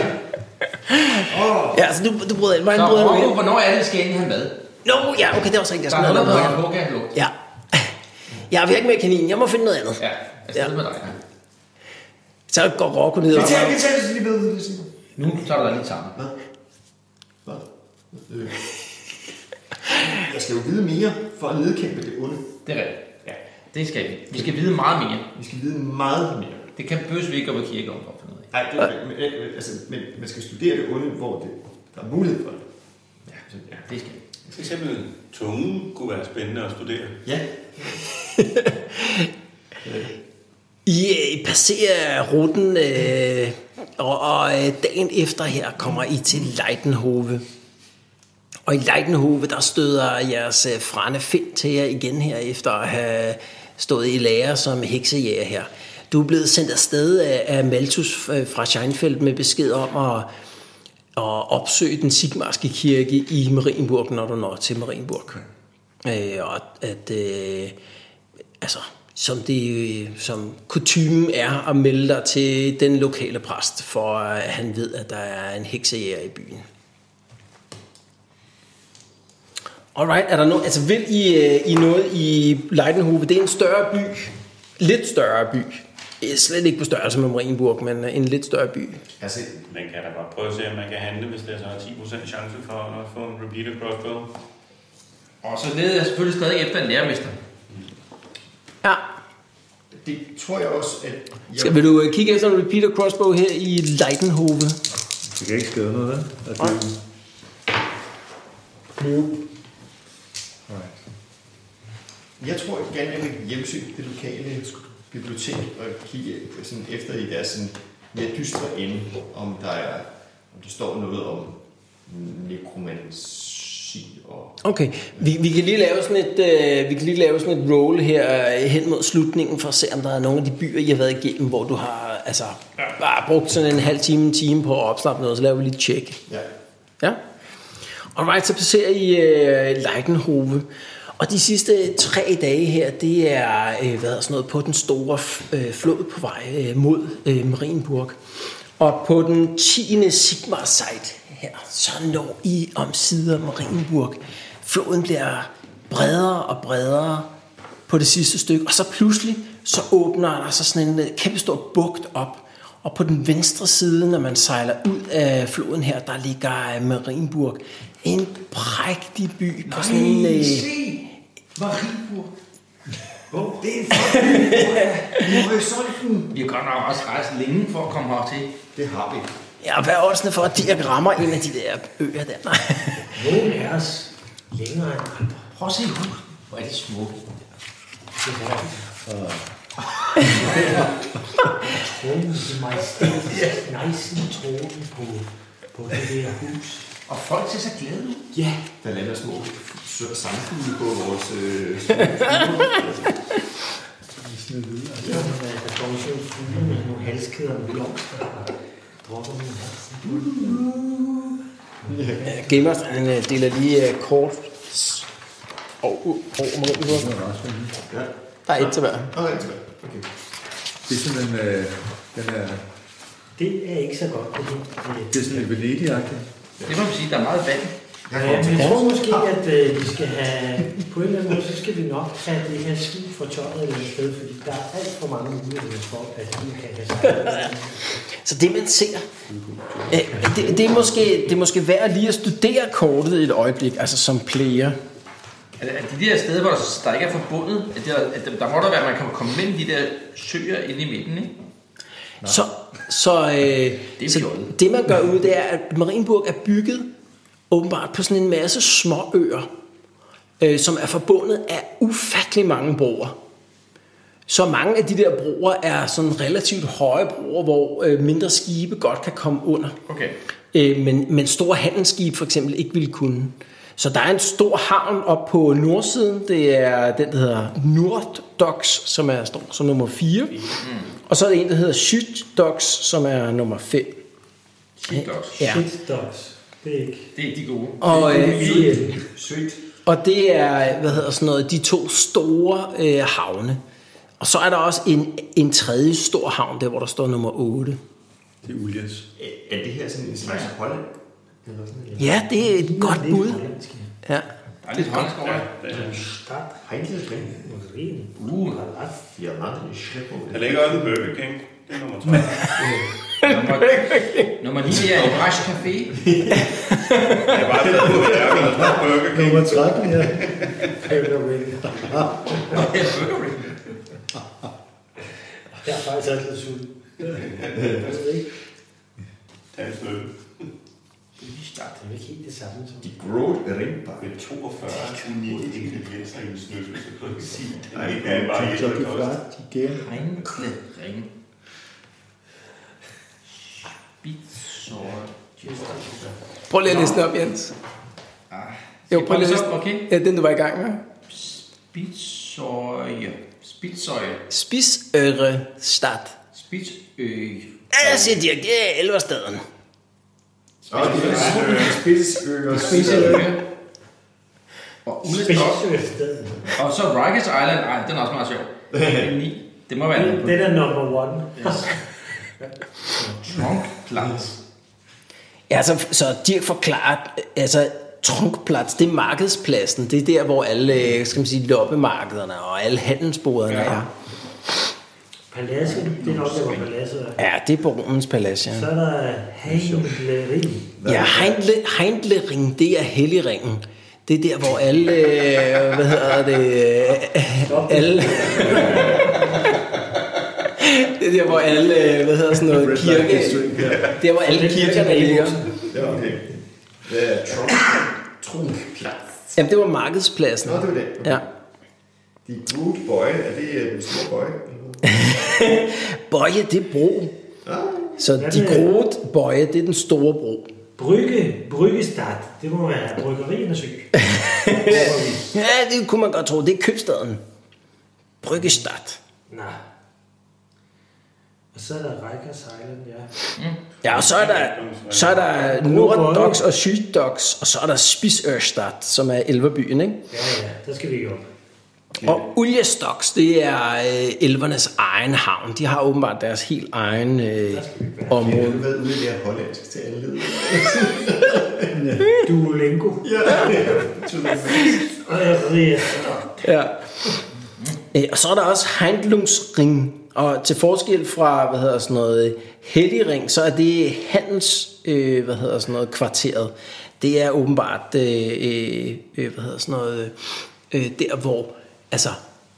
[SPEAKER 2] Ja, så du, du bryder ind mig,
[SPEAKER 10] Så
[SPEAKER 2] han bryder
[SPEAKER 10] Rocco,
[SPEAKER 2] mig.
[SPEAKER 10] hvornår er det, vi skal ind i han hvad?
[SPEAKER 2] Nå, ja, okay, det var også rigtigt. Jeg
[SPEAKER 10] Der
[SPEAKER 2] skulle
[SPEAKER 10] er noget, der
[SPEAKER 2] have
[SPEAKER 10] hedder
[SPEAKER 2] noget.
[SPEAKER 10] Rocco, kan lugt.
[SPEAKER 2] Ja. Jeg vil ikke med kaninen. Jeg må finde noget andet.
[SPEAKER 10] Ja, afsted
[SPEAKER 2] Ja.
[SPEAKER 10] med dig. ja.
[SPEAKER 2] Så går Rocco ned og...
[SPEAKER 7] Vi tager, vi tager det lige ved. det siger.
[SPEAKER 10] Nu klarer du dig lige sammen.
[SPEAKER 7] Hvad? Øh. Jeg skal jo vide mere for at nedkæmpe det onde.
[SPEAKER 10] Det er rigtigt. Ja. Det skal vi. Vi skal vide meget mere.
[SPEAKER 7] Vi skal vide meget mere.
[SPEAKER 10] Det kan bøs vi ikke gå på kirkegården for at finde ud af.
[SPEAKER 7] Nej, det er, men, øh, altså, men man skal studere det onde, hvor det, der er mulighed for det. Ja, så, ja.
[SPEAKER 10] Det skal vi.
[SPEAKER 4] For eksempel tungen kunne være spændende at studere.
[SPEAKER 7] ja.
[SPEAKER 2] I, øh, I passerer ruten, øh, og, og øh, dagen efter her kommer I til Leidenhove. Og i Leidenhove, der støder jeres øh, frænde Finn til jer igen her, efter at have stået i lære som heksejæger her. Du er blevet sendt afsted af, af Malthus øh, fra Scheinfeld med besked om at, at opsøge den sigmarske kirke i Marienburg, når du når til Marienburg. Øh, og at, øh, altså, som, det, øh, som kutumen er at melde dig til den lokale præst, for at han ved, at der er en heksejæger i byen. Alright, er der no, altså vil I, øh, I noget i Leidenhove? Det er en større by, lidt større by. Eh, Slet ikke på størrelse med Marienburg, men øh, en lidt større by.
[SPEAKER 7] Altså,
[SPEAKER 4] Man kan da godt prøve at se, om man kan handle, hvis der så er 10% chance for at få en repeater crossbow.
[SPEAKER 8] Og så leder jeg selvfølgelig stadig efter en lærermester.
[SPEAKER 2] Ja.
[SPEAKER 7] det tror jeg også, at... Jeg,
[SPEAKER 11] Skal, vil du øh, kigge efter en repeater crossbow her i Leidenhove?
[SPEAKER 5] Det kan ikke skade noget, vel? At det...
[SPEAKER 7] jeg tror gerne, at jeg vil hjemsøge det lokale bibliotek og kigge øh, sådan efter i deres sådan mere dystre ende, om der, er, om der står noget om nekromanci og...
[SPEAKER 11] Okay.
[SPEAKER 2] Vi, vi kan lige lave sådan et, øh, vi kan lige lave sådan et roll her øh, hen mod slutningen for at se, om der er nogle af de byer, I har været igennem, hvor du har altså, bare brugt sådan en halv time, en time på at opsnappe noget, så laver vi lige et tjek.
[SPEAKER 7] Ja.
[SPEAKER 2] Ja. Alright, så passerer I øh, Leidenhove. Og de sidste tre dage her, det er øh, hvad er sådan noget, på den store f- øh, flod på vej øh, mod øh, Marienburg. Og på den 10. sigmar site her, så når I omsider Marienburg. Floden bliver bredere og bredere, på det sidste stykke, og så pludselig, så åbner der sig sådan en øh, kæmpestor bugt op, og på den venstre side, når man sejler ud af floden her, der ligger øh, Marienburg, en prægtig by på sådan en... øh,
[SPEAKER 3] Marienburg. Hvor? Det er en fucking i horisonten.
[SPEAKER 8] Vi har godt nok også rejst længe for at komme hertil.
[SPEAKER 7] Det har vi.
[SPEAKER 2] Ja, hvad er også for, at Dirk rammer en af de der øer der? Nej.
[SPEAKER 3] Nogle af os længere end andre.
[SPEAKER 8] Prøv at se hus. Hvor er det smukt.
[SPEAKER 3] Det er rigtigt. Tronen i majestætisk nejsen tronen på, på det der hus.
[SPEAKER 8] Og folk ser så glade ud.
[SPEAKER 3] Ja,
[SPEAKER 7] Der lander små sø- sangfugle på vores... Øh,
[SPEAKER 3] det er sådan, at der kommer sådan en fugle med nogle halskæder og blomster. og Dropper min halsen.
[SPEAKER 11] Øh, Gemmer, han øh, deler lige øh, kort over, over Marienburg.
[SPEAKER 7] ja.
[SPEAKER 11] Der er et til hver.
[SPEAKER 7] Nå, rigtig godt. Okay.
[SPEAKER 5] Det er sådan en... Øh, den er,
[SPEAKER 3] Det er ikke så godt, det her.
[SPEAKER 5] det er sådan en Venedig-agtig.
[SPEAKER 8] Det må man sige, der er meget vand.
[SPEAKER 3] Ja,
[SPEAKER 7] Jeg går
[SPEAKER 3] Øh, men jeg
[SPEAKER 7] til
[SPEAKER 3] tror måske, at øh, vi skal have, på en eller anden måde, så skal vi nok have det her skib fra tøjet et eller andet sted, fordi der er alt for mange muligheder for, at vi kan have sig.
[SPEAKER 2] Så det, man ser, øh, det, det, er måske, det er måske værd lige at studere kortet et øjeblik, altså som player.
[SPEAKER 8] At, at de der steder, hvor der, der ikke er forbundet, at der, at der, der må der være, at man kan komme mellem de der søer inde i midten, ikke?
[SPEAKER 2] Så, så, øh, det,
[SPEAKER 8] er
[SPEAKER 2] så
[SPEAKER 8] fjollet.
[SPEAKER 2] det man gør ud, det er, at Marienburg er bygget åbenbart på sådan en masse småøer, øh, som er forbundet af ufattelig mange broer. Så mange af de der broer er sådan relativt høje broer, hvor øh, mindre skibe godt kan komme under.
[SPEAKER 8] Okay.
[SPEAKER 2] Øh, men, men store handelsskibe for eksempel ikke ville kunne. Så der er en stor havn op på nordsiden. Det er den, der hedder Norddox, som er står som nummer 4. Mm. Og så er der en, der hedder Syddox, som er nummer 5.
[SPEAKER 8] Sygt også.
[SPEAKER 2] Ja.
[SPEAKER 3] Shit dogs. Det er ikke...
[SPEAKER 8] Det er de gode.
[SPEAKER 2] Og, øh,
[SPEAKER 3] Sødt.
[SPEAKER 7] Sødt.
[SPEAKER 2] og det er, hvad hedder sådan noget, de to store øh, havne. Og så er der også en, en tredje stor havn, der hvor der står nummer 8.
[SPEAKER 5] Det er Ulias.
[SPEAKER 7] Er- Er det her sådan en slags Holland? Eller sådan noget?
[SPEAKER 2] Ja, det er et godt
[SPEAKER 3] Det er
[SPEAKER 2] bud.
[SPEAKER 3] hollandsk, ja.
[SPEAKER 2] Ja.
[SPEAKER 8] Der er lidt hollandsk over. det.
[SPEAKER 3] Start
[SPEAKER 7] Heinzelspring.
[SPEAKER 3] Marien.
[SPEAKER 8] Uh,
[SPEAKER 7] Ja, nej, det er slæbo.
[SPEAKER 4] Der ligger også en Burger King. Det er nummer 12.
[SPEAKER 8] nummer, nummer 9 er i Rush Café.
[SPEAKER 4] Jeg var lidt på værken, og der er Burger King.
[SPEAKER 5] Nummer 13, ja.
[SPEAKER 3] Jeg er faktisk altid sulten. Jeg ved ikke.
[SPEAKER 4] Der er en smøl.
[SPEAKER 3] Det er jo ikke helt det samme som...
[SPEAKER 7] De Groot Ringbar.
[SPEAKER 4] Det er 42 unikke ingredienser i en snøffelse på en sild.
[SPEAKER 7] Ej,
[SPEAKER 4] Det er bare
[SPEAKER 12] Jockey
[SPEAKER 4] helt kost.
[SPEAKER 12] Fart igen.
[SPEAKER 8] Ring. Bitsort.
[SPEAKER 13] Prøv lige at læse den op, Jens. Jo, prøv lige at læse den.
[SPEAKER 8] Okay.
[SPEAKER 13] Ja, den du var i gang med.
[SPEAKER 8] Spitsøje. Spitsøje.
[SPEAKER 13] Spisøre stat.
[SPEAKER 8] Spitsøje.
[SPEAKER 2] Jeg siger Dirk, det er Elverstaden.
[SPEAKER 7] Og det er spidsøger.
[SPEAKER 8] Spitsøje. Og Ulle
[SPEAKER 3] Spidsøstedet.
[SPEAKER 8] Og så Rikers Island. Ej, den er også meget sjov. Ni. Det må være
[SPEAKER 3] Det er number one.
[SPEAKER 8] Trunk Plants.
[SPEAKER 2] Ja, så, så Dirk forklarer, altså trunkplads, det er markedspladsen. Det er der, hvor alle, øh, skal man sige, loppemarkederne og alle handelsboderne ja. er.
[SPEAKER 3] Paladset, det er nok der, hvor paladset er.
[SPEAKER 2] Ja, det er baronens palads, ja.
[SPEAKER 3] Så er der Heimleri.
[SPEAKER 2] Ja, Heindle, Heindlering, det er helligringen. Det er der, hvor alle, øh, hvad hedder det, øh, alle... det er der, hvor alle, øh, hvad hedder sådan noget, kirke... Det er, hvor alle kirkerne ligger.
[SPEAKER 7] Ja, okay. Det er Trump. Trunkplads.
[SPEAKER 2] Jamen, det var markedspladsen.
[SPEAKER 7] Nå, det var det.
[SPEAKER 2] Ja.
[SPEAKER 7] De Groot Boy, er det øh, den store boy?
[SPEAKER 2] Bøje, det er bro.
[SPEAKER 7] Ah.
[SPEAKER 2] Så
[SPEAKER 3] Hvad
[SPEAKER 2] de
[SPEAKER 3] med-
[SPEAKER 2] grote bøje, det er den store bro.
[SPEAKER 3] Brygge, Bryggestad. Det må være bryggeriernes ø.
[SPEAKER 2] Ja, det kunne man godt tro. Det er købstaden. Bryggestad.
[SPEAKER 3] Nej. Og så er der Rikers Island, ja.
[SPEAKER 2] Ja, og så er der, så er der Norddox og Syddox, og så er der Spisørstad, som er elverbyen, ikke?
[SPEAKER 3] Ja, ja, der skal vi ikke op.
[SPEAKER 2] Og Uljestox, det er øh, elvernes egen havn. De har åbenbart deres helt egen øh,
[SPEAKER 7] Jeg
[SPEAKER 2] område.
[SPEAKER 7] har været ude i det her hollandsk til alle led.
[SPEAKER 3] Duolingo.
[SPEAKER 7] Ja,
[SPEAKER 3] Og Riestok.
[SPEAKER 2] Ja. Øh, og så er der også Handlungsring. Og til forskel fra, hvad hedder sådan noget, Helligring, så er det handels, øh, hvad hedder sådan noget, kvarteret. Det er åbenbart, øh, øh, øh, hvad hedder sådan noget, øh, der hvor, altså,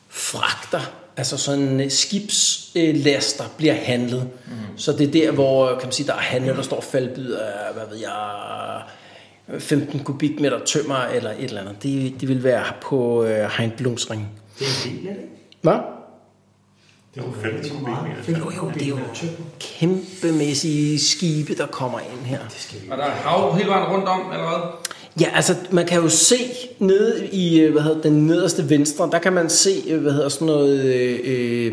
[SPEAKER 2] fragter, altså sådan øh, skibslaster bliver handlet. Mm. Så det er der, hvor, kan man sige, der er handel, der står faldbyder af, hvad ved jeg, 15 kubikmeter tømmer eller et eller andet. Det, det vil være på øh, Heindblumsring.
[SPEAKER 3] Det er en del af det.
[SPEAKER 2] Hvad?
[SPEAKER 4] Det er jo 25 meter.
[SPEAKER 2] Jo, jo, det er jo kæmpemæssige skibe, der kommer ind her.
[SPEAKER 8] Og der er hav hele vejen rundt om allerede.
[SPEAKER 2] Ja, altså, man kan jo se nede i, øh, hvad hedder den nederste venstre, der kan man se, øh, hvad hedder sådan noget, øh, øh,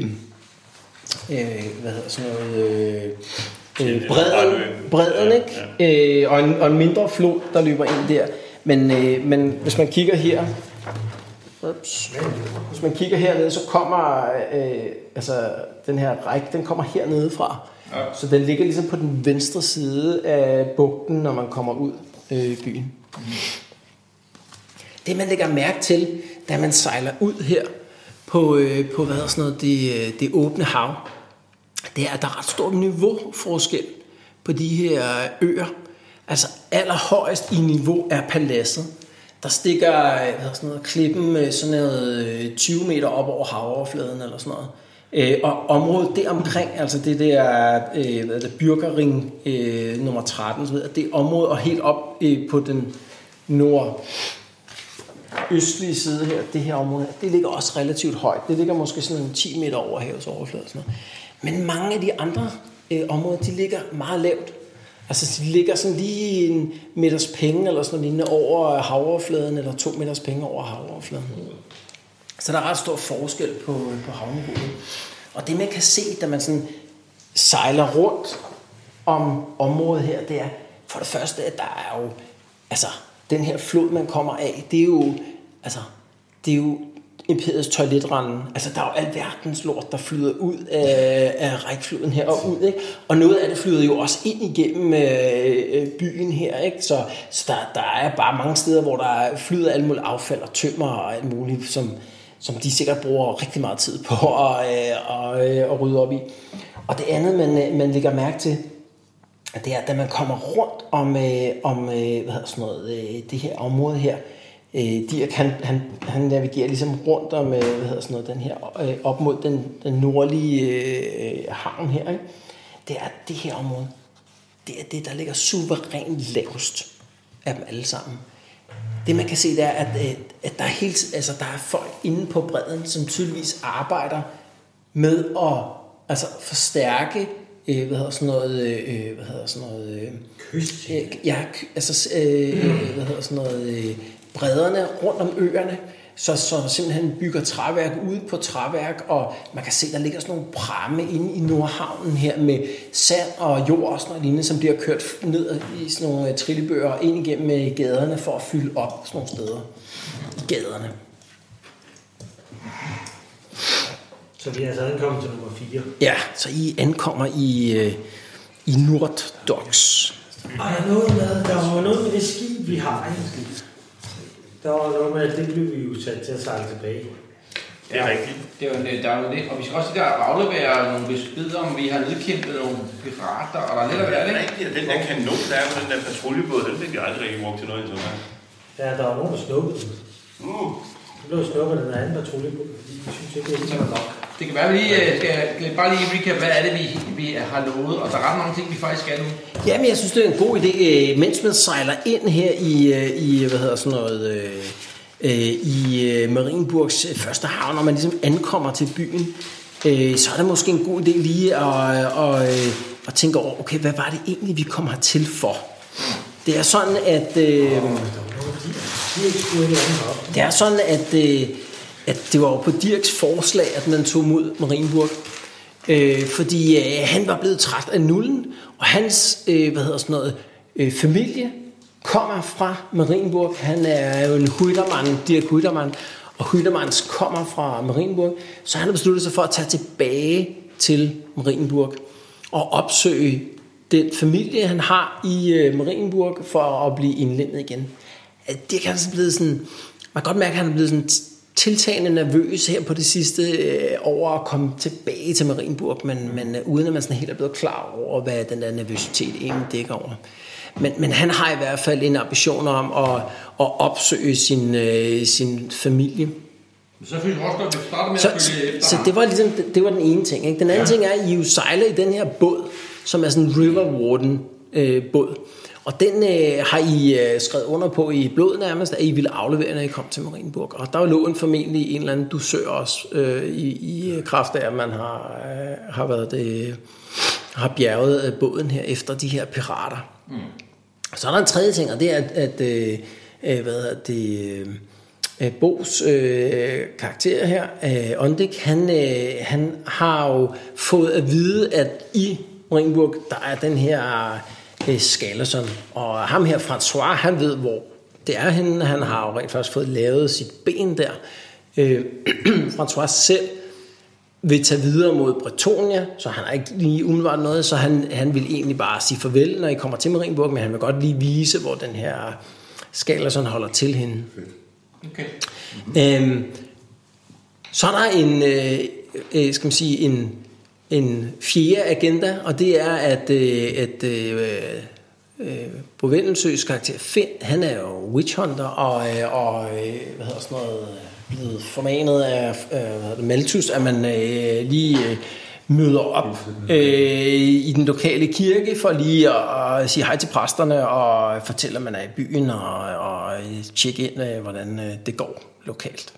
[SPEAKER 2] øh, hvad hedder sådan noget, øh, øh, bredden, bredden ikke? Øh, og, en, og en mindre flod, der løber ind der. Men, øh, men hvis man kigger her, ups, hvis man kigger hernede, så kommer øh, altså, den her række, den kommer hernede fra. Ja. Så den ligger ligesom på den venstre side af bugten, når man kommer ud øh, i byen. Det man lægger mærke til, da man sejler ud her på, øh, på hvad hedder sådan noget, det, øh, det åbne hav, det er, at der er ret stor niveauforskel på de her øer. Altså allerhøjest i niveau er paladset. Der stikker øh, hvad hedder sådan noget, klippen øh, sådan noget, øh, 20 meter op over havoverfladen eller sådan noget. Øh, og området deromkring, altså det der øh, hvad er det, Bürgerring øh, nummer 13, så videre, det område og helt op øh, på den nord østlige side her, det her område, her, det ligger også relativt højt. Det ligger måske sådan en 10 meter over havets overflade. og Sådan noget. Men mange af de andre øh, områder, de ligger meget lavt. Altså, de ligger sådan lige en meters penge eller sådan noget lignende over havoverfladen, eller to meters penge over havoverfladen. Så der er ret stor forskel på, på havniveauet. Og det, man kan se, da man sådan sejler rundt om området her, det er for det første, at der er jo, altså, den her flod, man kommer af, det er jo, altså, det er jo imperiets toiletrende. Altså, der er jo alverdens lort, der flyder ud af, af rækfloden her og ud, ikke? Og noget af det flyder jo også ind igennem øh, øh, byen her, ikke? Så, så der, der er bare mange steder, hvor der flyder alt muligt affald og tømmer og alt muligt, som, som de sikkert bruger rigtig meget tid på at, øh, og, øh, at rydde op i. Og det andet, man, øh, man lægger mærke til, det er, at da man kommer rundt om, øh, om øh, hvad hedder sådan noget, øh, det her område her, øh, Dirk, han, han, han navigerer ligesom rundt om, øh, hvad hedder sådan noget, den her, øh, op mod den, den nordlige øh, øh, havn her, ikke? det er at det her område, det er det, der ligger suverænt lavest. af dem alle sammen. Det man kan se, det er, at, øh, at der, er helt, altså, der er folk inde på bredden, som tydeligvis arbejder med at altså, forstærke øh, hvad hedder sådan noget, øh, hvad hedder sådan noget, øh, øh, ja, k- altså, øh, øh, hvad hedder sådan noget, øh, bredderne rundt om øerne, så, så simpelthen bygger træværk ude på træværk, og man kan se, der ligger sådan nogle pramme inde i Nordhavnen her med sand og jord og sådan noget lignende, som bliver kørt ned i sådan nogle øh, trillebøger og ind igennem øh, gaderne for at fylde op sådan nogle steder. Gaderne.
[SPEAKER 3] Så vi er altså ankommet til nummer 4.
[SPEAKER 2] Ja, så I ankommer i, øh, i Norddox.
[SPEAKER 3] Og der er noget med, der var noget med det skib, vi har. ikke? Der var noget med, at det blev vi jo sat til at sejle tilbage.
[SPEAKER 4] Det er rigtigt.
[SPEAKER 8] Det er jo, en- der er jo det. Og vi skal også der aflevere nogle beskeder om, vi har nedkæmpet nogle pirater, og der er lidt af
[SPEAKER 4] Det
[SPEAKER 8] hvert,
[SPEAKER 4] er
[SPEAKER 8] ikke?
[SPEAKER 4] rigtigt, at den der kanon, der er på den der patruljebåd, den fik vi aldrig rigtig brugt til noget i sådan noget.
[SPEAKER 3] Ja, der var nogen, der snuppede den.
[SPEAKER 8] Mm.
[SPEAKER 4] Uh,
[SPEAKER 3] Det blev snuppet af den anden patrulje på, fordi de synes ikke, det var nok.
[SPEAKER 8] Det kan være, at vi lige øh, skal, skal bare lige recap, hvad er det, vi, vi har lovet, og der er ret mange ting, vi faktisk skal nu.
[SPEAKER 2] Jamen, jeg synes, det er en god idé, øh, mens man sejler ind her i, øh, i hvad hedder sådan noget, øh, øh, i øh, Marienburgs øh, første havn, når man ligesom ankommer til byen, øh, så er det måske en god idé lige at, og, øh, at tænke over, okay, hvad var det egentlig, vi kom hertil for? Det er sådan, at... Øh,
[SPEAKER 3] De ikke skulle ikke andet op.
[SPEAKER 2] Det er sådan, at, øh, at det var jo på Dirks forslag, at man tog mod Marienburg. Øh, fordi øh, han var blevet træt af nullen, og hans øh, hvad hedder sådan noget, øh, familie kommer fra Marienburg. Han er jo en Hydermann, Dirk Hydermann, og Hydermanns kommer fra Marienburg. Så han har besluttet sig for at tage tilbage til Marienburg og opsøge den familie, han har i øh, Marienburg, for at blive indlemmet igen at Dirk han er sådan blevet sådan, man kan godt mærke, at han er blevet sådan tiltagende nervøs her på det sidste øh, over at komme tilbage til Marienburg, men, men øh, uden at man sådan helt er blevet klar over, hvad den der nervøsitet egentlig dækker over. Men, men han har i hvert fald en ambition om at, at opsøge sin, øh, sin familie.
[SPEAKER 8] Så synes jeg også, at vi starter med
[SPEAKER 2] Så,
[SPEAKER 8] at
[SPEAKER 2] så,
[SPEAKER 8] følge efter
[SPEAKER 2] så
[SPEAKER 8] ham.
[SPEAKER 2] det var ligesom det, det var den ene ting. Ikke? Den anden ja. ting er, at I jo sejler i den her båd, som er sådan en River Warden øh, båd. Og den øh, har I øh, skrevet under på i blodet nærmest, at I ville aflevere, når I kom til Marienburg. Og der lå en formentlig en eller anden dusør også, øh, i, i øh, kraft af, at man har, øh, har været det, har bjerget øh, båden her efter de her pirater. Så er der en tredje ting, og det er, at, at øh, øh, hvad hedder det, øh, øh, Bos øh, karakter her, øh, Ondik, han, øh, han har jo fået at vide, at i Ringburg, der er den her øh, Skaleson, og ham her, François, han ved, hvor det er henne. Han har jo rent faktisk fået lavet sit ben der. Øh, François selv vil tage videre mod Bretonia, så han har ikke lige umiddelbart noget, så han, han vil egentlig bare sige farvel, når I kommer til Marienburg, men han vil godt lige vise, hvor den her skala sådan holder til hende.
[SPEAKER 8] Okay.
[SPEAKER 2] Øhm, så er der en, øh, øh, skal man sige, en, en fjerde agenda, og det er, at, øh, at øh, øh, Bovendensøs karakter Finn, han er jo witch hunter, og, øh, og øh, hvad hedder sådan noget, øh, blevet formanet af øh, hvad hedder det, Malthus, at man øh, lige øh, møder op øh, i den lokale kirke for lige at, at sige hej til præsterne og fortælle, at man er i byen og, og tjekke ind, øh, hvordan øh, det går lokalt.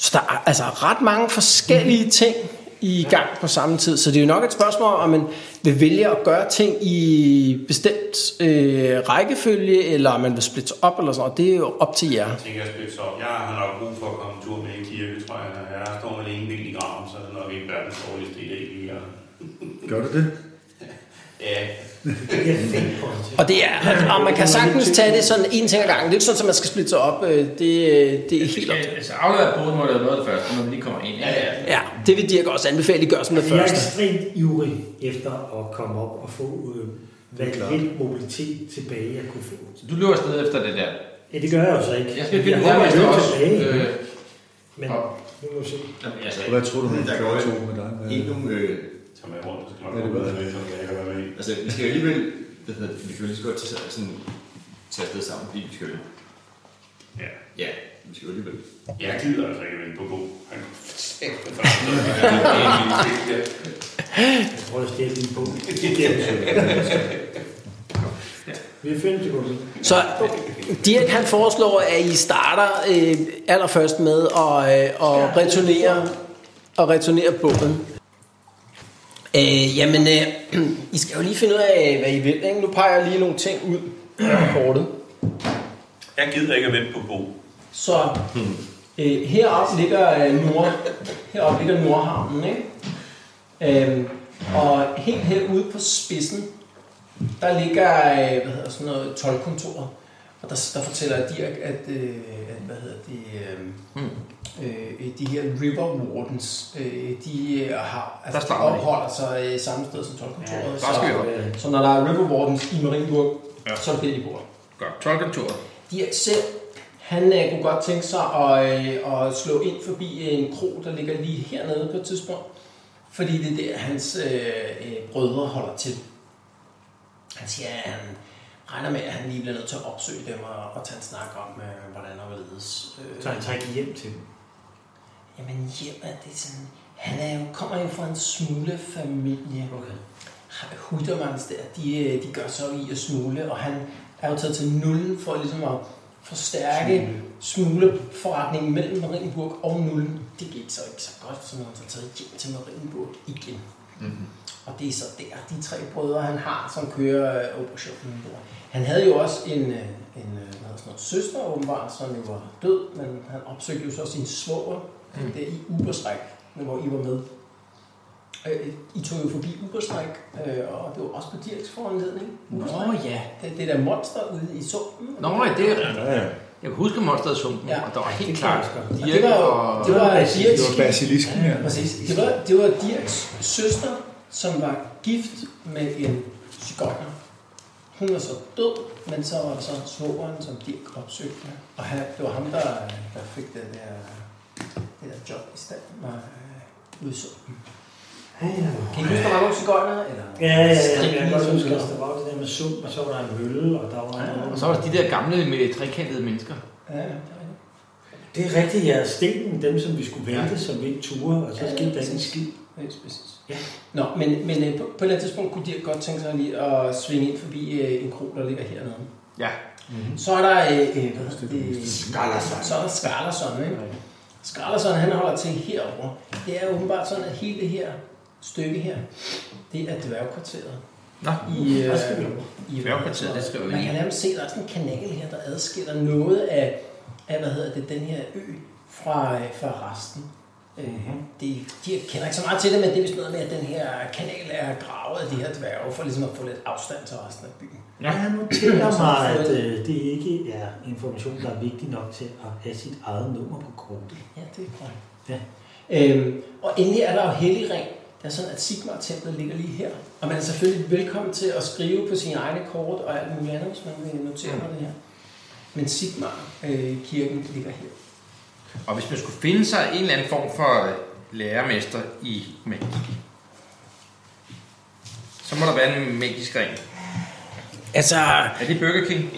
[SPEAKER 2] Så der er altså ret mange forskellige ting i gang på samme tid, så det er jo nok et spørgsmål, om man vil vælge at gøre ting i bestemt øh, rækkefølge, eller om man vil splitte sig op eller sådan noget. Det er jo op til jer.
[SPEAKER 4] jeg tænker, jeg spiller så op. Jeg har nok brug for at komme en tur med i kirke, tror jeg. Når jeg står alene vildt i graven, så er det nok ikke verdens dårligste idé lige at...
[SPEAKER 5] Gør du det?
[SPEAKER 4] Ja,
[SPEAKER 3] Det kan jeg finde på.
[SPEAKER 2] Og det er, og man kan sagtens tage det sådan en ting ad gangen. Det er ikke sådan, at man skal splitte sig op. Øh, Det, det er
[SPEAKER 8] Vi
[SPEAKER 2] helt op til.
[SPEAKER 8] skal, altså aflevere båden må være noget af det første, når vi lige kommer ind. Ja, ja.
[SPEAKER 2] Ja, det vil Dirk også anbefale, at I gør som det
[SPEAKER 3] Jeg er
[SPEAKER 2] første.
[SPEAKER 3] ekstremt ivrig efter at komme op og få øh, hvad lidt mobilitet tilbage, jeg kunne få.
[SPEAKER 8] Så du løber afsted efter det der.
[SPEAKER 3] Ja, det gør jeg jo så ikke.
[SPEAKER 8] Jeg skal finde ud
[SPEAKER 3] håber,
[SPEAKER 8] af,
[SPEAKER 3] jeg
[SPEAKER 8] hvad
[SPEAKER 3] løber
[SPEAKER 8] også...
[SPEAKER 3] tilbage.
[SPEAKER 8] Øh,
[SPEAKER 3] Men nu må vi se.
[SPEAKER 8] jamen, altså,
[SPEAKER 5] Og hvad tror du, hun
[SPEAKER 7] Der går
[SPEAKER 5] gjorde
[SPEAKER 7] jo
[SPEAKER 5] to med dig? Hvad-
[SPEAKER 7] Endnu, øh,
[SPEAKER 4] tag med rundt, så skal
[SPEAKER 5] Ja,
[SPEAKER 4] man
[SPEAKER 5] det
[SPEAKER 4] gå
[SPEAKER 5] var-
[SPEAKER 4] med, så jeg kan være med i.
[SPEAKER 7] altså, vi skal jo alligevel, hvad hedder det, vi kan jo lige så godt tage, sådan, tage afsted sammen, fordi vi skal jo,
[SPEAKER 4] Ja.
[SPEAKER 7] ja, vi skal jo alligevel.
[SPEAKER 4] Jeg gider altså ikke vente på Bo. Han
[SPEAKER 3] Jeg tror, jeg stjæler din bog. Vi finder det godt.
[SPEAKER 14] Så Dirk han foreslår, at I starter øh, allerførst med at, øh, at returnere, at returnere båden. Øh, jamen, øh, I skal jo lige finde ud af, hvad I vil. Ikke? Nu peger jeg lige nogle ting ud på kortet.
[SPEAKER 4] Jeg gider ikke at vente på Bo.
[SPEAKER 2] Så øh, heroppe ligger, øh, nord, heroppe ligger Nordhavnen, ikke? Øhm, og helt herude på spidsen, der ligger øh, hvad hedder sådan noget, tolvkontoret. Og der, der fortæller Dirk, at, øh, at hvad hedder det, øh, øh, de her River Wardens, øh, de øh, har,
[SPEAKER 8] Der
[SPEAKER 2] altså, de
[SPEAKER 8] starter vi.
[SPEAKER 2] opholder sig øh, samme sted som tolvkontoret.
[SPEAKER 8] Ja, der
[SPEAKER 2] så,
[SPEAKER 8] skal vi
[SPEAKER 2] øh, så når der er River Wardens i Marienburg, ja.
[SPEAKER 4] Ja.
[SPEAKER 2] så er det der, de bor.
[SPEAKER 8] Godt, tolkontoret.
[SPEAKER 2] Dirk selv, han øh, kunne godt tænke sig at, øh, at slå ind forbi øh, en kro, der ligger lige hernede på et tidspunkt. Fordi det er der, hans øh, øh, brødre holder til. Han siger, at han regner med, at han lige bliver nødt til at opsøge dem og, og tage en snak om, øh, hvordan og hvorledes. Øh,
[SPEAKER 3] Så han tager ikke hjem til dem.
[SPEAKER 2] Jamen hjem er det sådan... Han er jo, kommer jo fra en smule familie. Okay. Huttermans der, de, øh, de gør så i at smule, og han er jo taget til nullen for ligesom at forstærke smugleforretningen mellem Marienburg og nullen. Det gik så ikke så godt, så nu har han så taget hjem til Marienburg igen. Mm-hmm. Og det er så der, de tre brødre, han har, som kører øh, operationen der. Han havde jo også en, øh, en øh, hvad hedder sådan noget, søster åbenbart, som jo var død, men han opsøgte jo så sin svoger, mm. der i Uberstræk, hvor I var med. Øh, I tog jo forbi Uberstræk, øh, og det var også på Dirks foranledning. Nå ja. Det, det der monster ude i sumpen.
[SPEAKER 8] Nå, ja, det er Jeg kan huske monsteret i sumpen,
[SPEAKER 2] Ja.
[SPEAKER 8] ja. og der var helt
[SPEAKER 2] Det
[SPEAKER 8] klart
[SPEAKER 2] kan jeg også godt.
[SPEAKER 8] Dirk
[SPEAKER 2] Og det var-
[SPEAKER 8] og...
[SPEAKER 2] det var
[SPEAKER 5] Det var
[SPEAKER 2] Dirks,
[SPEAKER 5] basilisken her.
[SPEAKER 2] præcis. Det var, det var Dirks søster, som var gift med en skogger. Hun var så død, men så var der så svogeren, som Dirk opsøgte. Og han, det var ham, der, der fik den der, det der job i stand med øh, udsumpen. Kan I huske, der var nogle cigøjner? Eller?
[SPEAKER 3] Ja, ja, ja. Jeg kan
[SPEAKER 2] Striptease
[SPEAKER 3] godt huske,
[SPEAKER 2] udgaver.
[SPEAKER 3] at der var det der med sump, og så var der en mølle, og der var
[SPEAKER 2] Ja,
[SPEAKER 3] en...
[SPEAKER 8] Og så var der de der gamle med trekantede mennesker.
[SPEAKER 2] Ja, ja, det er rigtigt.
[SPEAKER 3] Det er rigtigt, ja. Stenen, dem som vi skulle vente, som vi ikke turde, og så
[SPEAKER 2] Ja,
[SPEAKER 3] skete der ikke en
[SPEAKER 2] præcis.
[SPEAKER 3] skid.
[SPEAKER 2] Helt præcis.
[SPEAKER 3] Ja.
[SPEAKER 2] Nå, men, men øh, på, på et eller andet tidspunkt kunne Dirk godt tænke sig lige at svinge ind forbi øh, en kro, der ligger hernede.
[SPEAKER 8] Ja.
[SPEAKER 2] Så er der... Øh, øh, hvad hedder det?
[SPEAKER 8] Skalarsang.
[SPEAKER 2] Så er der Skarlerson, ikke? Skarlerson, han holder til herover. Det er åbenbart sådan, at hele det her stykke her, det er dværgkvarteret.
[SPEAKER 8] Nå,
[SPEAKER 2] I, øh,
[SPEAKER 3] skal vi over.
[SPEAKER 2] i
[SPEAKER 8] Dværgkvarteret, det skal vi
[SPEAKER 2] Man
[SPEAKER 8] lige.
[SPEAKER 2] kan nærmest se, at der er sådan en kanal her, der adskiller noget af, af hvad hedder det, den her ø fra, øh, fra resten. Mm-hmm. Det, de kender ikke så meget til det, men det er vist noget med, at den her kanal er gravet af de her dværge, for ligesom at få lidt afstand til resten af byen.
[SPEAKER 8] Ja.
[SPEAKER 3] Jeg noterer mig, at øh, det ikke er information, der er vigtig nok til at have sit eget nummer på kortet.
[SPEAKER 2] Ja, det er korrekt.
[SPEAKER 3] Ja.
[SPEAKER 2] Øhm, og endelig er der jo helligring. Det er sådan, at Sigmar-templet ligger lige her. Og man er selvfølgelig velkommen til at skrive på sine egne kort og alt muligt andet, hvis man vil notere mm. det her. Men Sigmar-kirken ligger her.
[SPEAKER 8] Og hvis man skulle finde sig en eller anden form for øh, lærermester i magi, så må der være en magisk ring.
[SPEAKER 14] Altså,
[SPEAKER 8] Er det Burger King?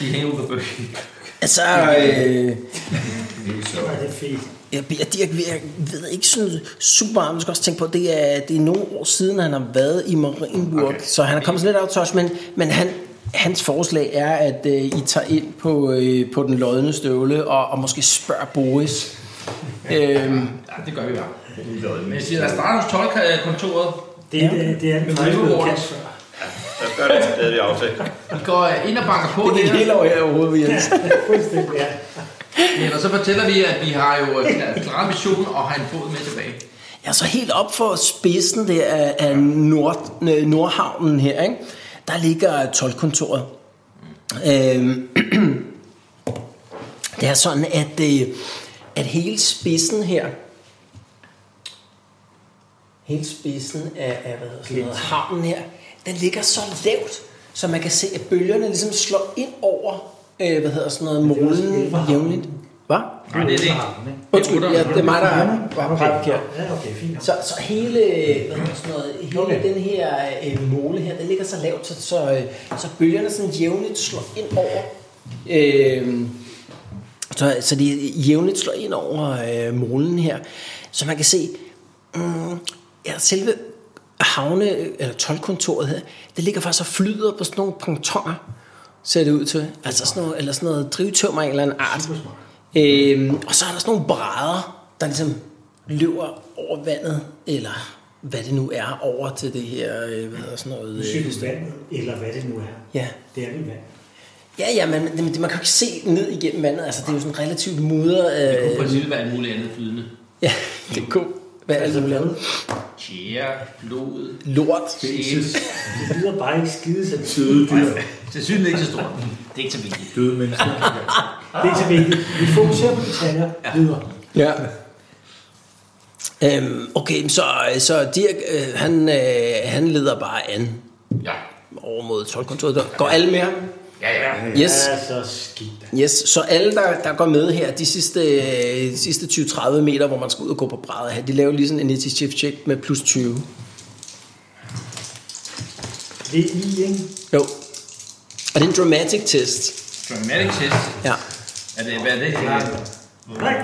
[SPEAKER 8] De hænger ud på Burger King.
[SPEAKER 14] altså øh,
[SPEAKER 3] Det er det fedt.
[SPEAKER 14] jeg, jeg, Dirk ved, jeg ved ikke sådan super meget, man skal også tænke på, det er, det er nogle år siden, han har været i Marienburg, okay.
[SPEAKER 4] Okay.
[SPEAKER 14] så han er kommet sådan lidt af touch, men, men han, hans forslag er, at øh, I tager ind på, øh, på den lodne støvle og, og måske spørger Boris. Øhm,
[SPEAKER 8] Ja, det gør vi bare.
[SPEAKER 7] Lige løgn.
[SPEAKER 8] Men jeg siger, lad os starte hos tolkontoret.
[SPEAKER 3] Det, er- det er den
[SPEAKER 8] Men
[SPEAKER 3] faktisk
[SPEAKER 8] River
[SPEAKER 3] blevet
[SPEAKER 8] Wardens-
[SPEAKER 3] kaldt før.
[SPEAKER 4] Der gør det, det havde vi aftalt.
[SPEAKER 8] Vi går øh, ind og banker på
[SPEAKER 14] det er
[SPEAKER 8] der.
[SPEAKER 14] et helt år her overhovedet, vi er.
[SPEAKER 3] Fuldstændig, ja.
[SPEAKER 8] Ja, og så fortæller vi, at vi har jo øh, en klar mission og har en fod med tilbage.
[SPEAKER 14] Ja, så helt op for spidsen der af, af Nord, øh, Nordhavnen her, ikke? der ligger tolvkontoret. Øhm, det er sådan, at, øh, at hele spidsen her, hele spidsen af, af hvad hedder sådan noget, havnen her, den ligger så lavt, så man kan se, at bølgerne ligesom slår ind over, øh, hvad hedder sådan noget, molen
[SPEAKER 3] Elverhavnen.
[SPEAKER 14] jævnligt. Hvad?
[SPEAKER 8] Nej, det er det ikke.
[SPEAKER 14] Undskyld, ja, det er mig, der var
[SPEAKER 3] Okay.
[SPEAKER 14] prædikeret.
[SPEAKER 3] Ja, okay, fint. nok.
[SPEAKER 14] Så, så hele, hvad hedder sådan noget, hele okay. den her øh, måle her, den ligger så lavt, så, så, øh, så bølgerne sådan jævnligt slår ind over. Øh, så, så de jævnligt slår ind over øh, målen her. Så man kan se, mm, ja, selve
[SPEAKER 2] havne, eller tolvkontoret her, det ligger faktisk og flyder på sådan nogle pontoner, ser det ud til. Altså sådan noget, eller sådan noget drivtømmer af en eller anden art. Øhm, og så er der sådan nogle brædder, der ligesom løber over vandet, eller hvad det nu er, over til det her, øh, hvad hedder sådan noget...
[SPEAKER 3] Nu
[SPEAKER 2] øh,
[SPEAKER 3] siger du vandet, eller hvad det nu er.
[SPEAKER 2] Ja.
[SPEAKER 3] Det er vel vand.
[SPEAKER 2] Ja, ja, men men det, man kan jo ikke se ned igennem vandet. Altså, det er jo sådan relativt mudret.
[SPEAKER 8] Det kunne for
[SPEAKER 2] Øh,
[SPEAKER 8] nylig være alt muligt andet flydende.
[SPEAKER 2] ja, det kunne være
[SPEAKER 3] Altså,
[SPEAKER 2] alt muligt andet.
[SPEAKER 8] Tjære, blod,
[SPEAKER 2] Lort.
[SPEAKER 8] sæbe.
[SPEAKER 3] Det lyder bare ikke skide så det
[SPEAKER 5] Døde dyr,
[SPEAKER 8] Sandsynligvis ikke så stort. Det er ikke så vigtigt.
[SPEAKER 5] døde mennesker.
[SPEAKER 3] Altså, er ikke så vigtigt. Vi fokuserer på detaljer videre.
[SPEAKER 2] Ja. Øhm, okay, så, så Dirk, øh, han, øh, han leder bare an
[SPEAKER 8] Ja.
[SPEAKER 2] over mod tolvkontoret. Der Går alle med ham?
[SPEAKER 8] Ja, ja.
[SPEAKER 2] Yes,
[SPEAKER 3] Ja, så skidt da.
[SPEAKER 2] yes. Så alle, der, der går med her, de sidste, øh, de sidste 20-30 meter, hvor man skal ud og gå på brædder her, de laver lige sådan en initiative check med plus 20.
[SPEAKER 3] Det er I, ikke?
[SPEAKER 2] Jo. Og det er en dramatic test.
[SPEAKER 8] Dramatic test.
[SPEAKER 2] Ja.
[SPEAKER 8] Er det, hvad er det?
[SPEAKER 3] Nej.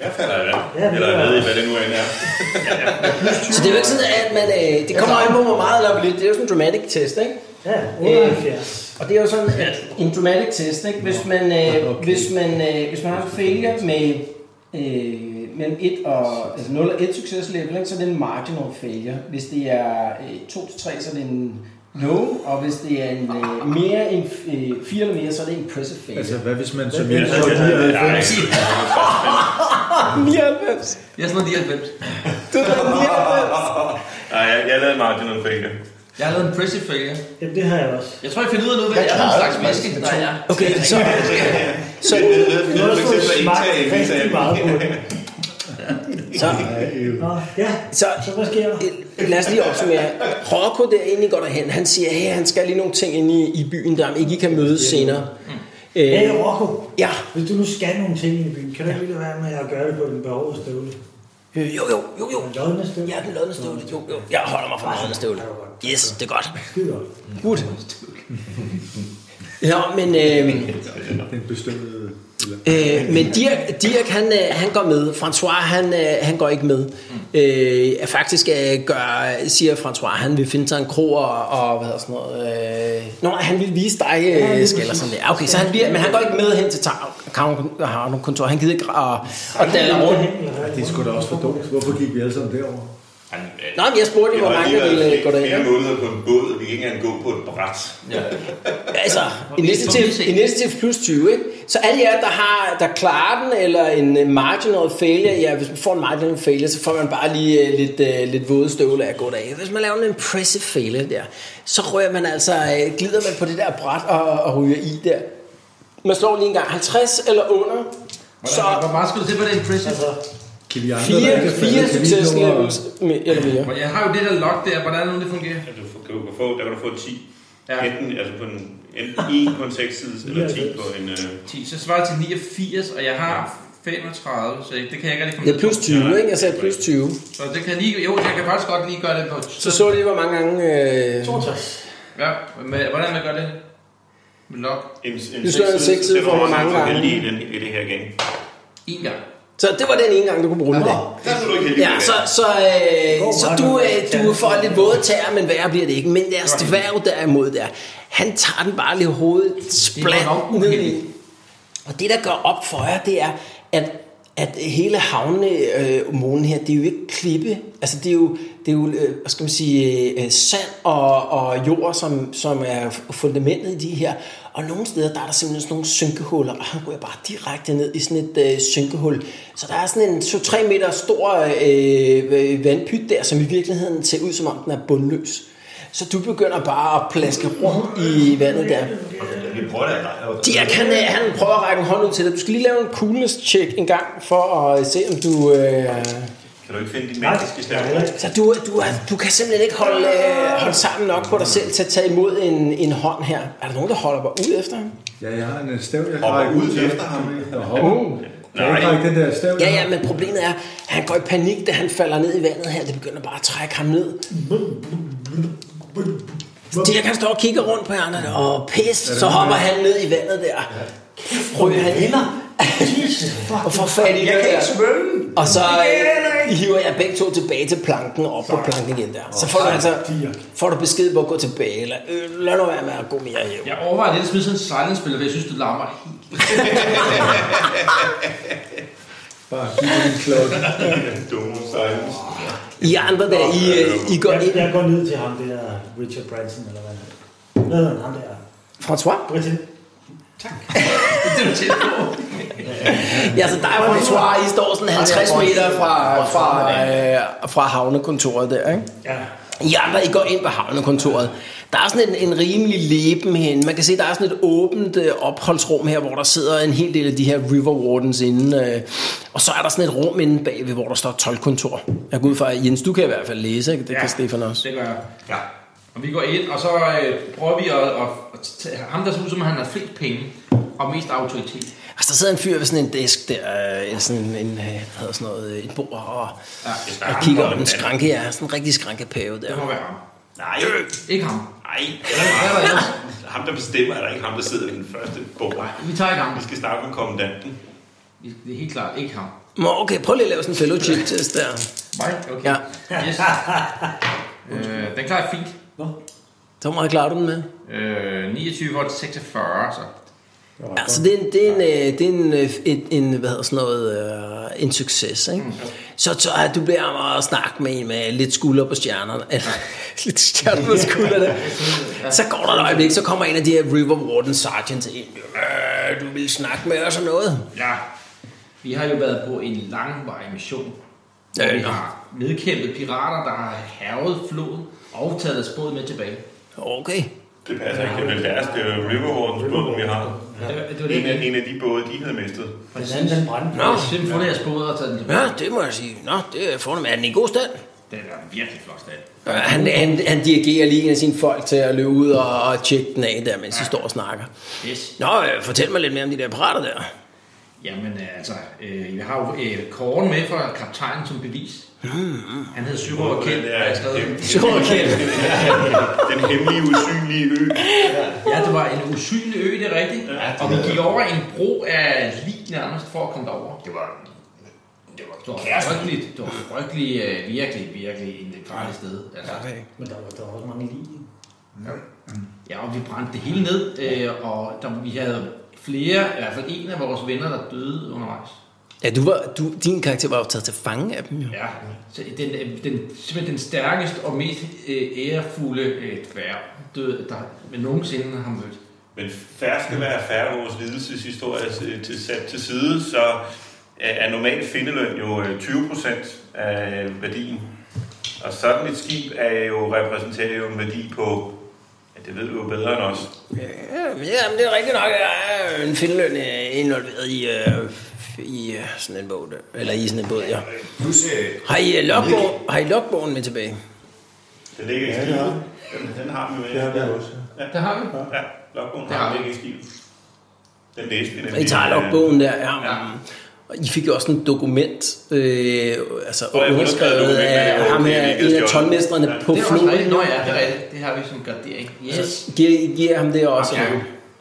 [SPEAKER 4] Jeg falder i vand.
[SPEAKER 3] Ja, det
[SPEAKER 4] Eller
[SPEAKER 3] er-
[SPEAKER 4] jeg ved ikke, hvad det nu end er.
[SPEAKER 2] Så det er jo ikke sådan, at man, øh, det kommer an på, hvor meget eller hvor lidt. Det er jo sådan en dramatic test, ikke?
[SPEAKER 3] Ja, 78.
[SPEAKER 2] Og det er jo sådan, at en dramatic test, ikke? Hvis man, øh, okay. hvis man, øh, hvis man har en failure med øh, mellem 1 og, altså 0 og 1 succeslevel, ikke? så er det en marginal failure. Hvis det er øh, 2-3, så er det en no, og hvis det er en, øh, mere end øh, 4 eller mere, så er det en impressive failure.
[SPEAKER 5] Altså, hvad hvis man som
[SPEAKER 4] Jeg
[SPEAKER 5] jeg
[SPEAKER 4] tror,
[SPEAKER 5] så
[SPEAKER 4] de
[SPEAKER 5] lige
[SPEAKER 4] har
[SPEAKER 5] havde
[SPEAKER 4] været
[SPEAKER 5] fået-
[SPEAKER 8] Jeg er sådan noget 99.
[SPEAKER 4] Nej, jeg, jeg lavede Martin Faker.
[SPEAKER 8] Jeg har lavet en pressy failure.
[SPEAKER 3] Jamen, det har jeg også.
[SPEAKER 8] Jeg tror, jeg finder ud af nu, hvad det er for en slags væske, der er.
[SPEAKER 2] Okay, så, så,
[SPEAKER 3] Jeg har også fået smagt rigtig meget på det.
[SPEAKER 2] så,
[SPEAKER 3] Nå, ja,
[SPEAKER 2] så,
[SPEAKER 3] så hvad sker der?
[SPEAKER 2] Øh, Lad os lige opsummere. Rocco der egentlig går derhen. Han siger, at hey, han skal lige nogle ting ind i, i byen, der om ikke I kan mødes senere. Øh,
[SPEAKER 3] Hey, Rocco.
[SPEAKER 2] ja,
[SPEAKER 3] Hvis du nu skal nogle ting i byen, kan du ikke lige lade være med at gøre det på den behårede støvle?
[SPEAKER 2] Øh, jo, jo, jo, jo.
[SPEAKER 3] Den lodne støvle?
[SPEAKER 2] Jeg er den lodne støvle. Jo, jo. Jeg holder mig fra den lodne støvle. Yes, det er godt.
[SPEAKER 3] Skide godt.
[SPEAKER 2] Gut. Ja, men, øh,
[SPEAKER 5] Den bestemmede... Eller,
[SPEAKER 2] øh, men Dirk, Dirk han, øh, han går med. François, han, øh, han går ikke med. Øh, faktisk øh, gør, siger François, han vil finde sig en krog og, og hvad hedder sådan noget. Øh, nå, han vil vise dig
[SPEAKER 3] Ja,
[SPEAKER 2] øh,
[SPEAKER 3] lige
[SPEAKER 2] skal eller
[SPEAKER 3] præcis.
[SPEAKER 2] sådan der. Okay, så han bliver, men han går ikke med hen til Tavn kontor. Han gider ikke og, og dalle rundt.
[SPEAKER 5] det er sgu da også for dumt. Hvorfor gik vi alle sammen derover?
[SPEAKER 4] øh,
[SPEAKER 2] Nå, men jeg spurgte jo, hvor mange der ville øh, gå derhen.
[SPEAKER 4] flere måneder på en båd, og vi kan ikke engang gå på et bræt.
[SPEAKER 2] Altså, initiativ, initiativ plus 20, ikke? Så alle jer, der, har, der klarer den, eller en øh, marginal failure, ja, hvis man får en marginal failure, så får man bare lige øh, lidt, øh, lidt våde støvler at gå af. Hvis man laver en impressive failure der, så rører man altså, øh, glider man på det der bræt og, og ryger i der. Man slår lige en gang 50 eller under, så
[SPEAKER 8] Hvordan- Hvor meget skal du til på den pressy?
[SPEAKER 3] Altså,
[SPEAKER 5] Kan vi andre, der ikke
[SPEAKER 2] fire,
[SPEAKER 5] er faldet,
[SPEAKER 2] fire
[SPEAKER 5] kan vi nå at-
[SPEAKER 2] succeslevels me- eller mere.
[SPEAKER 8] Jeg har jo det der lock der. Hvordan er det, det fungerer?
[SPEAKER 4] Ja, Du får- kan du få, der kan du få 10.
[SPEAKER 8] Ja.
[SPEAKER 4] Enten altså på en, enten 1 på en 6 side, eller 10 på en... Øh,
[SPEAKER 8] 10. Så svarer jeg til 89, og jeg har 35, så det kan jeg ikke rigtig komme
[SPEAKER 2] Ja, plus 20, ikke? Jeg sagde plus 20.
[SPEAKER 8] Så det kan jeg lige, jo, jeg kan faktisk godt lige gøre det på...
[SPEAKER 2] Så så lige, hvor mange gange... Øh,
[SPEAKER 3] 62.
[SPEAKER 8] Ja, med, hvordan man gør det? Med lock.
[SPEAKER 4] en, en
[SPEAKER 2] Du slår en
[SPEAKER 4] seksside,
[SPEAKER 2] seksside
[SPEAKER 4] det var
[SPEAKER 2] for, hvor
[SPEAKER 4] også
[SPEAKER 2] mange
[SPEAKER 4] så
[SPEAKER 2] gange.
[SPEAKER 4] heldig i, den, i det her gang.
[SPEAKER 8] En gang.
[SPEAKER 2] så det var den ene gang, du kunne bruge den der.
[SPEAKER 4] Der er du ikke heldig.
[SPEAKER 2] Ja, så, så, øh, så du, øh, du får lidt våde tæer, men værre bliver det ikke. Men deres dværg derimod der, han tager den bare lige i hovedet, splat
[SPEAKER 8] nok
[SPEAKER 2] ned i.
[SPEAKER 8] uheldigt.
[SPEAKER 2] Og det, der gør op for jer, det er, at, at hele havne øh, månen her, det er jo ikke klippe. Altså, det er jo, det er jo øh, hvad skal man sige, øh, sand og, og jord, som, som er fundamentet i de her. Og nogle steder, der er der simpelthen sådan nogle synkehuller, og han går bare direkte ned i sådan et øh, synkehul. Så der er sådan en 2-3 meter stor øh, øh, vandpyt der, som i virkeligheden ser ud, som om den er bundløs. Så du begynder bare at plaske rundt i vandet der.
[SPEAKER 15] Vi prøver det, eller?
[SPEAKER 2] Dirk, han, øh, han prøver at række en hånd ud til dig. Du skal lige lave en coolness-check en gang, for at se, om du... Øh...
[SPEAKER 4] Kan du ikke finde din
[SPEAKER 3] Nej,
[SPEAKER 4] magiske
[SPEAKER 3] jeg
[SPEAKER 4] stemme?
[SPEAKER 3] har heller ikke.
[SPEAKER 2] Så du, du, er- du kan simpelthen ikke holde, øh, holde sammen nok på dig selv til at tage imod en, en hånd her. Er der nogen, der holder mig ud efter ham?
[SPEAKER 5] Ja, jeg har en øh, stav, jeg kan
[SPEAKER 4] Hopper
[SPEAKER 5] række
[SPEAKER 4] ud
[SPEAKER 5] ud til
[SPEAKER 4] efter
[SPEAKER 5] efter ham. Og hopper. Kan jeg ikke
[SPEAKER 4] Nej.
[SPEAKER 5] række den der stav?
[SPEAKER 2] Oh. Ja,
[SPEAKER 5] jeg
[SPEAKER 2] ja,
[SPEAKER 5] har?
[SPEAKER 2] men problemet er, at han går i panik, da han falder ned i vandet her. Det begynder bare at trække ham ned. Dirk, han står og kigger rundt på hjørnet, og pis, så hopper han ned i vandet der. Ryger han ind
[SPEAKER 3] Jesus fuck.
[SPEAKER 2] og får fat i det der.
[SPEAKER 4] svømme.
[SPEAKER 2] Og så, øh, hiver jeg begge to tilbage til planken, og op på planken igen der. Så får du altså får du besked på at gå tilbage, eller øh, lad nu være med at gå mere hjem.
[SPEAKER 8] Jeg overvejer lidt at smide sådan en silence-spiller, for jeg synes, det larmer helt.
[SPEAKER 5] Bare giv mig en klokke.
[SPEAKER 4] Dumme sejlens.
[SPEAKER 2] I andre der, I, øh, I går
[SPEAKER 3] Jeg,
[SPEAKER 2] ind.
[SPEAKER 3] jeg går ned til ham der, Richard Branson, eller hvad han hedder. Hvad hedder han, ham der?
[SPEAKER 2] François?
[SPEAKER 3] Britin.
[SPEAKER 2] Ja, så der er François, I står sådan 50 meter fra, fra, øh, fra havnekontoret der, ikke?
[SPEAKER 3] Ja.
[SPEAKER 2] I andre, I går ind på havnekontoret. Der er sådan en, en rimelig leben hen. Man kan se, der er sådan et åbent øh, opholdsrum her, hvor der sidder en hel del af de her river wardens inde. Øh, og så er der sådan et rum inde bagved, hvor der står tolvkontor. Jeg går ud fra, Jens, du kan i hvert fald læse, ikke? Det ja. kan Stefan også.
[SPEAKER 8] Det gør jeg. Ja. Og vi går ind, og så øh, prøver vi at, at, at tage ham, der ser ud som, om han har flest penge og mest autoritet.
[SPEAKER 2] Altså, der sidder en fyr ved sådan en disk der, øh, en sådan en, øh, hvad hedder sådan noget, øh, et bord, og,
[SPEAKER 8] Ja,
[SPEAKER 2] og kigger op en skranke, ja, sådan en rigtig skrankepæve der.
[SPEAKER 8] Det må være ham.
[SPEAKER 4] Nej,
[SPEAKER 8] Ikke ham.
[SPEAKER 4] nej.
[SPEAKER 8] Hvad er der ellers?
[SPEAKER 4] Ham, der bestemmer, er der ikke ham, der sidder ved den første bord.
[SPEAKER 8] Vi tager ikke ham.
[SPEAKER 4] Vi skal snakke med kommandanten.
[SPEAKER 8] Vi- Det er helt klart ikke ham.
[SPEAKER 2] Nå, okay, prøv lige at lave sådan en fellowship-test der.
[SPEAKER 8] Mig? Okay.
[SPEAKER 2] Ja.
[SPEAKER 8] Yes. øh, den klarer jeg fint.
[SPEAKER 2] Så meget klarer du den med.
[SPEAKER 8] Øh, 29 volt 46, så.
[SPEAKER 2] Altså, det er en, det er en, øh, det er en, øh, en, en hvad hedder sådan noget, øh, en succes, ikke? Så tror jeg, at du beder om at snakke med en med lidt skulder på stjernerne, eller lidt stjerner på skuldrene. Så går der et øjeblik, så kommer en af de her River Warden Sergeants ind. Øh, du vil snakke med os og noget.
[SPEAKER 8] Ja. Vi har jo været på en langvarig mission. Ja,
[SPEAKER 2] Ja,
[SPEAKER 8] ja. Vi
[SPEAKER 2] ja.
[SPEAKER 8] har nedkæmpet pirater, der har hervet floden og taget deres båd med tilbage.
[SPEAKER 2] Okay.
[SPEAKER 4] Det passer ikke. Det er vel deres. Det er jo Riverhorns båd, vi har.
[SPEAKER 8] Ja. Det, var- det var det,
[SPEAKER 4] En af,
[SPEAKER 8] jeg
[SPEAKER 4] en af de både, de havde mistet.
[SPEAKER 3] Den anden, den brændte.
[SPEAKER 2] Nå,
[SPEAKER 8] simpelthen fundet jeres båd og taget den tilbage.
[SPEAKER 2] ja, det må jeg sige. Nå, det er fornemt. Er den i god stand?
[SPEAKER 8] Den er virkelig flot stand.
[SPEAKER 2] Ja, Han, han, han dirigerer lige en af sine folk til at løbe ud og, og tjekke den af der, mens de står og snakker.
[SPEAKER 8] Yes.
[SPEAKER 2] Nå, øh, fortæl mig lidt mere om de der pirater der.
[SPEAKER 8] Jamen øh, altså, øh, jeg har jo øh, kåren med fra kaptajnen som bevis. Han hedder Syrov og Kjeld,
[SPEAKER 4] Den
[SPEAKER 8] der
[SPEAKER 4] der-
[SPEAKER 8] er skrevet.
[SPEAKER 2] Sure, okay.
[SPEAKER 4] Den hemmelige, usynlige ø.
[SPEAKER 8] Ja, det var en usynlig ø, det er rigtigt. Ja, og vi gik over en bro af lig nærmest for at komme derover. Det var det var, det var frygteligt. Det var frygteligt, øh, virkelig, virkelig en lidt farligt sted. Altså.
[SPEAKER 3] Men der var, der var også mange lige.
[SPEAKER 8] Ja, og vi brændte det hele ned, øh, og der, vi havde flere, i hvert fald en af vores venner, der døde undervejs.
[SPEAKER 2] Ja, du var, du, din karakter var jo taget til fange af dem, jo.
[SPEAKER 8] Ja, så den, øh, den, simpelthen den stærkeste og mest øh, ærefulde øh, dværg, død, der man nogensinde har mødt.
[SPEAKER 4] Men færre skal være færre vores lidelseshistorie øh, til, sat til side, så øh, er normal findeløn jo øh, 20% af øh, værdien. Og sådan et skib er jo, repræsenterer jo en værdi på, ja, det ved du jo bedre end os,
[SPEAKER 2] Øh, Ja, men det er rigtigt nok. Jeg er en finløn øh, involveret i, øh, i øh, sådan en båd. der. Eller i sådan en båd, ja.
[SPEAKER 16] Plus, øh,
[SPEAKER 2] Har I, øh, logbogen, har I logbogen med tilbage?
[SPEAKER 4] Det ligger i
[SPEAKER 5] Ja, det
[SPEAKER 4] skibet.
[SPEAKER 5] har vi.
[SPEAKER 4] Den, den har vi jo.
[SPEAKER 5] Det har vi også.
[SPEAKER 8] Der har vi.
[SPEAKER 4] Ja, logbogen
[SPEAKER 8] Det
[SPEAKER 4] har,
[SPEAKER 8] har
[SPEAKER 4] vi
[SPEAKER 8] vi.
[SPEAKER 4] ikke i skibet. Den læste vi
[SPEAKER 2] I
[SPEAKER 4] nemlig. øh,
[SPEAKER 2] tager logbogen der, ja.
[SPEAKER 8] Ja.
[SPEAKER 2] Og I fik jo også et dokument, øh, altså
[SPEAKER 4] Hvor jeg underskrev
[SPEAKER 2] underskrevet
[SPEAKER 4] dokumentet,
[SPEAKER 2] af
[SPEAKER 4] det var
[SPEAKER 2] ham
[SPEAKER 4] okay,
[SPEAKER 2] her,
[SPEAKER 4] det er
[SPEAKER 2] en af
[SPEAKER 4] skjoldet.
[SPEAKER 2] tolvmestrene
[SPEAKER 4] Ja.
[SPEAKER 2] på
[SPEAKER 8] Det er også
[SPEAKER 2] floden.
[SPEAKER 8] rigtigt. Nå ja, Altså- det er rigtigt. Det har vi som gardering. Yes.
[SPEAKER 2] Giver, I giver ham det også?
[SPEAKER 8] Ja.
[SPEAKER 2] Ja.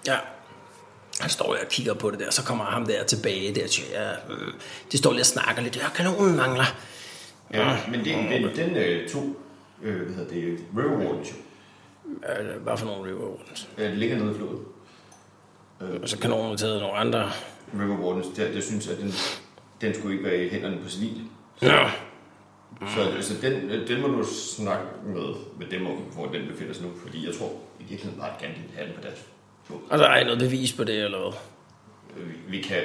[SPEAKER 2] ja. Han står jeg og kigger på det der, så kommer ham der tilbage der. Til, ja, øh, de står lige og snakker lidt. Ja, kanonen mangler.
[SPEAKER 7] Ja,
[SPEAKER 16] ah,
[SPEAKER 7] men det, men den øh, to, øh, hvad hedder det, River Warden, jo,
[SPEAKER 2] Øh, Hvad for nogle river wardens?
[SPEAKER 7] øh, ligger nede i floden.
[SPEAKER 2] Og så kanonen er taget af nogle andre.
[SPEAKER 7] River Wardens, der, jeg synes, at den, den skulle ikke være i hænderne på civil.
[SPEAKER 2] Nå.
[SPEAKER 16] Mm.
[SPEAKER 7] Så, så den, øh, den må du snakke med, med dem om, hvor den befinder sig nu, fordi jeg tror i virkeligheden bare, at gerne vil have den på deres båd.
[SPEAKER 2] Og der er ikke noget bevis på det, eller hvad?
[SPEAKER 7] Øh, vi- Vi kan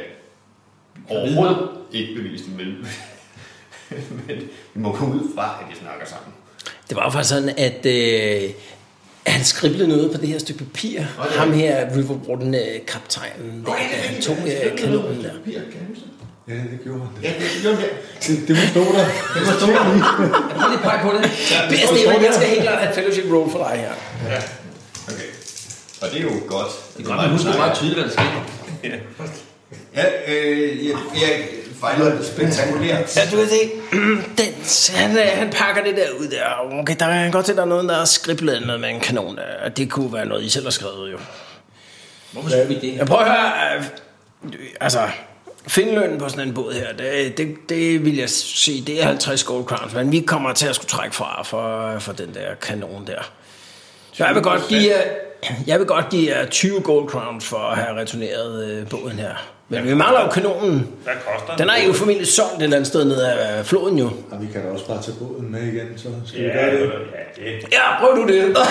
[SPEAKER 7] overhovedet ikke bevise det, men, men vi må gå ud fra, at de snakker sammen.
[SPEAKER 2] Det var jo faktisk sådan, at øh, han skriblede noget på det her stykke papir.
[SPEAKER 7] det er
[SPEAKER 2] Ham her, River Warden, øh, kaptajnen, der, han tog øh, kanonen der.
[SPEAKER 5] Ja, det gjorde han.
[SPEAKER 7] Ja, det, jo, ja.
[SPEAKER 5] Det, det må stå der.
[SPEAKER 8] Det var stort. Jeg prøver lige at pege på det.
[SPEAKER 2] Det er Stefan, jeg skal helt klart have et fellowship roll for dig her.
[SPEAKER 7] Okay. Og det er jo godt.
[SPEAKER 8] Det er godt, man husker meget tydeligt, hvad der skete.
[SPEAKER 7] Ja, øh, jeg, jeg fejler spektakulært.
[SPEAKER 2] Ja, du kan se, den, han, øh, han pakker det der ud der. Okay, der kan han godt se, der er noget, der er skriblet noget med en kanon. Der. Og Det kunne være noget, I selv har skrevet jo.
[SPEAKER 8] Hvorfor skulle vi det?
[SPEAKER 2] Jeg prøver at høre, øh, altså, Finløn på sådan en båd her, det, det, det vil jeg sige, det er 50 gold crowns, men vi kommer til at skulle trække fra for, for den der kanon der. Så jeg vil godt give jer, jeg vil godt give jer 20 gold crowns for at have returneret øh, båden her. Men vi mangler jo kanonen.
[SPEAKER 4] Hvad koster
[SPEAKER 2] Den er jo formentlig solgt et eller andet sted ned ad floden jo.
[SPEAKER 5] Og vi kan da også bare tage båden med igen, så skal vi
[SPEAKER 4] Ja,
[SPEAKER 5] gøre det.
[SPEAKER 4] ja, det.
[SPEAKER 2] Ja, prøv du det. Står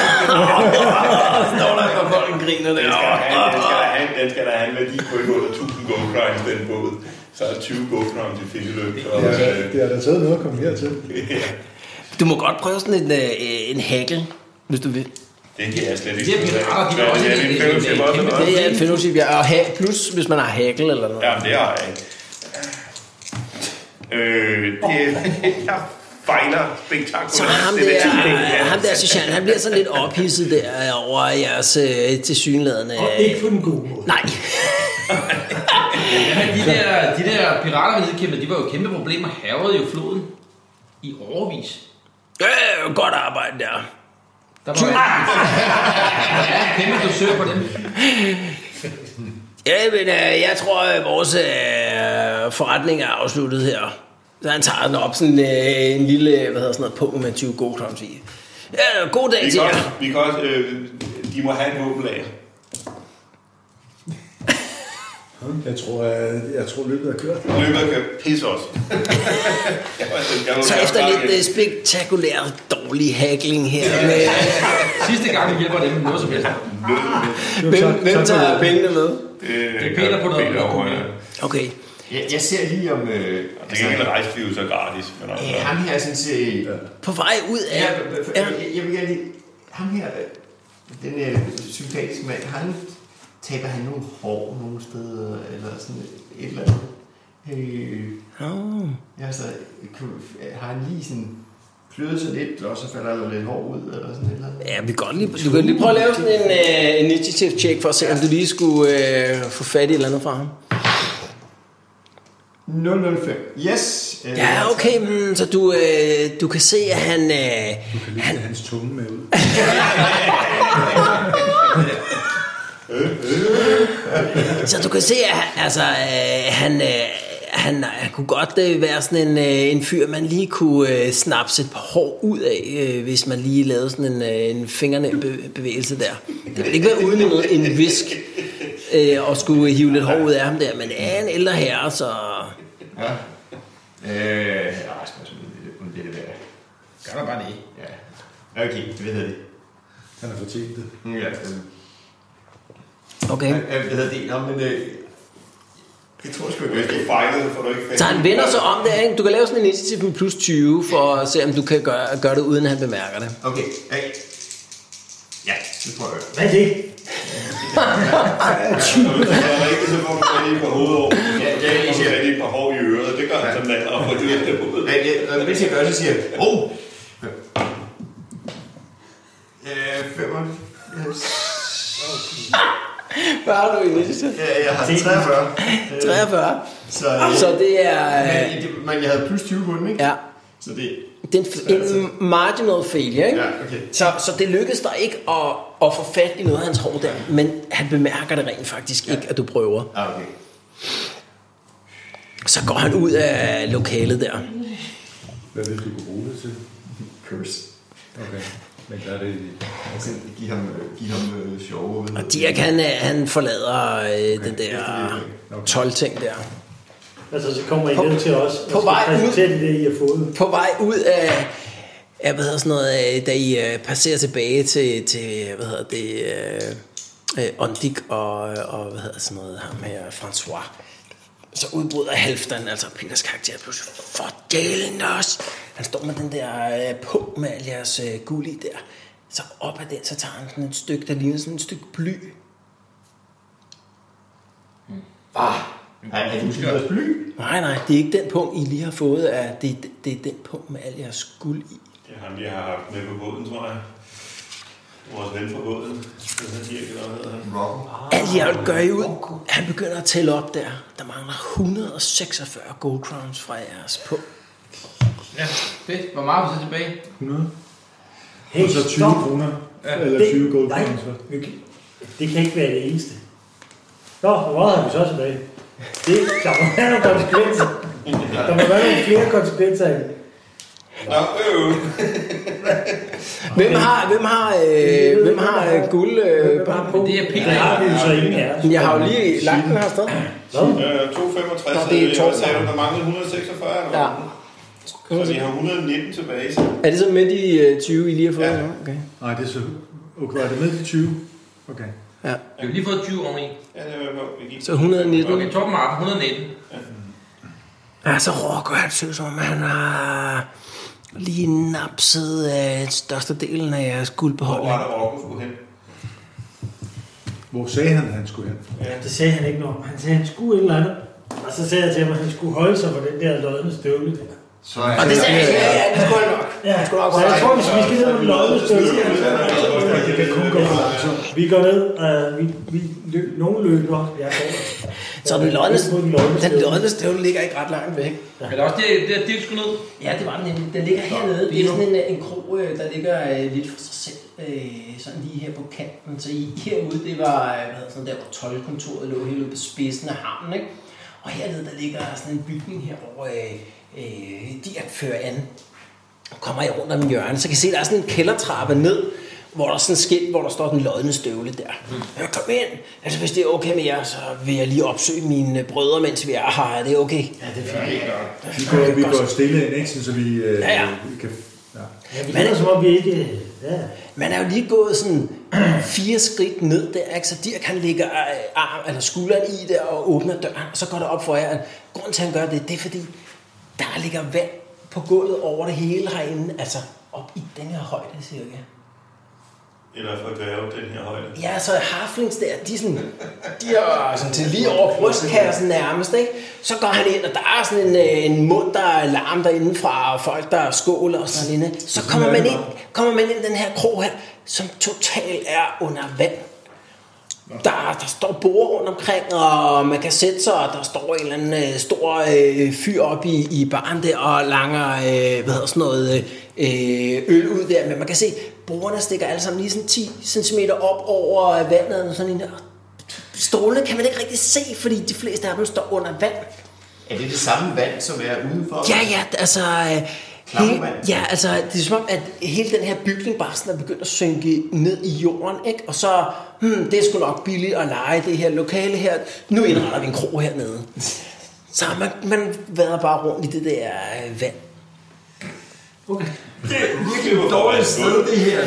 [SPEAKER 2] der, hvor folk griner der.
[SPEAKER 4] Den skal, da have, den, skal da have, den skal da have en værdi på ikke under 1000 gold crowns, den båd. Så er 20 gold crowns i findeløb. Og,
[SPEAKER 5] Det har,
[SPEAKER 4] øh,
[SPEAKER 5] det har da taget noget at komme hertil.
[SPEAKER 2] Du må godt prøve sådan en, øh, en hækkel, hvis du vil.
[SPEAKER 4] det kan jeg slet ikke.
[SPEAKER 17] Det er pirater, de
[SPEAKER 4] Ja,
[SPEAKER 17] er også
[SPEAKER 4] det er
[SPEAKER 17] en-
[SPEAKER 4] min
[SPEAKER 17] en-
[SPEAKER 4] fellowship
[SPEAKER 17] en- en
[SPEAKER 4] også,
[SPEAKER 17] kæmpe-
[SPEAKER 4] eller hvad?
[SPEAKER 2] Det er et fænotyp, ja. Og ha- plus, hvis man har hækkel eller noget.
[SPEAKER 4] Jamen, det har jeg ikke. Øh, det, jeg fejler spektakulært.
[SPEAKER 2] Så ham
[SPEAKER 4] Det er
[SPEAKER 2] der,
[SPEAKER 4] det, jeg-
[SPEAKER 2] ham der sergeant, han bliver sådan lidt ophidset der over jeres øh, tilsyneladende...
[SPEAKER 3] Og ikke på den gode måde.
[SPEAKER 2] Nej.
[SPEAKER 8] Ja, de der, de der pirater, vi nedkæmpede, de var jo kæmpe problemer. Havede jo floden i overvis.
[SPEAKER 2] Øh, godt arbejde der.
[SPEAKER 8] Der var ja, kæmpe dusør på dem.
[SPEAKER 2] Ja, men øh, jeg tror, at vores øh, forretning er afsluttet her. Så han tager den op sådan øh, en lille, hvad hedder sådan noget, punkt med 20 gode krams i. Ja, god dag
[SPEAKER 4] Vi
[SPEAKER 2] til
[SPEAKER 4] kan også,
[SPEAKER 2] jer.
[SPEAKER 4] vi kan også øh, de må have en våbenlager.
[SPEAKER 5] Jeg tror, jeg, jeg tror løbet er kørt.
[SPEAKER 4] Løbet kan pisse os. Jeg var- jeg var-
[SPEAKER 2] Så
[SPEAKER 4] jeg var
[SPEAKER 2] efter
[SPEAKER 4] klar
[SPEAKER 2] lidt
[SPEAKER 4] igen.
[SPEAKER 2] øh, spektakulær dårlig hackling her med...
[SPEAKER 8] Sidste gang, vi hjælper dem med noget som helst.
[SPEAKER 2] Hvem, hvem tager pengene med?
[SPEAKER 4] Øh,
[SPEAKER 8] Det er Peter på noget-
[SPEAKER 4] Peter over, ja.
[SPEAKER 2] Okay.
[SPEAKER 7] Jeg, jeg ser lige om... Øh,
[SPEAKER 4] Det kan ikke rejse vi jo så gratis. Men altså,
[SPEAKER 7] øh, ham her sådan set... Øh,
[SPEAKER 2] På vej ud af...
[SPEAKER 7] ja, ja. Jeg, jeg vil gerne lige... Ham her, øh, den øh, sympatiske mand, han taber han nogle hår nogle steder, eller sådan et eller andet. Øh,
[SPEAKER 2] Oh.
[SPEAKER 7] ja, så kan, har han lige sådan kløet sig lidt, og så falder der lidt hår ud, eller sådan et eller andet.
[SPEAKER 2] Ja, vi kan godt lige, du kan lige prøve at lave sådan en uh, initiative check for at se, om du lige skulle uh, få fat i et eller andet fra ham.
[SPEAKER 7] 005. Yes. øh,
[SPEAKER 2] Ja, okay, mm, så du, uh, du kan se, at han... Uh,
[SPEAKER 5] Du kan lige tage hans tunge med ud.
[SPEAKER 2] så du kan se, at han- altså, uh, han, uh, han, han kunne godt uh, være sådan en, uh, en fyr, man lige kunne uh, snapse et par hår ud af, uh, hvis man lige lavede sådan en, uh, en fingernæbevægelse der. Det ville ikke være uden noget, en visk uh, og skulle hive lidt hår ud af ham der, men det er en ældre herre, så...
[SPEAKER 7] Ja. Øh, Rasmus, om det- om det er værd.
[SPEAKER 17] Gør der bare det.
[SPEAKER 7] Ja. Okay, hvad hedder det?
[SPEAKER 5] Han har fortjent det.
[SPEAKER 7] Mm, Ja.
[SPEAKER 2] Okay.
[SPEAKER 7] Øh, øh, Hvad hedder det? Nå, men øh, det tror jeg sgu ikke.
[SPEAKER 4] Hvis du fejler, så får du ikke fat.
[SPEAKER 2] Så han vender sig om der, ikke? Du kan lave sådan en initiativ med plus 20, for at se, om du kan gøre, gøre det, uden han bemærker det.
[SPEAKER 7] Okay, okay. Ja, det tror jeg.
[SPEAKER 3] Hvad er det?
[SPEAKER 4] Så er det ikke, så får du fat i et par hovedår.
[SPEAKER 7] Ja, ja,
[SPEAKER 4] Så
[SPEAKER 7] jeg
[SPEAKER 4] får du
[SPEAKER 7] siger-
[SPEAKER 4] fat i et par hår i øret, og det gør han som mand, og får det ud af hovedet.
[SPEAKER 7] Hvad det? Når det skal gøre, så siger jeg, oh! Øh, femmer.
[SPEAKER 2] Hvad har du i initiativ?
[SPEAKER 7] Ja, jeg har 43.
[SPEAKER 2] 43.
[SPEAKER 7] Så, øh,
[SPEAKER 2] Så det er... øh,
[SPEAKER 7] men, det- men jeg havde plus 20 på den, ikke?
[SPEAKER 2] Ja,
[SPEAKER 7] Så det...
[SPEAKER 2] det er en f- en marginal failure, ikke?
[SPEAKER 7] Ja, okay.
[SPEAKER 2] Så, så det lykkedes dig ikke at, at få fat i noget af hans hår der, men han bemærker det rent faktisk ikke, at du prøver.
[SPEAKER 7] Ah, okay.
[SPEAKER 2] Så går han ud af lokalet der.
[SPEAKER 5] Hvad vil du kunne bruge det til?
[SPEAKER 7] Curse.
[SPEAKER 5] Okay. Men der er det
[SPEAKER 7] Altså, giv ham, øh, giv ham øh, sjove... hvad hedder
[SPEAKER 2] Og
[SPEAKER 7] det?
[SPEAKER 2] Dirk, han, øh, han forlader øh, den der
[SPEAKER 5] Okay.
[SPEAKER 2] 12-ting der.
[SPEAKER 3] Altså, så kommer I ned til os og
[SPEAKER 2] på
[SPEAKER 3] skal
[SPEAKER 2] vej ud.
[SPEAKER 3] præsentere det, I har fået.
[SPEAKER 2] på vej ud af, af hvad hedder sådan noget, øh, da I øh, passerer tilbage til, til hvad hedder det, øh, øh, Ondik og, og hvad hedder sådan noget, ham her, François. Så udbryder halfteren, altså Peters karakter, pludselig, for delen også. Han står med den der øh, på med al jeres øh, guld i der. Så op ad den, så tager han sådan et stykke, der ligner sådan et stykke bly.
[SPEAKER 7] Er, er det måske også bly?
[SPEAKER 2] Nej, nej, det er ikke den punkt, I lige har fået af, det, er- det er den punkt med al jeres guld i.
[SPEAKER 4] Det er ham, jeg har haft med på båden, tror jeg. Vores ven fra båden. Den her Dirk, eller hvad hedder han?
[SPEAKER 7] Rock.
[SPEAKER 2] Alt i alt gør I ud. Han begynder at tælle op der. Der mangler 146 gold crowns fra jeres på.
[SPEAKER 8] Ja, fedt. Hvor meget er vi så tilbage?
[SPEAKER 5] 100.
[SPEAKER 3] Hey,
[SPEAKER 5] Og så 20
[SPEAKER 3] stop.
[SPEAKER 5] kroner. Eller 20 gold
[SPEAKER 3] nej,
[SPEAKER 5] kroner. så.
[SPEAKER 3] vi kan- det kan ikke være det eneste. Nå, hvor meget har vi så tilbage? Det, der må være nogle konsekvenser. Der må være nogle flere konsekvenser. i det.
[SPEAKER 4] Nå, øh, øh.
[SPEAKER 18] Hvem har, hvem har, øh, hvem har øh, guld? Øh, bare på?
[SPEAKER 8] Men det er Peter.
[SPEAKER 3] Der har vi jo så ingen af os.
[SPEAKER 18] Men Jeg har jo lige lagt den her sted.
[SPEAKER 4] Øh, 265,
[SPEAKER 18] Nå, det er
[SPEAKER 4] øh,
[SPEAKER 18] tolv.
[SPEAKER 4] reserven, der manglede 146. eller hvad?
[SPEAKER 18] Ja.
[SPEAKER 4] Så vi har 119 tilbage. så-
[SPEAKER 18] Er det så med de øh, 20, I lige har fået?
[SPEAKER 4] Ja.
[SPEAKER 18] nu? Okay.
[SPEAKER 5] Nej, det er så... Okay, er det med til 20? Okay.
[SPEAKER 8] Vi har lige fået 20 oveni.
[SPEAKER 4] Ja, det var på. Vi gik.
[SPEAKER 18] Så 119.
[SPEAKER 8] Okay, toppen af appen, 119.
[SPEAKER 2] Ja, så Rocco, han synes om, han har lige napset øh, størstedelen af jeres
[SPEAKER 4] Hvor var
[SPEAKER 2] guldbeholdning.
[SPEAKER 4] det, Rocco skulle hen?
[SPEAKER 5] Hvor sagde han, at han skulle hen?
[SPEAKER 3] Ja, det sagde han ikke noget om. Han sagde, han skulle et eller andet. Og så sagde jeg til ham, at han skulle holde sig på den der lodne støvle. der.
[SPEAKER 5] Så er
[SPEAKER 18] Og det sagde jeg, ja, ja, det skulle jeg nok.
[SPEAKER 3] Ja,
[SPEAKER 18] skulle nok
[SPEAKER 3] så jeg tror, hvis vi skal ned på den lodne støvle,
[SPEAKER 4] Det kan kun gå langsomt.
[SPEAKER 3] vi går ned, og vi, vi løb, nogen løb nok. Jeg går.
[SPEAKER 18] Så den lodne,
[SPEAKER 3] På den lodne
[SPEAKER 18] den
[SPEAKER 3] støvle.
[SPEAKER 18] lodne støvle ligger ikke ret langt væk.
[SPEAKER 8] Men der er også det, det er Dirk skulle ned.
[SPEAKER 2] Ja, det var den nemlig. Den ligger hernede. Det er sådan en, øh, en krog, øh, der ligger øh, lidt for sig selv. Øh, sådan lige her på kanten. Så I, herude, det var øh, hvad hedder sådan der, hvor tolvkontoret lå helt ude på spidsen af havnen. Ikke? Og hernede, der ligger sådan en bygning herovre. Øh, øh, Dirk fører an. Og kommer jeg rundt om hjørnet, så kan I se, der er sådan en kældertrappe ned, hvor der er sådan et skilt, hvor der står den lodne støvle der. Ja, kom ind. Altså, hvis det er okay med jer, så vil jeg lige opsøge mine øh, brødre, mens vi er her. Er det okay?
[SPEAKER 5] Vi går, vi går stille ind, ikke? Sådan, Så vi øh,
[SPEAKER 2] Ja, ja.
[SPEAKER 5] kan... Ja.
[SPEAKER 3] Ja, vi lader som om, vi ikke... Ja.
[SPEAKER 2] Man er jo lige gået sådan fire skridt ned der, ikke? så Dirk han lægger øh, arm, eller skulderen i der og åbner døren, og så går det op for jer, at grunden til, at han gør det, det er fordi, der ligger vand på gulvet over det hele herinde, altså op i den her højde cirka.
[SPEAKER 4] Eller for dværge den her højde.
[SPEAKER 2] Ja, så harflings der, de, er sådan, de er sådan til lige over brystkassen nærmest, ikke? Så går han ind, og der er sådan en, øh, en mund, der er larm derinde fra folk, der skåler og sådan noget. lignende. Så kommer man ind, kommer man ind i den her krog her, som totalt er under vand. Der, der står bord rundt omkring, og man kan sætte sig, og der står en eller anden øh, stor øh, fyr op i, i baren der, og langer, øh, hvad hedder sådan noget, øh, øl ud der. Men man kan se, bordene stikker alle sammen lige sådan 10 cm op over vandet, og sådan en der. Stolene kan man ikke rigtig se, fordi de fleste af dem står under vand.
[SPEAKER 7] Er det det samme vand, som er udenfor?
[SPEAKER 2] Ja, ja, altså... øh, Hele,
[SPEAKER 7] Klammervand.
[SPEAKER 2] ja, altså, det er som om, at hele den her bygning bare sådan er begyndt at synke ned i jorden, ikke? Og så, hmm, det er sgu nok billigt at lege det her lokale her. Nu indretter vi en krog hernede. Så man, man vader bare rundt i det der øh, vand.
[SPEAKER 4] Det er virkelig et dårligt sted, det her.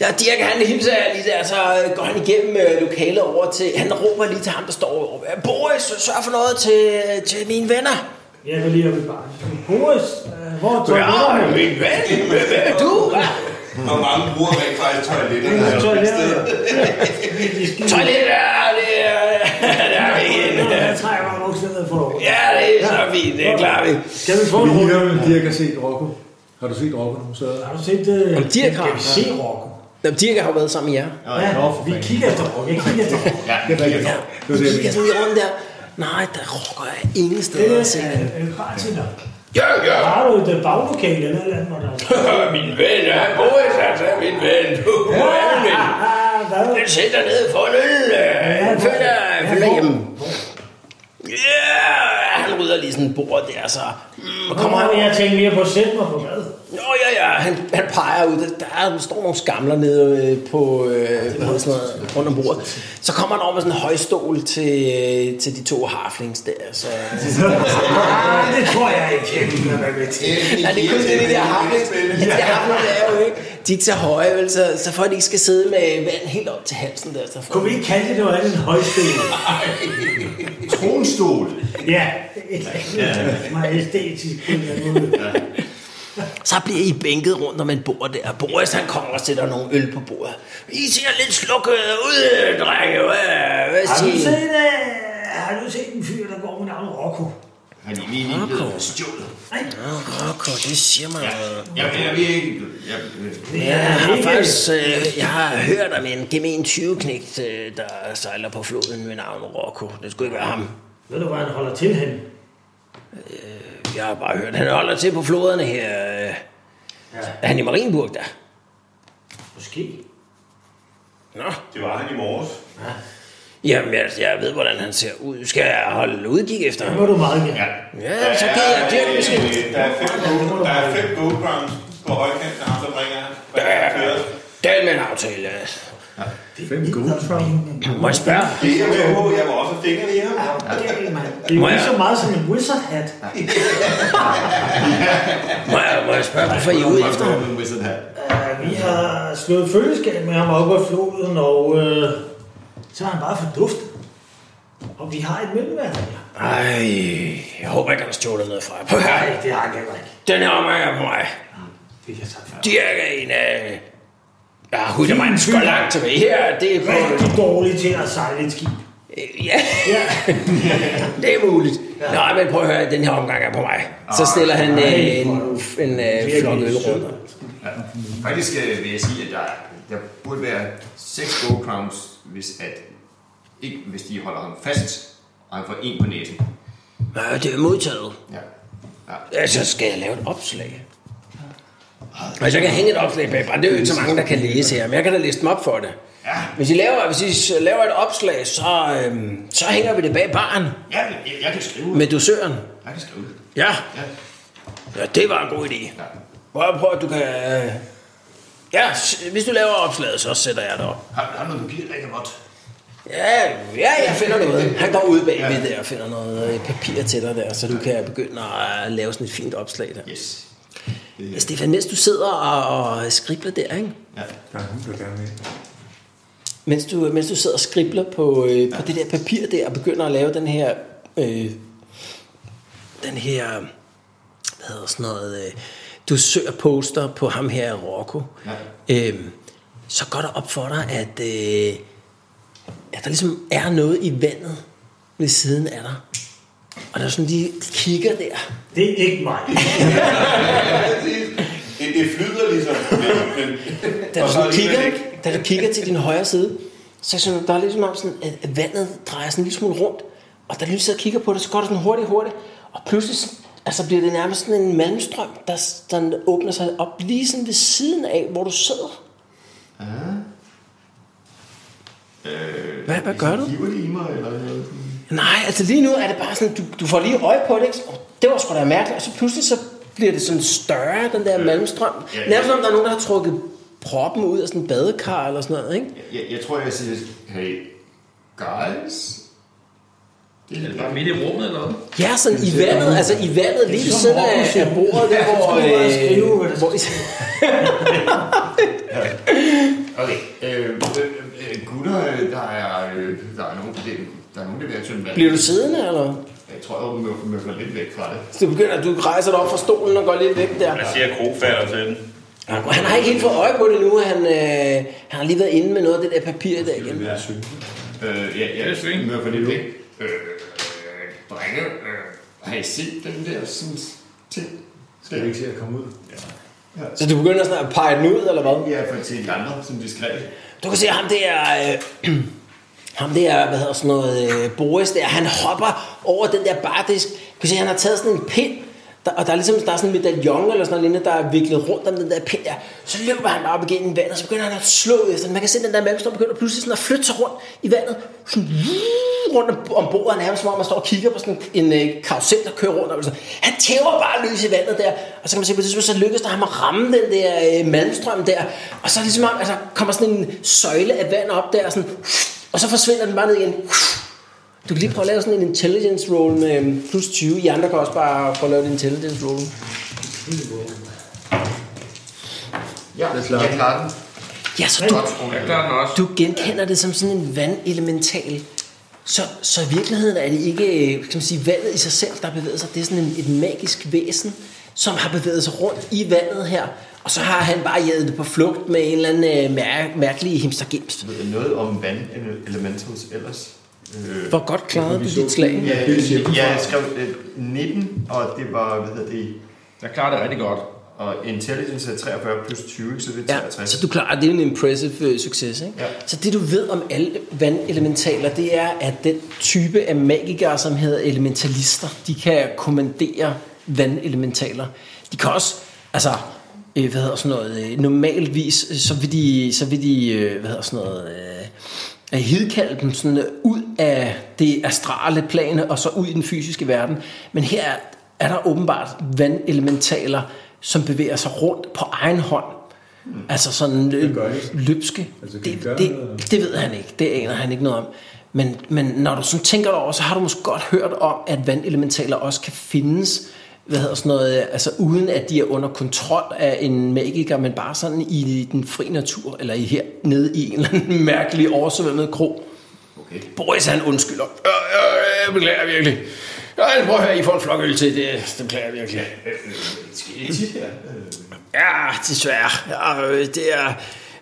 [SPEAKER 2] Ja, Dirk, han hilser jer lige der, så øh, går han igennem øh, lokalet over til... Han råber lige til ham, der står over. Boris, sørg for noget til, øh, til mine venner.
[SPEAKER 3] Jeg går lige op i baren. Boris, øh, hvor er
[SPEAKER 4] Ja,
[SPEAKER 3] toiletterne?
[SPEAKER 4] min ven, hvad er du? Hvor mange bruger rent faktisk toiletterne?
[SPEAKER 3] Hvor er
[SPEAKER 4] sted.
[SPEAKER 3] toiletterne?
[SPEAKER 2] Toilet, ja, det øh, er... Det er ikke...
[SPEAKER 3] Jeg trækker bare bukserne ned for
[SPEAKER 2] Ja, det er så fint, det er klart. vi.
[SPEAKER 3] Skal vi få en
[SPEAKER 5] Vi
[SPEAKER 3] runde?
[SPEAKER 5] hører, om Dirk har set Rocco. Har du set Rocco nogle steder?
[SPEAKER 3] Har du set det?
[SPEAKER 18] Om Dirk har-
[SPEAKER 3] Kan vi se Rocco?
[SPEAKER 18] Nå, Dirk har jo været sammen med jer.
[SPEAKER 3] Ja,
[SPEAKER 5] nå, for
[SPEAKER 3] vi
[SPEAKER 5] fanden.
[SPEAKER 3] kigger efter Rocco. Jeg kigger efter Rocco.
[SPEAKER 5] Ja, det er rigtigt. Det var det, jeg
[SPEAKER 2] kigger
[SPEAKER 5] mente.
[SPEAKER 2] sådan lige rundt der. Nej, der rocker jeg ingen
[SPEAKER 3] Det
[SPEAKER 2] steder at se.
[SPEAKER 3] er øh, bartender.
[SPEAKER 8] Ja, ja.
[SPEAKER 3] Har du et øh, baglokale eller et eller andet, hvor der er...
[SPEAKER 8] min ven, ja, Boris, altså, min ven. Du er min.
[SPEAKER 3] Ah, hvad?
[SPEAKER 8] Sæt dig ned for en øl.
[SPEAKER 2] øh.
[SPEAKER 3] Ja,
[SPEAKER 2] Følg dig, følg dig
[SPEAKER 3] hvor-
[SPEAKER 2] hjemme. Ja, han rydder lige sådan et bord der, så... Mm, og kommer han...
[SPEAKER 3] Hvor- Jeg tænker mere på at sætte mig på mad.
[SPEAKER 2] Nå, ja, ja, han, han peger ud. Der, der står nogle skamler nede øh, på, øh, hvad hedder sådan noget, rundt om bordet. Så kommer han over med sådan en højstol til, øh, til de to harflings der. Så,
[SPEAKER 3] Ah, det tror jeg ikke, jeg vil være med til.
[SPEAKER 2] Ja, det er kun det, de der harflings. De der harflings er jo ikke. De er ikke så høje, vel, så, så for at de ikke skal sidde med vand helt op til halsen der. Så får
[SPEAKER 3] Kunne vi ikke kalde det noget andet end højstil?
[SPEAKER 7] Tronstol.
[SPEAKER 3] Ja, et eller andet majestætisk på en eller anden måde.
[SPEAKER 2] Så bliver I bænket rundt om et bord der. Boris han kommer og sætter nogle øl på bordet. I ser lidt slukket ud, drenge. Hvad, hvad
[SPEAKER 3] Har du
[SPEAKER 2] siger I?
[SPEAKER 3] set, øh, har du set en fyr, der går med navnet Rocco?
[SPEAKER 7] Fordi vi er lige blevet stjålet.
[SPEAKER 2] Rocco, det siger man.
[SPEAKER 7] Jeg, jeg, jeg, jeg, jeg,
[SPEAKER 3] Det
[SPEAKER 2] Ja,
[SPEAKER 3] er
[SPEAKER 2] jeg har
[SPEAKER 3] ikke-
[SPEAKER 2] faktisk øh, jeg har hørt om en gemen 20-knægt, øh, der sejler på floden med navn Rocco. Det skulle ikke være ham.
[SPEAKER 3] Ved du, hvor han holder til henne?
[SPEAKER 2] Jeg har bare hørt, at han holder til på floderne her. Øh. Er han i Marienburg, der?
[SPEAKER 3] Måske.
[SPEAKER 2] Nå,
[SPEAKER 4] Det var han i morges.
[SPEAKER 2] Jamen, jeg, jeg ved, hvordan han ser ud. Skal jeg holde udkig efter
[SPEAKER 3] Det
[SPEAKER 2] ham?
[SPEAKER 3] må du meget gerne.
[SPEAKER 2] Ja, så giver jeg Dirk besked.
[SPEAKER 4] Der er fem gold, der er fem gold rounds på højkanten, og ham der bringer han.
[SPEAKER 2] Ja, den med en aftale.
[SPEAKER 5] Fem gode fra.
[SPEAKER 2] Må jeg spørge?
[SPEAKER 4] Det er jeg med på, jeg var også fingre i ham.
[SPEAKER 3] Det er jo
[SPEAKER 2] Må
[SPEAKER 3] ikke
[SPEAKER 2] jeg-
[SPEAKER 3] så meget som en wizard hat.
[SPEAKER 2] Må jeg, må jeg spørge, hvorfor I er ude efter ham?
[SPEAKER 3] Uh, vi har slået følgeskab med ham op ad floden, og uh, så har han bare forduftet. Og vi har et mellemværd.
[SPEAKER 2] Ej, jeg håber ikke, han har stjålet noget fra jer. Prøv at høre.
[SPEAKER 3] Nej, det har han heller ikke.
[SPEAKER 2] Den her omgang er på mig.
[SPEAKER 3] Det kan jeg sagt før.
[SPEAKER 2] Dirk er en af... Ja, hud, der man skal langt tilbage her. Det er på... Øh,
[SPEAKER 3] Rigtig dårlig til at sejle et skib.
[SPEAKER 2] Ja, det er muligt. Nej, men prøv at høre, den her omgang er på mig. Så stiller han øh, en, en øh, flok øl rundt.
[SPEAKER 7] Faktisk øh, vil jeg sige, at der, der burde være seks gold crowns, hvis, at, ikke, hvis de holder ham fast, og han får en på næsen.
[SPEAKER 2] Ja, det er modtaget.
[SPEAKER 7] Ja.
[SPEAKER 2] Ja, så skal jeg lave et opslag. Altså, jeg kan hænge et opslag bag bare. Det er jo ikke så mange, der kan læse her, men jeg kan da læse dem op for det. Hvis I laver, hvis I laver et opslag, så, øhm, så hænger vi det bag baren
[SPEAKER 7] Ja, jeg, jeg kan skrive.
[SPEAKER 2] med dusøren.
[SPEAKER 7] Jeg kan skrive.
[SPEAKER 2] Ja. Ja, det var en god idé. Prøv, prøv at du kan... øh, Ja, s- hvis du laver opslaget, så sætter jeg det op.
[SPEAKER 7] Har, har du noget papir, der ikke er vådt?
[SPEAKER 2] Ja, ja, jeg finder noget. Han går ud bagved der og finder noget øh, papir til dig der, så du kan begynde at lave sådan et fint opslag der.
[SPEAKER 7] Yes.
[SPEAKER 2] Ja, Stefan, mens du sidder og, og skribler der, ikke?
[SPEAKER 5] Ja, hun bliver gerne med.
[SPEAKER 2] Mens du, mens du sidder og skribler på, øh, på det der papir der, og begynder at lave den her... Øh, den her... Hvad hedder sådan noget... Øh, du søger poster på ham her Rocco. Ja. Øh, så går der op for dig, at, øh, at der ligesom er noget i vandet ved siden af dig. Og der er sådan lige kigger der.
[SPEAKER 3] Det er ikke mig.
[SPEAKER 4] Det, det flyder ligesom, men, men
[SPEAKER 2] da
[SPEAKER 4] og
[SPEAKER 2] du,
[SPEAKER 4] så
[SPEAKER 2] sådan
[SPEAKER 4] alligevel
[SPEAKER 2] kigger,
[SPEAKER 4] ikke.
[SPEAKER 2] da du kigger til din højre side, så er sådan, der er ligesom om, sådan, at- at vandet drejer sådan en lille smule rundt, og da du lige sidder og kigger på det, så går det sådan hurtigt, hurtigt, og pludselig sådan- altså bliver det nærmest sådan en malmstrøm, der, s- der åbner sig op lige sådan ved siden af, hvor du sidder.
[SPEAKER 4] Ah.
[SPEAKER 2] Øh, hvad, hvad gør du?
[SPEAKER 7] Giver det i mig, eller noget?
[SPEAKER 2] Nej, altså lige nu er det bare sådan, du, du får lige øje på det, ikke? Og det var sgu da mærkeligt, og så pludselig så bliver det sådan større, den der malmstrøm.
[SPEAKER 7] ja.
[SPEAKER 2] Nærmest som om der er nogen, der har trukket proppen ud af sådan en badekar eller sådan noget, ikke?
[SPEAKER 7] Jeg, jeg tror, jeg siger, hey, guys.
[SPEAKER 8] Er det bare midt i rummet eller hvad?
[SPEAKER 2] Ja, sådan i vandet, altså i vandet lige ved siden af, af bordet, der hvor...
[SPEAKER 3] skulle bare skrive, hvad
[SPEAKER 2] Øh,
[SPEAKER 3] der
[SPEAKER 2] hvor
[SPEAKER 7] Okay, øh, øh, øh, gutter, øh, der er, øh, der er nogen, der, der er nogen, der er ved at tynde vand.
[SPEAKER 2] bliver du siddende, eller?
[SPEAKER 7] Jeg tror, jeg møffer, møffer lidt væk fra det.
[SPEAKER 2] Så du begynder, du rejser dig op fra stolen og går lidt væk der.
[SPEAKER 4] Jeg siger, at Kro falder til den.
[SPEAKER 2] Og han har ikke helt fået øje på det nu, han, øh, han har lige været inde med noget af det der papir der igen.
[SPEAKER 7] Ja. Øh, ja, ja,
[SPEAKER 8] Det er fint.
[SPEAKER 7] møffer lidt væk. Øh, øh, drenge, øh, har I set den der sådan ting?
[SPEAKER 5] Skal vi ikke se at komme ud?
[SPEAKER 2] Så du begynder sådan at pege den ud, eller hvad?
[SPEAKER 7] Ja, for til de andre, som de skrev.
[SPEAKER 2] Du kan se ham der, øh, ham der, hvad hedder sådan noget, øh, Boris der, han hopper over den der bardisk. Du kan se, han har taget sådan en pind, der, og der er ligesom der er sådan en medaljon eller sådan noget, lignende, der er viklet rundt om den der pind der. Så løber han bare op igennem vandet, og så begynder han at slå efter den. Man kan se, at den der malmstrøm begynder pludselig sådan at flytte sig rundt i vandet. Sådan rundt om- om bordet, nærmest som om man står og kigger på sådan en øh, karusel, der kører rundt. Og sådan. Han tæver bare løs i vandet der, og så kan man se på det tidspunkt, så lykkes der ham at ramme den der øh, malmstrøm der. Og så er det ligesom om, at der kommer sådan en søjle af vand op der, og, sådan, og så forsvinder den bare ned igen. Du kan lige prøve at lave sådan en intelligence roll med øhm, plus 20. I andre kan også bare prøve at lave en intelligence roll.
[SPEAKER 7] Ja, jeg klarer den.
[SPEAKER 2] Ja, så du,
[SPEAKER 8] Jeg klarer den også.
[SPEAKER 2] du genkender det som sådan en vandelemental. Så, så i virkeligheden er det ikke øh, kan man sige, vandet i sig selv, der bevæger sig. Det er sådan en, et magisk væsen, som har bevæget sig rundt i vandet her. Og så har han bare jaget det på flugt med en eller anden øh, mær- mærkelig himstergims.
[SPEAKER 7] Ved jeg noget om vandelementos ellers? Øh,
[SPEAKER 2] Hvor godt klarede du
[SPEAKER 5] vi så
[SPEAKER 2] dit slag?
[SPEAKER 7] ja,
[SPEAKER 5] det er cirka
[SPEAKER 7] ja, jeg skrev øh, 19, og det var, hvad hedder det,
[SPEAKER 8] Jeg klarer det rigtig godt.
[SPEAKER 7] og intelligence er 43 plus 20, så det er
[SPEAKER 2] Ja,
[SPEAKER 7] 63.
[SPEAKER 2] så du klarer, ah, det er en impressive øh, succes, ikke?
[SPEAKER 7] Ja.
[SPEAKER 2] Så det du ved om alle vandelementaler, det er, at den type af magikere, som hedder elementalister, de kan kommandere vandelementaler. De kan også, altså, øh, hvad hedder sådan noget, øh, normalvis, øh, så vil de, så vil de øh, hvad hedder sådan noget, øh, at hidkalde dem sådan øh, ud af det astrale plane og så ud i den fysiske verden. Men her er, er der åbenbart vandelementaler, som bevæger sig rundt på egen hånd. Altså sådan øh,
[SPEAKER 5] gør de?
[SPEAKER 2] løbske.
[SPEAKER 5] Altså, kan de
[SPEAKER 2] det,
[SPEAKER 5] gøre
[SPEAKER 2] det,
[SPEAKER 5] noget, eller?
[SPEAKER 2] det ved han ikke. Det aner han ikke noget om. Men, men når du sådan tænker dig over, så har du måske godt hørt om, at vandelementaler også kan findes, hvad hedder sådan noget, øh, altså uden at de er under kontrol af en magiker, men bare sådan i den fri natur, eller i her nede i en eller anden mærkelig oversvømmet krog. Okay. Boris han undskylder. Øh, øh, jeg beklager virkelig. Øh, prøv at høre, I får en flok øl til. Det, det beklager jeg virkelig. Ja, desværre. Ja, øh, det er...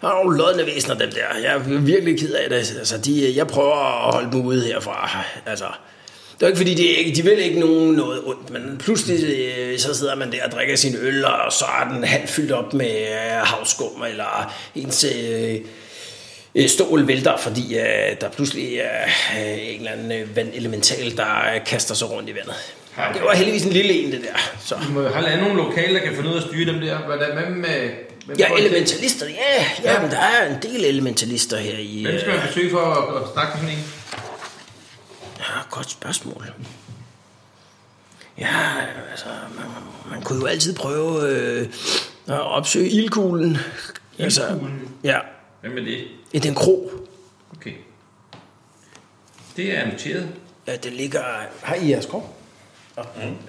[SPEAKER 2] Jeg har nogle lodne væsener, dem der. Jeg er virkelig ked af det. Altså, de, øh, jeg prøver at holde dem ude herfra. Altså, det er jo ikke, fordi de, ikke- de vil ikke nogen noget ondt, men pludselig øh, så sidder man der og drikker sin øl, og så er den halvt fyldt op med øh, havskum, eller ens øh, øh, stål vælter, fordi øh, der pludselig er øh, en eller anden øh, vandelemental, der øh, kaster sig rundt i vandet.
[SPEAKER 8] Hej.
[SPEAKER 2] Det var heldigvis en lille en, det der. Så.
[SPEAKER 10] Du må jo have lavet nogle lokale, der kan finde ud af at styre dem der. Hvordan, hvem, øh, hvem
[SPEAKER 2] Ja,
[SPEAKER 10] får det til?
[SPEAKER 2] elementalister, ja. ja. Jamen, der er en del elementalister her i...
[SPEAKER 10] Hvem skal
[SPEAKER 2] øh,
[SPEAKER 10] man besøge for at, at snakke med sådan en?
[SPEAKER 2] Ja, godt spørgsmål. Ja, altså, man, man kunne jo altid prøve øh, at opsøge ildkuglen. Altså, ja,
[SPEAKER 8] Hvem er det?
[SPEAKER 2] i den krog.
[SPEAKER 8] Okay. Det er noteret.
[SPEAKER 2] Ja, Øh, det ligger... Har I jeres krog?
[SPEAKER 8] Ja.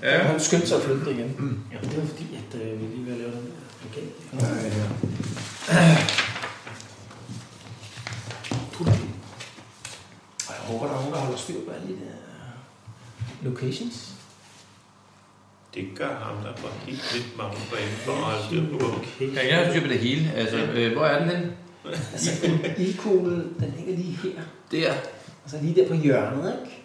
[SPEAKER 2] Han Mm. skyndte sig at flytte det igen.
[SPEAKER 3] Ja, det var fordi, at øh, vi lige var lavet den her. Okay.
[SPEAKER 2] Og jeg håber, der er nogen, der holder styr på alle de der locations.
[SPEAKER 4] Det gør ham, der får helt vildt mange point for at holde styr på.
[SPEAKER 10] Ja, jeg har styr på det hele. Altså, øh, hvor er den henne?
[SPEAKER 2] Altså, ildkuglen, den ligger lige her.
[SPEAKER 10] Der.
[SPEAKER 2] Altså lige der på hjørnet, ikke?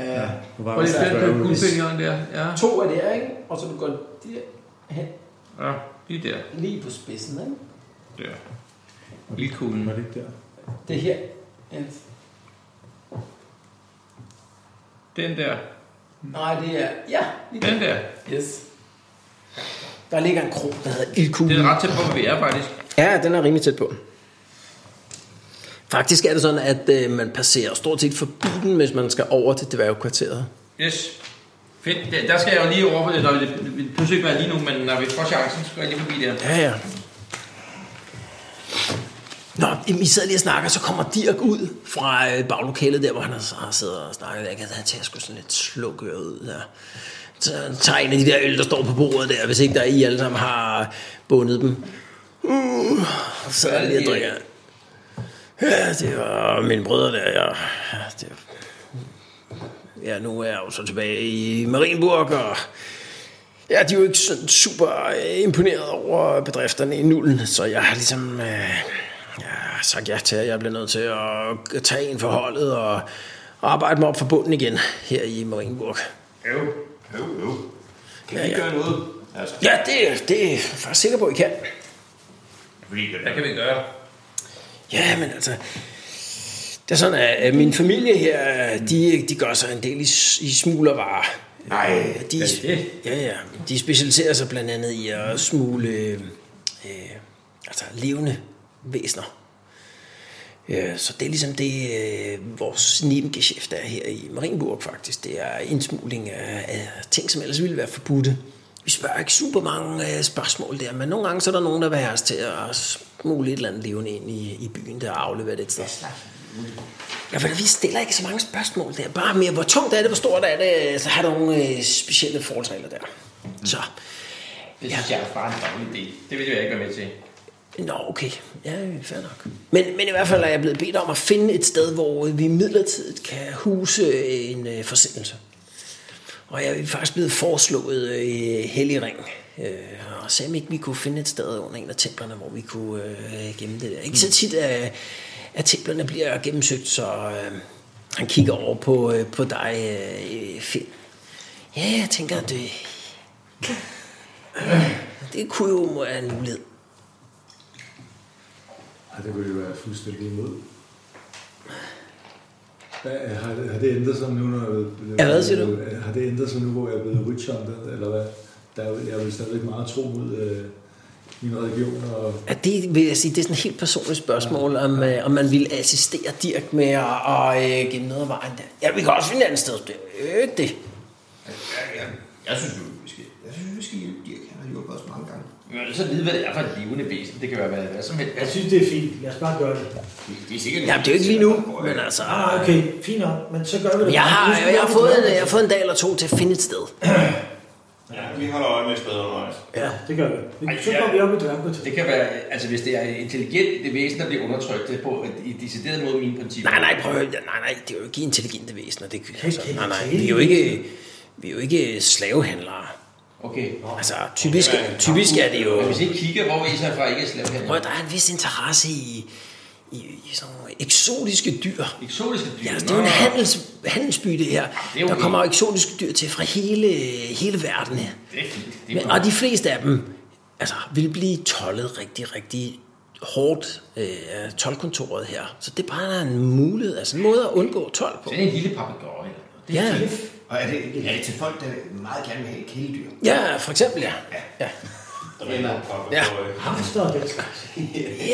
[SPEAKER 2] Øh,
[SPEAKER 10] Ja.
[SPEAKER 5] På vej
[SPEAKER 10] Prøv lige at
[SPEAKER 5] til
[SPEAKER 10] finde på
[SPEAKER 5] Sverige.
[SPEAKER 10] guldpengeren der. Ja.
[SPEAKER 2] To er der, ikke? Og så du går der hen,
[SPEAKER 10] ja, lige der.
[SPEAKER 2] lige på spidsen, ikke?
[SPEAKER 10] Der. Ildkuglen.
[SPEAKER 5] Var det ikke der?
[SPEAKER 2] Det er her. Øh, Ja.
[SPEAKER 10] Den der.
[SPEAKER 2] Nej, det er... Ja, lige
[SPEAKER 10] Den der.
[SPEAKER 2] Yes. Der ligger en krog, der hedder
[SPEAKER 10] Det
[SPEAKER 2] Ildkuglen.
[SPEAKER 10] er ret tæt på, hvor vi er faktisk.
[SPEAKER 2] Ja, den er rimelig tæt på. Faktisk er det sådan, at øh, man passerer stort set forbi den, hvis man skal over til dværgekvarteret.
[SPEAKER 10] Yes. Fedt. Der- Der skal jeg jo lige over, når vi det pludselig ikke være lige nu, men når vi får chancen, så skal jeg lige forbi der.
[SPEAKER 2] Ja, ja. Nå, jamen, I sidder lige og snakker, så kommer Dirk ud fra øh, baglokalet der, hvor han altså har siddet og snakket. Jeg kan han til at skulle sådan lidt slukke øret ud der. Så han tager en af de der øl, der står på bordet der, hvis ikke der I alle sammen har bundet dem. Mm, så er jeg lige og drikker. Ja, det var mine brødre der, ja. Ja, Det... ja, nu er jeg jo så tilbage i Marienburg, og Ja, de er jo ikke sådan super øh, imponeret over bedrifterne i nullen, så jeg har ligesom øh, jeg har sagt ja til, at jeg bliver nødt til at tage en for holdet og arbejde mig op for bunden igen her i Marienburg.
[SPEAKER 4] Øv, øv, øv. Kan
[SPEAKER 2] Ja,
[SPEAKER 4] vi
[SPEAKER 2] ja.
[SPEAKER 4] gøre noget? Altså,
[SPEAKER 2] Ja, det, det er jeg faktisk sikker på, at I kan.
[SPEAKER 4] fordi det
[SPEAKER 10] Hvad
[SPEAKER 4] der.
[SPEAKER 10] kan vi gøre?
[SPEAKER 2] Ja, men altså... Det er sådan, at øh, min familie her, øh, de, de gør sig en del i, s- i smuglervarer. Øh,
[SPEAKER 4] Nej,
[SPEAKER 2] de, ja, ja. De specialiserer sig blandt andet i at smule øh, øh, altså levende væsener. Ja, så det er ligesom det, øh, vores nebengeschæft er her i Marienburg faktisk. Det er indsmugling af, af ting, som ellers ville være forbudte. Vi spørger ikke super mange øh, spørgsmål der, men nogle gange så er der nogen, der vil have os til at smule et eller andet levende ind i, i byen der og aflevere det et sted. Ja, for vi stiller ikke så mange spørgsmål der. Bare mere, hvor tungt er det, hvor stort er det, så har du nogle øh, specielle fortræller der. Så,
[SPEAKER 10] Det synes jeg er bare en dårlig idé. Det vil jeg ikke være med til.
[SPEAKER 2] nå okay, ja, fair nok. Men, men i hvert fald er jeg blevet bedt om at finde et sted, hvor vi midlertidigt kan huse en øh, forsendelse. Og jeg er faktisk blevet foreslået øh, Hellig Ring. Øh, og sagde, om ikke vi kunne finde et sted under en af templerne, hvor vi kunne øh, gemme det der. Ikke så tit, at, at templerne bliver gennemsøgt, så øh, han kigger over på, øh, på dig, øh, Finn. Ja, jeg tænker, at det, det kunne jo være en mulighed.
[SPEAKER 5] Ja, det ville jo være fuldstændig imod. Hvad, er- har, det, har det ændret sig nu, når jeg er blevet...
[SPEAKER 2] Ja, hvad siger du?
[SPEAKER 5] Har det ændret sig nu, hvor jeg er blevet witch hunted, eller hvad? Der er, jo- jeg vil stadigvæk meget tro mod øh, min religion og
[SPEAKER 14] Ja, det vil jeg sige, det er sådan et helt personligt spørgsmål, om, øh, om man vil assistere Dirk med at, at øh, give noget af vejen der. Ja, vi kan også finde et andet sted. Det er jo ikke det.
[SPEAKER 4] Ja, ja. Jeg synes, vi- vi skal, jeg synes, vi skal hjælpe Dirk. Han har hjulpet os mange gange.
[SPEAKER 8] Vi vil så vide, hvad det er for et levende væsen. Det kan være hvad, hvad som helst.
[SPEAKER 3] Jeg
[SPEAKER 8] Altså,
[SPEAKER 3] synes, det er fint. Lad os bare gøre det.
[SPEAKER 8] det- det er sikkert...
[SPEAKER 14] Jamen, det er jo ikke lige nu, men altså... øh,
[SPEAKER 3] Ah, okay. Fint nok. Men så gør vi det.
[SPEAKER 14] Jeg
[SPEAKER 3] Nu skal
[SPEAKER 14] har,
[SPEAKER 3] vi
[SPEAKER 14] jeg har,
[SPEAKER 3] have
[SPEAKER 14] fået, en,
[SPEAKER 3] det.
[SPEAKER 14] jeg har fået en dag eller to til at finde et sted.
[SPEAKER 4] Ja, vi holder øje med stedet undervejs.
[SPEAKER 3] Ja, det gør vi.
[SPEAKER 8] Ej,
[SPEAKER 3] Så
[SPEAKER 8] ja.
[SPEAKER 3] går vi op i dørkvarteret.
[SPEAKER 8] Det kan være, altså hvis det er intelligent det væsen, der bliver undertrykt, det er på et- i decideret mod mine principper.
[SPEAKER 14] Nej, nej, prøv at høre. Nej, nej, det er jo ikke intelligente væsener. Det, altså,
[SPEAKER 3] kan-
[SPEAKER 14] nej, nej,
[SPEAKER 3] kan-
[SPEAKER 14] vi er jo ikke, vi er jo ikke slavehandlere.
[SPEAKER 8] Okay.
[SPEAKER 14] Altså, typisk, typisk er det jo...
[SPEAKER 8] Men hvis I ikke kigger, hvor I så er fra ikke er slavhandler.
[SPEAKER 14] Prøv, at- der er en vis interesse i, i, i sådan nogle eksotiske dyr.
[SPEAKER 8] Eksotiske dyr.
[SPEAKER 14] Ja, altså, det er jo en
[SPEAKER 8] Nå.
[SPEAKER 14] handels, handelsby, det her.
[SPEAKER 8] er jo
[SPEAKER 14] Der kommer
[SPEAKER 8] helt-
[SPEAKER 14] eksotiske dyr til fra hele, hele verden her.
[SPEAKER 8] Det er fint. Det er
[SPEAKER 14] Men,
[SPEAKER 8] fint.
[SPEAKER 14] og de fleste af dem altså, vil blive tollet rigtig, rigtig hårdt øh, af tolkontoret her. Så det er bare en mulighed, altså en måde at undgå tolv på.
[SPEAKER 8] Det er en lille papegøje. eller noget. Det
[SPEAKER 14] Ja,
[SPEAKER 8] er
[SPEAKER 19] Og er det, er det til folk, der meget gerne vil have et kæledyr?
[SPEAKER 14] ja for eksempel, ja. ja.
[SPEAKER 19] Eller
[SPEAKER 14] Ja.
[SPEAKER 3] Hamster og den slags.
[SPEAKER 14] Ja,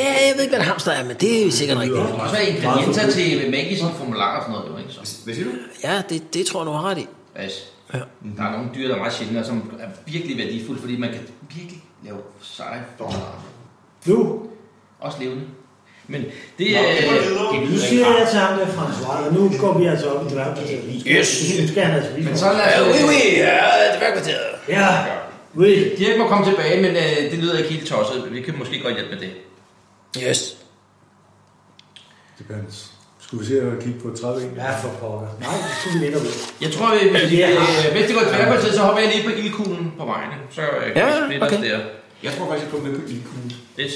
[SPEAKER 14] jeg ved ikke, hvad en hamster er, men det er sikkert rigtigt.
[SPEAKER 8] Det kan også være ingredienser til magiske formularer og sådan noget, jo, ikke? Så.
[SPEAKER 19] Hvad siger du?
[SPEAKER 14] Ja, det, det tror jeg, du har ret i.
[SPEAKER 8] Pas. Der er nogle dyr, der er meget sjældne, og som er virkelig værdifulde, fordi man kan virkelig lave seje formularer.
[SPEAKER 3] Nu,
[SPEAKER 8] Også levende. Men det øh,
[SPEAKER 4] Nå,
[SPEAKER 8] er...
[SPEAKER 4] det går videre.
[SPEAKER 8] det
[SPEAKER 3] nu
[SPEAKER 8] lyder
[SPEAKER 3] siger
[SPEAKER 8] ikke
[SPEAKER 3] jeg til ham der, François, og nu går vi altså op i dørkvarteret.
[SPEAKER 8] Yes.
[SPEAKER 3] Nu skal han altså lige.
[SPEAKER 8] Men så lad os...
[SPEAKER 14] Oui, oui, ja, det var kvarteret.
[SPEAKER 3] Ja, ved I.
[SPEAKER 8] Dirk må komme tilbage, men øh, det lyder ikke helt tosset. Vi kan måske godt hjælpe med det.
[SPEAKER 14] Yes.
[SPEAKER 5] depends. Skulle vi se at kigge på et træben?
[SPEAKER 3] Ja, for pokker. Nej, det skulle vi netop ikke.
[SPEAKER 8] Jeg tror, vi, hvis,
[SPEAKER 3] Ja.
[SPEAKER 8] øh, hvis det går tværkvarteret, så hopper jeg lige på ildkuglen på vejen. Så øh, kan
[SPEAKER 2] Ja,
[SPEAKER 8] vi splitte os
[SPEAKER 2] okay.
[SPEAKER 8] der.
[SPEAKER 7] Jeg tror faktisk, jeg kom med på ildkuglen.
[SPEAKER 8] Yes.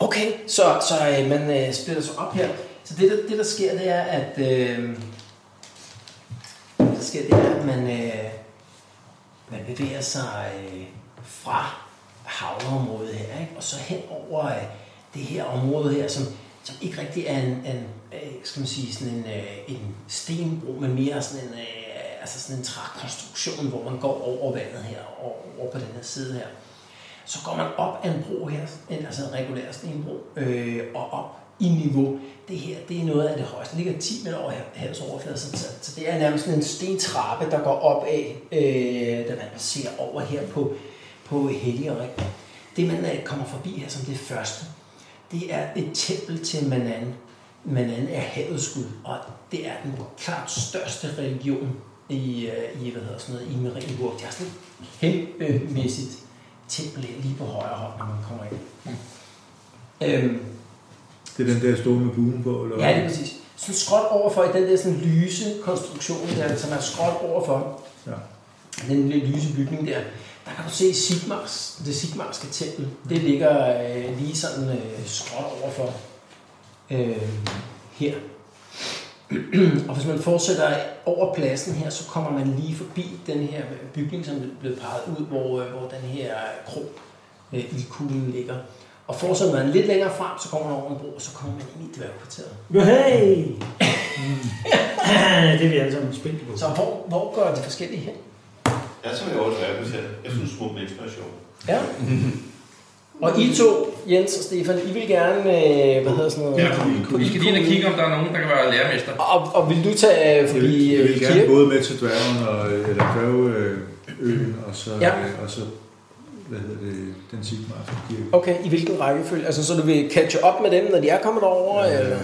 [SPEAKER 2] Okay, så, så øh, man øh, splitter sig op her. Så det, der, det, der sker, det er, at... Øh, det, der sker, det er, at man, øh, man bevæger sig øh, fra havneområdet her, ikke? og så hen over øh, det her område her, som, som ikke rigtig er en, en øh, skal man sige, sådan en, øh, en stenbro, men mere sådan en, øh, altså sådan en trækonstruktion, hvor man går over vandet her, og over på den her side her. Så går man op ad en bro her, en- altså en regulær stenbro, øh, og op i niveau. Det her, det er noget af det højeste. Det ligger 10 meter over hav- havets overflade, så, så, så det er nærmest sådan en stentrappe, der går op af, øh, da man ser over her på, på Helligånd. Det, man øh, kommer forbi her som det første, det er et tempel til Manan. Manan er havets gud, og det er den klart største religion i, øh, i hvad hedder sådan noget, i Marienburg. Det er sådan øh, et kæmpemæssigt tempel her lige på højre hånd, når man kommer ind. Øhm,
[SPEAKER 5] Det er den der stående med buen på, eller
[SPEAKER 2] ja, det er præcis. Så skråt overfor i den der sådan lyse konstruktion, der, som er skråt overfor,
[SPEAKER 5] Ja.
[SPEAKER 2] den lille lyse bygning der, der kan du se Sigmars, det Sigmarske tempel. Det ligger øh, lige sådan øh, skråt overfor øh, her. og hvis man fortsætter over pladsen her, så kommer man lige forbi den her bygning, som blev peget ud, hvor, øh, hvor den her krog øh, i kuglen ligger. Og fortsætter man lidt længere frem, så kommer man over en bro, og så kommer man ind i dværgkvarteret.
[SPEAKER 3] Jo, hey! Ja, det er vi alle sammen spændt på.
[SPEAKER 2] Så hvor, hvor gør de forskellige hen?
[SPEAKER 4] Jeg tager jo også verden til. Jeg synes, det er inspiration.
[SPEAKER 2] Ja. Og I to, Jens og Stefan, I vil gerne, øh, hvad hedder sådan noget?
[SPEAKER 4] Ja, kom i
[SPEAKER 2] på
[SPEAKER 8] Vi skal lige ind og
[SPEAKER 2] ildkuglen.
[SPEAKER 8] kigge, om der er nogen, der kan være lærermester.
[SPEAKER 2] Og, og vil du tage øh,
[SPEAKER 5] Jeg vil,
[SPEAKER 2] forbi
[SPEAKER 5] jeg
[SPEAKER 2] øh,
[SPEAKER 5] vil gerne
[SPEAKER 2] kirke?
[SPEAKER 5] både med til dværgen og øh, eller dværgeøen, og så,
[SPEAKER 2] Ja.
[SPEAKER 5] øh, og så hvad hedder det, den Sigmarske kirke.
[SPEAKER 2] Okay, i hvilken rækkefølge? Altså, så du vil catche op med dem, når de er kommet over? Øh. Eller?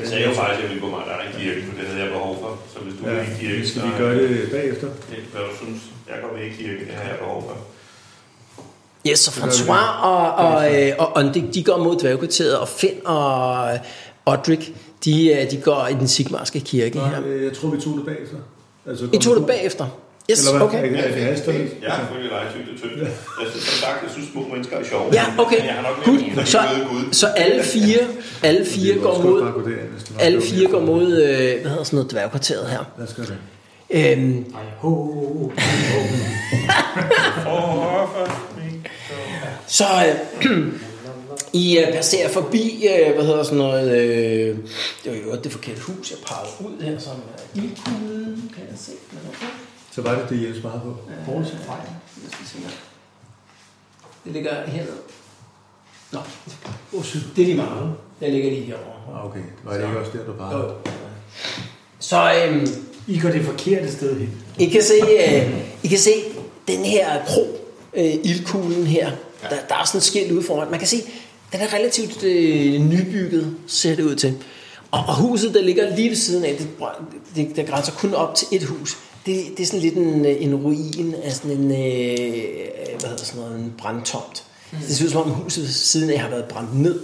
[SPEAKER 4] Jeg sagde jo faktisk, at jeg ville gå meget der er en kirke, for det havde jeg behov for. Så hvis du vil i
[SPEAKER 5] Ja,
[SPEAKER 4] kirke,
[SPEAKER 5] skal
[SPEAKER 4] så-
[SPEAKER 5] vi gøre det bagefter?
[SPEAKER 4] Det, hvad du synes, jeg går med i kirke, det har jeg behov for.
[SPEAKER 14] Yes, så
[SPEAKER 5] gør vi.
[SPEAKER 14] François og, og, øh, og Ondik, de går mod dværgkvarteret, og Finn og øh, Odrik, de, øh, de går i den sigmarske kirke
[SPEAKER 5] Nej,
[SPEAKER 14] her.
[SPEAKER 5] øh, jeg tror, vi tog det bagefter. Altså,
[SPEAKER 14] I tog det
[SPEAKER 5] kom-
[SPEAKER 14] bagefter? Yes,
[SPEAKER 5] Eller hvad?
[SPEAKER 14] okay.
[SPEAKER 5] Er det- Er det haster lidt?
[SPEAKER 4] Jeg er følge dig tygt og tyndt. Jeg synes, som sagt, jeg synes, små mennesker er sjove.
[SPEAKER 14] Ja, okay.
[SPEAKER 4] Men jeg har nok
[SPEAKER 14] Gud,
[SPEAKER 4] mere
[SPEAKER 14] så, så alle fire, alle fire går mod, alle fire går mod, øh, hvad hedder sådan noget, dværgkvarteret her.
[SPEAKER 5] Lad os gøre det.
[SPEAKER 14] Øhm,
[SPEAKER 3] Ej, ho, ho, ho.
[SPEAKER 14] så øh, I øh, passerer forbi, øh, hvad hedder sådan noget, øh, det var jo det forkerte hus, jeg pegede ud her, som er ildkuglen, kan jeg se. Men okay.
[SPEAKER 7] Øh,
[SPEAKER 5] Så var det det, Jens meget på.
[SPEAKER 3] Poulsen fejl.
[SPEAKER 14] Jeg skal se her.
[SPEAKER 2] Det ligger hernede. Nå, oh, syd. det er lige meget. Den ligger lige herovre.
[SPEAKER 5] Ah, okay. Var det ikke også der, du bare...
[SPEAKER 2] Jo. Så øhm,
[SPEAKER 3] I går det forkerte sted hen.
[SPEAKER 2] I kan se, øh, I kan se den her kro, øh, ildkuglen her. Der, der er sådan et skilt ude foran. Man kan se, den er relativt øh, nybygget, ser det ud til. Og, og huset, der ligger lige ved siden af, det, det, det grænser kun op til et hus. Det, det er sådan lidt en, øh, en ruin af sådan en, øh, hvad hedder sådan noget, en brandtomt. Det ser ud som om huset ved siden af har været brændt ned.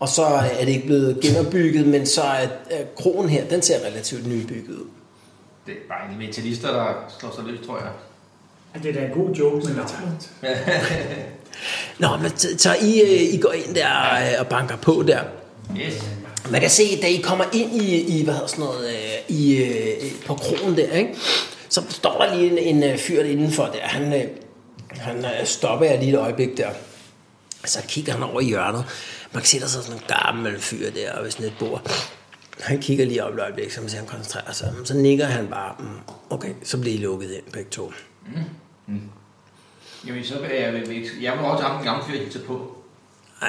[SPEAKER 2] Og så er det ikke blevet genopbygget, men så er, er kronen her, den ser relativt nybygget ud.
[SPEAKER 8] Det er bare en metalister, der slår sig løs, tror jeg.
[SPEAKER 3] Det er da en god joke, men navnet.
[SPEAKER 2] Nå, men t- så I, øh, I går ind der øh, og banker på der.
[SPEAKER 8] Yes.
[SPEAKER 2] Man kan se, da I kommer ind i, i hvad hedder sådan noget, øh, i, øh, på kronen der, ikke? så står der lige en, en øh, fyr indenfor der. Han, øh, han øh, stopper jer lige et øjeblik der. Så kigger han over i hjørnet. Man kan se, der sidder sådan en gammel fyr der ved sådan et bord. Han kigger lige op et øjeblik, så man ser, han koncentrerer sig. Så nikker han bare, "Mm, okay, så bliver I lukket ind begge to.
[SPEAKER 8] Jamen, så vil jeg, vil, vil, jeg vil også have den gamle fyr hilse på.
[SPEAKER 2] Ja,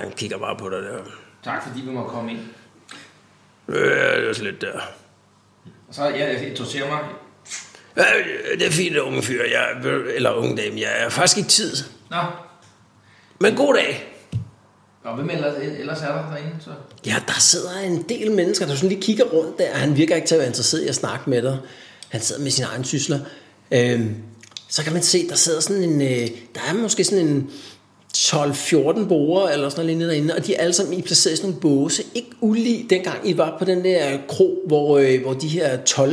[SPEAKER 2] han kigger bare på dig der.
[SPEAKER 8] Tak, fordi vi må komme ind.
[SPEAKER 2] Øh, det var så lidt der.
[SPEAKER 8] Og så ja, jeg interesserer mig.
[SPEAKER 2] Øh, det er fint, unge fyr, jeg, eller unge dame, jeg er faktisk ikke tid.
[SPEAKER 8] Nå,
[SPEAKER 2] Men god dag.
[SPEAKER 8] og hvem ellers, ellers er der derinde? Så?
[SPEAKER 2] Ja, der sidder en del mennesker, der sådan lige kigger rundt der. Han virker ikke til at være interesseret i at snakke med dig. Han sidder med sine egne sysler. Øhm, så kan man se, der sidder sådan en... Øh, der er måske sådan en 12-14 borgere eller sådan noget lignende derinde, og de er alle sammen i placeret i sådan nogle båse. Ikke ulig dengang I var på den der kro, hvor, øh, hvor de her 12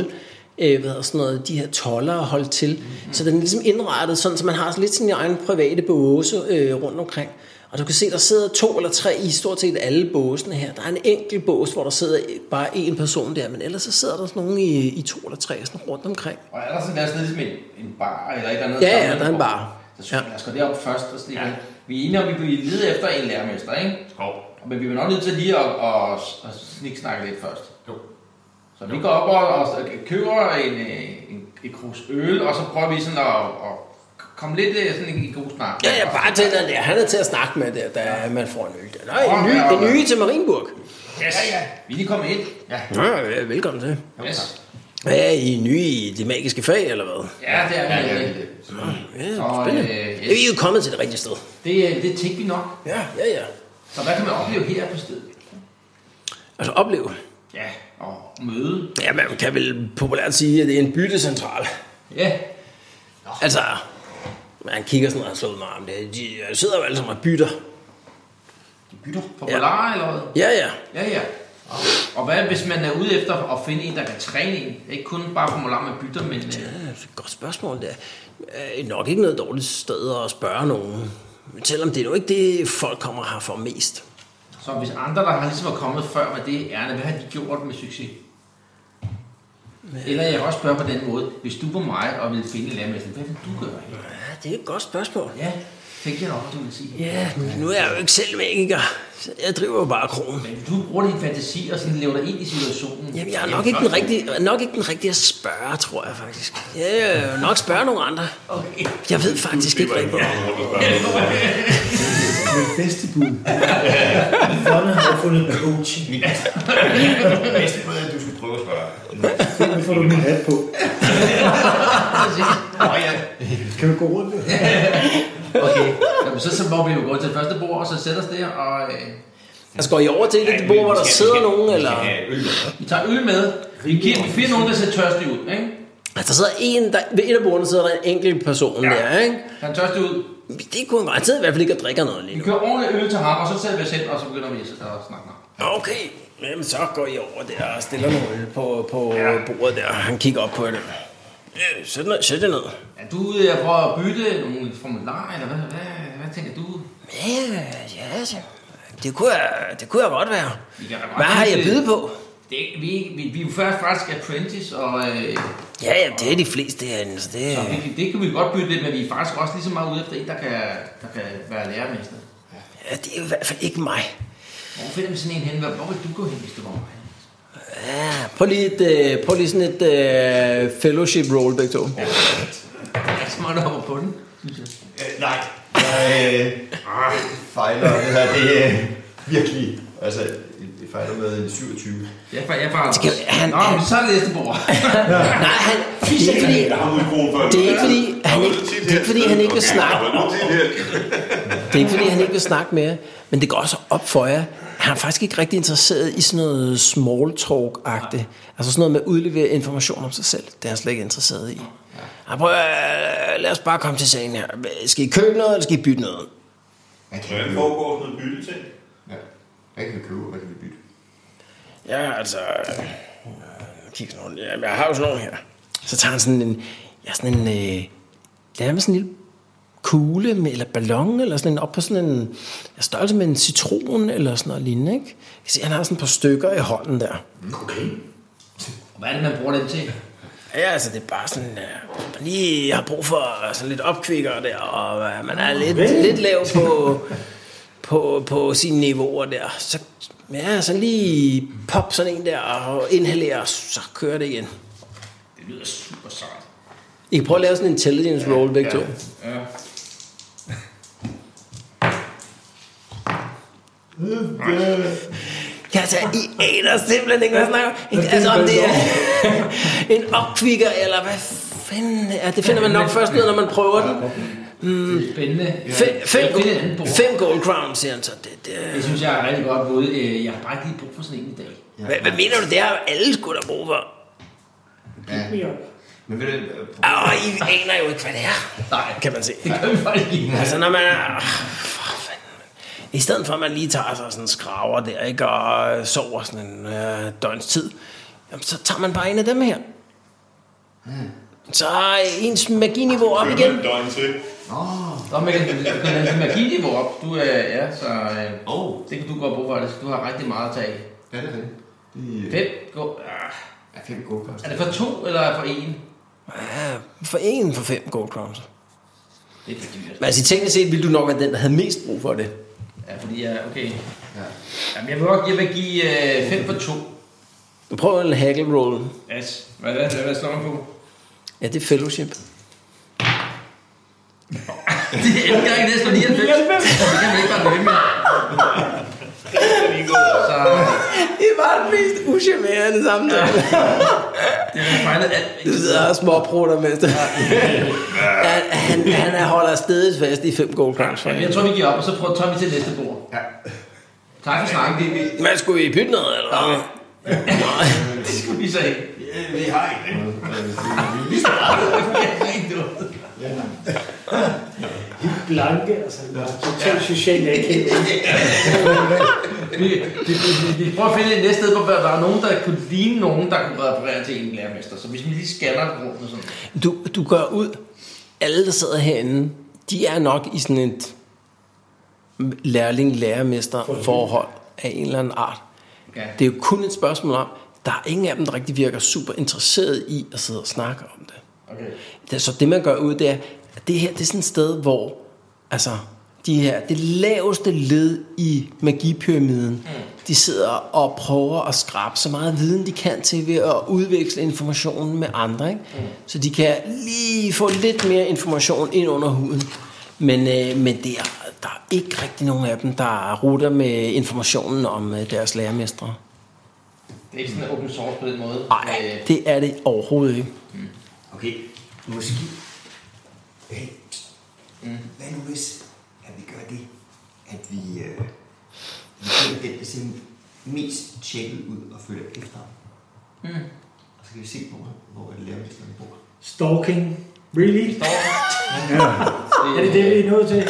[SPEAKER 2] øh, hvad hedder sådan noget, de her toller holdt til. Mm-hmm. Så den er ligesom indrettet sådan, så man har lidt sin egen private båse øh, rundt omkring. Og du kan se, der sidder to eller tre i stort set alle båsene her. Der er en enkelt bås, hvor der sidder bare én person der, men ellers så sidder der sådan nogen i, i to eller tre sådan rundt omkring.
[SPEAKER 8] Og er der sådan, der er sådan lidt ligesom en, en bar eller et eller andet?
[SPEAKER 2] Ja, ja, der er en bar.
[SPEAKER 8] Så synes jeg, lad os gå derop først og stikke ja. Vi er enige om, at vi bliver lede efter en lærermester, ikke? Skov. Men vi er nok nødt til lige at, at, at sniksnakke lidt først. Jo. Så vi går op og, og køber en, øh, en, en krus øl, og så prøver vi sådan at, at komme lidt øh, sådan en, en god snak.
[SPEAKER 2] Ja, ja, bare til den der. Han er til at snakke med der, da man får en øl. Der er en ny, det nye til Marienburg.
[SPEAKER 8] Yes. Ja, ja. Vi er lige kommet ind. Ja.
[SPEAKER 2] Ja, velkommen til.
[SPEAKER 8] Yes.
[SPEAKER 2] Ja, I er nye i det magiske fag, eller hvad?
[SPEAKER 8] Ja, det er vi. Ja,
[SPEAKER 2] Ja,
[SPEAKER 8] Og,
[SPEAKER 2] spændende.
[SPEAKER 8] øh,
[SPEAKER 2] Ja, vi er jo kommet til det rigtige sted.
[SPEAKER 8] det, øh, det tænkte vi nok.
[SPEAKER 2] Ja, ja, ja.
[SPEAKER 8] Så hvad kan man opleve her på stedet?
[SPEAKER 2] Altså opleve.
[SPEAKER 8] Ja, og møde.
[SPEAKER 2] Ja, man kan vel populært sige, at det er en byttecentral.
[SPEAKER 8] Ja,
[SPEAKER 2] Altså, man kigger sådan, og han slår ud med armen. Det- De øh, sidder jo alle sammen og bytter.
[SPEAKER 8] de bytter på polar ja. eller hvad?
[SPEAKER 2] Ja, ja.
[SPEAKER 8] Ja, ja. Og, og hvad hvis man er ude efter at finde en, der kan træne en? Ikke kun bare på polar, man bytter, men... Øh,
[SPEAKER 2] Ja, det er et godt spørgsmål, der. Er Øh, nok ikke noget dårligt sted at spørge nogen. Men Selvom det er jo ikke det, folk kommer her for mest.
[SPEAKER 8] så hvis andre, der har ligesom er kommet før med det ærne, hvad har de gjort med succes? Eller jeg kan også spørge på den måde, hvis du var mig og ville finde lærermesteren, hvad vil du gøre her?
[SPEAKER 2] Ja, det er et godt spørgsmål.
[SPEAKER 8] Ja, tænkte jeg nok, du ville sige.
[SPEAKER 2] Ja, nu er jeg jo ikke selv magiker. så Jeg driver jo bare kronen.
[SPEAKER 8] Men du bruger din fantasi og sådan lever dig ind i situationen.
[SPEAKER 2] Jamen, jeg er nok ikke, den rigtige, nok ikke den rigtige at spørge, tror jeg faktisk. Jeg er jo nok spørge nogle andre.
[SPEAKER 8] Okay.
[SPEAKER 2] Jeg ved faktisk ikke rigtigt.
[SPEAKER 5] Men bedste bud.
[SPEAKER 3] Fondet har fundet coaching.
[SPEAKER 7] Næste måde er, at du skulle prøve at spørge.
[SPEAKER 5] Nu får du min hat på.
[SPEAKER 7] Nå ja,
[SPEAKER 5] Kan du gå rundt?
[SPEAKER 8] Okay, Jamen, så, så må vi jo gå til første bord, og så sætter os der, og øh,
[SPEAKER 2] Altså, går I over til et af de bord, hvor der sidder nogen, eller?
[SPEAKER 8] vi tager øl med. Vi, giver, vi finder nogen, der ser tørstig ud, ikke?
[SPEAKER 2] Altså, der sidder en, der, ved et af bordene sidder der en enkelt person ja. der, ikke?
[SPEAKER 8] Han er tørstig ud.
[SPEAKER 2] Det kunne han godt. Han sidder i hvert fald ikke og drikker noget lige
[SPEAKER 8] Vi
[SPEAKER 2] nu.
[SPEAKER 8] kører ordentligt øl til ham, og så sætter vi os hen, og så begynder vi at at snakke.
[SPEAKER 2] Okay, Jamen, så går I over der og stiller noget på, på ja. bordet der. Han kigger op på det. Ja, Sæt, ned, sæt det ned.
[SPEAKER 8] Er du ude at prøve at bytte nogle formularer, eller hvad, hvad, hvad tænker du?
[SPEAKER 2] Ja, ja, så. det kunne, jeg, det kunne jeg godt øh, være.
[SPEAKER 8] Vi kan da godt
[SPEAKER 2] Hvad har jeg
[SPEAKER 8] bytte-
[SPEAKER 2] at byde på?
[SPEAKER 8] Det, er ikke- vi, vi, vi er jo først faktisk apprentice, og øh,
[SPEAKER 2] Ja, jamen, det er de fleste herinde, så det...
[SPEAKER 8] så vi, det kan vi godt bytte lidt, men vi er faktisk også lige så meget ude efter en, der kan, der kan være lærermester.
[SPEAKER 2] Ja, det er i hvert fald ikke mig.
[SPEAKER 8] Hvor finder vi sådan en hen? Hvor hvor vil du gå hen, hvis du var mig?
[SPEAKER 2] Ja, prøv lige, et, øh, prøv lige sådan et øh, fellowship roll begge to.
[SPEAKER 8] altså Jeg smager over på den, synes jeg.
[SPEAKER 7] øh, nej. Jeg, øh,
[SPEAKER 4] Ah.
[SPEAKER 7] fejler, det her, det er virkelig, altså, det fejler med en 27.
[SPEAKER 8] Jeg får, jeg får...
[SPEAKER 2] Skal- han-
[SPEAKER 8] Nå, men så er det næste bord.
[SPEAKER 2] Nej, han, det er ikke fordi,
[SPEAKER 4] Jeg har udbrugen for
[SPEAKER 2] det er ikke fordi, han ikke, det er ikke fordi, han ikke vil snakke. Det er ikke fordi, han ikke vil snakke mere, men det går også op for jer. Han er faktisk ikke rigtig interesseret i sådan noget small talk-agtigt. Altså sådan noget med at udlevere information om sig selv. Det er han slet ikke interesseret i. Han prøver, lad os bare komme til sagen her. Skal I købe noget, eller skal I bytte noget?
[SPEAKER 7] Hvad kan vi
[SPEAKER 4] Hvordan
[SPEAKER 7] købe?
[SPEAKER 4] foregår sådan noget bytteting?
[SPEAKER 7] Ja. Hvad kan vi købe, og hvad kan vi bytte?
[SPEAKER 2] Ja, altså... øh, Kig sådan nogle, jamen, jeg har jo sådan nogle her. Så tager han sådan en... Ja, sådan en... Øh, det er med sådan en lille kugle med, eller ballon, eller sådan en, op på sådan en ja, størrelse med en citron, eller sådan noget lignende, ikke? Jeg kan se, han har sådan et par stykker i hånden der.
[SPEAKER 8] Hvad er det, man bruger den til?
[SPEAKER 2] Ja, altså, det er bare sådan, øh, man lige har brug for øh, sådan lidt opkvikker der, og øh, man er lidt, lidt lav på, på, på sine niveauer der. Så, ja, så lige pop sådan en der, og inhalere, så kører det igen.
[SPEAKER 8] Det lyder super sejt.
[SPEAKER 2] I kan prøve at lave sådan en intelligence roll begge to.
[SPEAKER 8] Ja.
[SPEAKER 2] Ja, altså, I aner simpelthen ikke, hvad jeg snakker om. Altså, om det er en opkvikker, eller hvad fanden er det? finder man nok først ud, af, når man prøver den.
[SPEAKER 8] Spændende.
[SPEAKER 2] Fem, fem,
[SPEAKER 8] Jeg finder et andet bord.
[SPEAKER 2] fem gold crowns, siger han så. Det, det,
[SPEAKER 8] Det synes jeg er rigtig godt både. Øh, Jeg har bare ikke lige brug for sådan en i dag.
[SPEAKER 2] Hvad, hvad mener du, det har alle sgu da brug for?
[SPEAKER 7] Men ved du,
[SPEAKER 2] Og I aner jo ikke, hvad det er,
[SPEAKER 8] Nej,
[SPEAKER 2] kan man se.
[SPEAKER 8] det gør vi faktisk ikke.
[SPEAKER 2] Altså, når man er... ah, for fanden, mand. I stedet for, at man lige tager sig sådan en skraver der, ikke, og øh, sover sådan en øh, døgns tid, jamen, så tager man bare en af dem her. Hmm. Så er ens maginiveau op igen.
[SPEAKER 4] en døgn til.
[SPEAKER 8] Nå, men men din maginiveau op, du er, ja, så øh,
[SPEAKER 7] Åh.
[SPEAKER 8] det kan du godt bruge for, altså, du har rigtig meget at tage af.
[SPEAKER 7] Ja, det er det. Det
[SPEAKER 8] Fem, gå, ah,
[SPEAKER 7] er fem gode koster.
[SPEAKER 8] er det for to eller for en?
[SPEAKER 2] Ja, for en for fem gold crowns.
[SPEAKER 8] Det er for dyrt.
[SPEAKER 2] Men altså, teknisk set ville du nok være den, der havde mest brug for det.
[SPEAKER 8] Ja, fordi jeg, okay. Jamen, jeg vil godt jeg vil give øh, fem for to.
[SPEAKER 2] Du prøver en haggle roll.
[SPEAKER 8] Yes. Hvad, hvad, hvad, hvad slår man på?
[SPEAKER 2] Ja, det er fellowship.
[SPEAKER 8] Det er ikke engang næsten 99. Det kan man ikke bare blive med. Så
[SPEAKER 2] Det var den mest uschammerende samtale.
[SPEAKER 8] det er fejlet alt.
[SPEAKER 2] Du sidder og småprutter, mens det han, han, han holder stedet fast i fem gold crowns.
[SPEAKER 8] Jamen, jeg tror, vi giver op, og så prøver, tager vi til næste bord. Ja. Tak for snakken, det er vi.
[SPEAKER 2] Hvad, skulle I bytte noget, eller hvad?
[SPEAKER 8] Det skulle vi så ikke.
[SPEAKER 7] Vi har ikke det.
[SPEAKER 3] Blanke, altså. Ja. Totalt socialt akavet.
[SPEAKER 8] Vi, vi, vi, vi, vi prøver at finde et næste sted, hvor der er nogen, der kunne ligne nogen, der kunne reparere til en lærermester. Så hvis vi lige scanner rundt og sådan
[SPEAKER 2] Du, du går ud. Alle, der sidder herinde, de er nok i sådan et lærling-lærermester-forhold af en eller anden art.
[SPEAKER 8] Ja.
[SPEAKER 2] Det er jo kun et spørgsmål om, der er ingen af dem, der rigtig virker super interesseret i at sidde og snakke om det.
[SPEAKER 8] Okay.
[SPEAKER 2] Det- Så det man gør ud, det er, at det her det er sådan et sted, hvor altså, de her, det laveste led i magipyramiden, mm. de sidder og prøver at skrabe så meget viden de kan til ved at udveksle informationen med andre. Ikke? Mm. Så de kan lige få lidt mere information ind under huden. Men, øh, men det er, der er ikke rigtig nogen af dem, der rutter med informationen om øh, deres lærermestre.
[SPEAKER 8] Det er ikke sådan open source på den måde. Øh,
[SPEAKER 2] Nej, det er det overhovedet ikke.
[SPEAKER 7] Okay, måske. Hey. Hvad nu hvis, at vi gør det, at vi, øh, vi finder den, der ser mest tjekket ud og følger efter ham. Og så kan vi se, hvor, hvor lærermesteren bor.
[SPEAKER 3] Stalking. Really? Er det det, vi er nået til?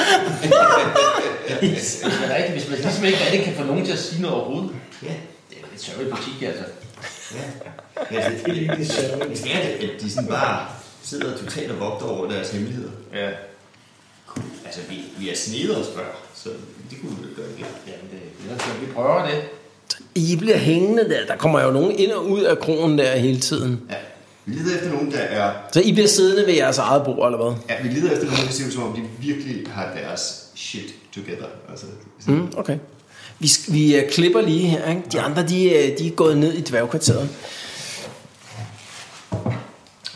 [SPEAKER 8] Hvis man, ikke, hvis man ligesom ikke rigtig kan få nogen til at sige noget overhovedet,
[SPEAKER 7] Ja,
[SPEAKER 8] det er lidt sørgelig politik, altså.
[SPEAKER 7] ja. Men altså, det er ikke det Hvis det er det, at de sådan bare sidder totalt og vogter over deres hemmeligheder.
[SPEAKER 8] Ja.
[SPEAKER 7] Altså, vi, vi er snedet os før, så det kunne vi jo gøre igen.
[SPEAKER 8] Jamen, det, det er, så vi prøver det.
[SPEAKER 2] I bliver hængende der. Der kommer jo nogen ind og ud af krogen der hele tiden.
[SPEAKER 7] Ja. Vi leder efter nogen, der er
[SPEAKER 2] Så I bliver siddende ved jeres eget bord, eller hvad?
[SPEAKER 7] Ja, vi leder efter nogen, der ser ud som om, de virkelig har deres shit together. Altså, mm.
[SPEAKER 2] Mm, okay. Vi, sk- vi øh, klipper lige her, ikke? De andre, de, øh, de er gået ned i dværgkvarteret.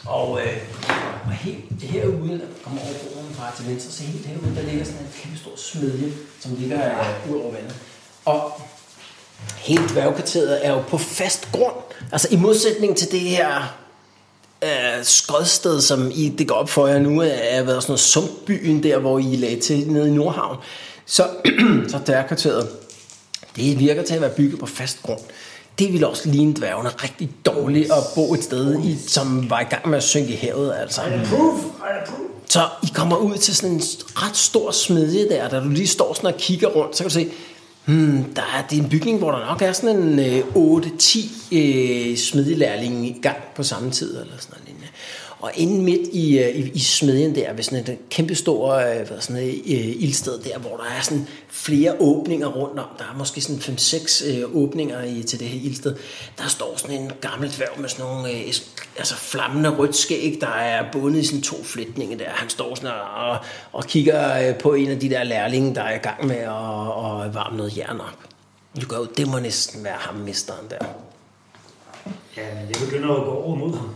[SPEAKER 2] Og øh, helt herude, der kommer over broen fra til venstre, så helt herude, der ligger sådan en kæmpe stor smedje, som ligger øh, ud over vandet. Og hele dværgkvarteret er jo på fast grund. Altså i modsætning til det her øh, skodsted, som I, det går op for jer nu, er været sådan noget sumpbyen der, hvor I lagde til nede i Nordhavn. Så, så dværgkvarteret, det virker til at være bygget på fast grund. Det ville også ligne dværgene rigtig dårligt at bo et sted, i, som var i gang med at synke i havet. Altså. Så I kommer ud til sådan en ret stor smedje der, da du lige står sådan og kigger rundt, så kan du se, hmm, der er, det er en bygning, hvor der nok er sådan en øh, 8-10 øh, smedelærlinge i gang på samme tid, eller sådan noget lignende. Og inde midt i, øh, i, i smedjen der, ved sådan et kæmpe stor øh, hvad sådan et, øh, ildsted der, hvor der er sådan flere åbninger rundt om. Der er måske sådan 5-6 øh, åbninger i, til det her ildsted. Der står sådan en gammel dværg med sådan nogle øh, es- altså flammende rødt skæg, der er bundet i sådan to flætninge der. Han står sådan og, og, og kigger øh, på en af de der lærlinge, der er i gang med at og varme noget jern op. Du gør jo, det må næsten være ham, mesteren der.
[SPEAKER 3] Ja, men jeg begynder at gå over mod ham.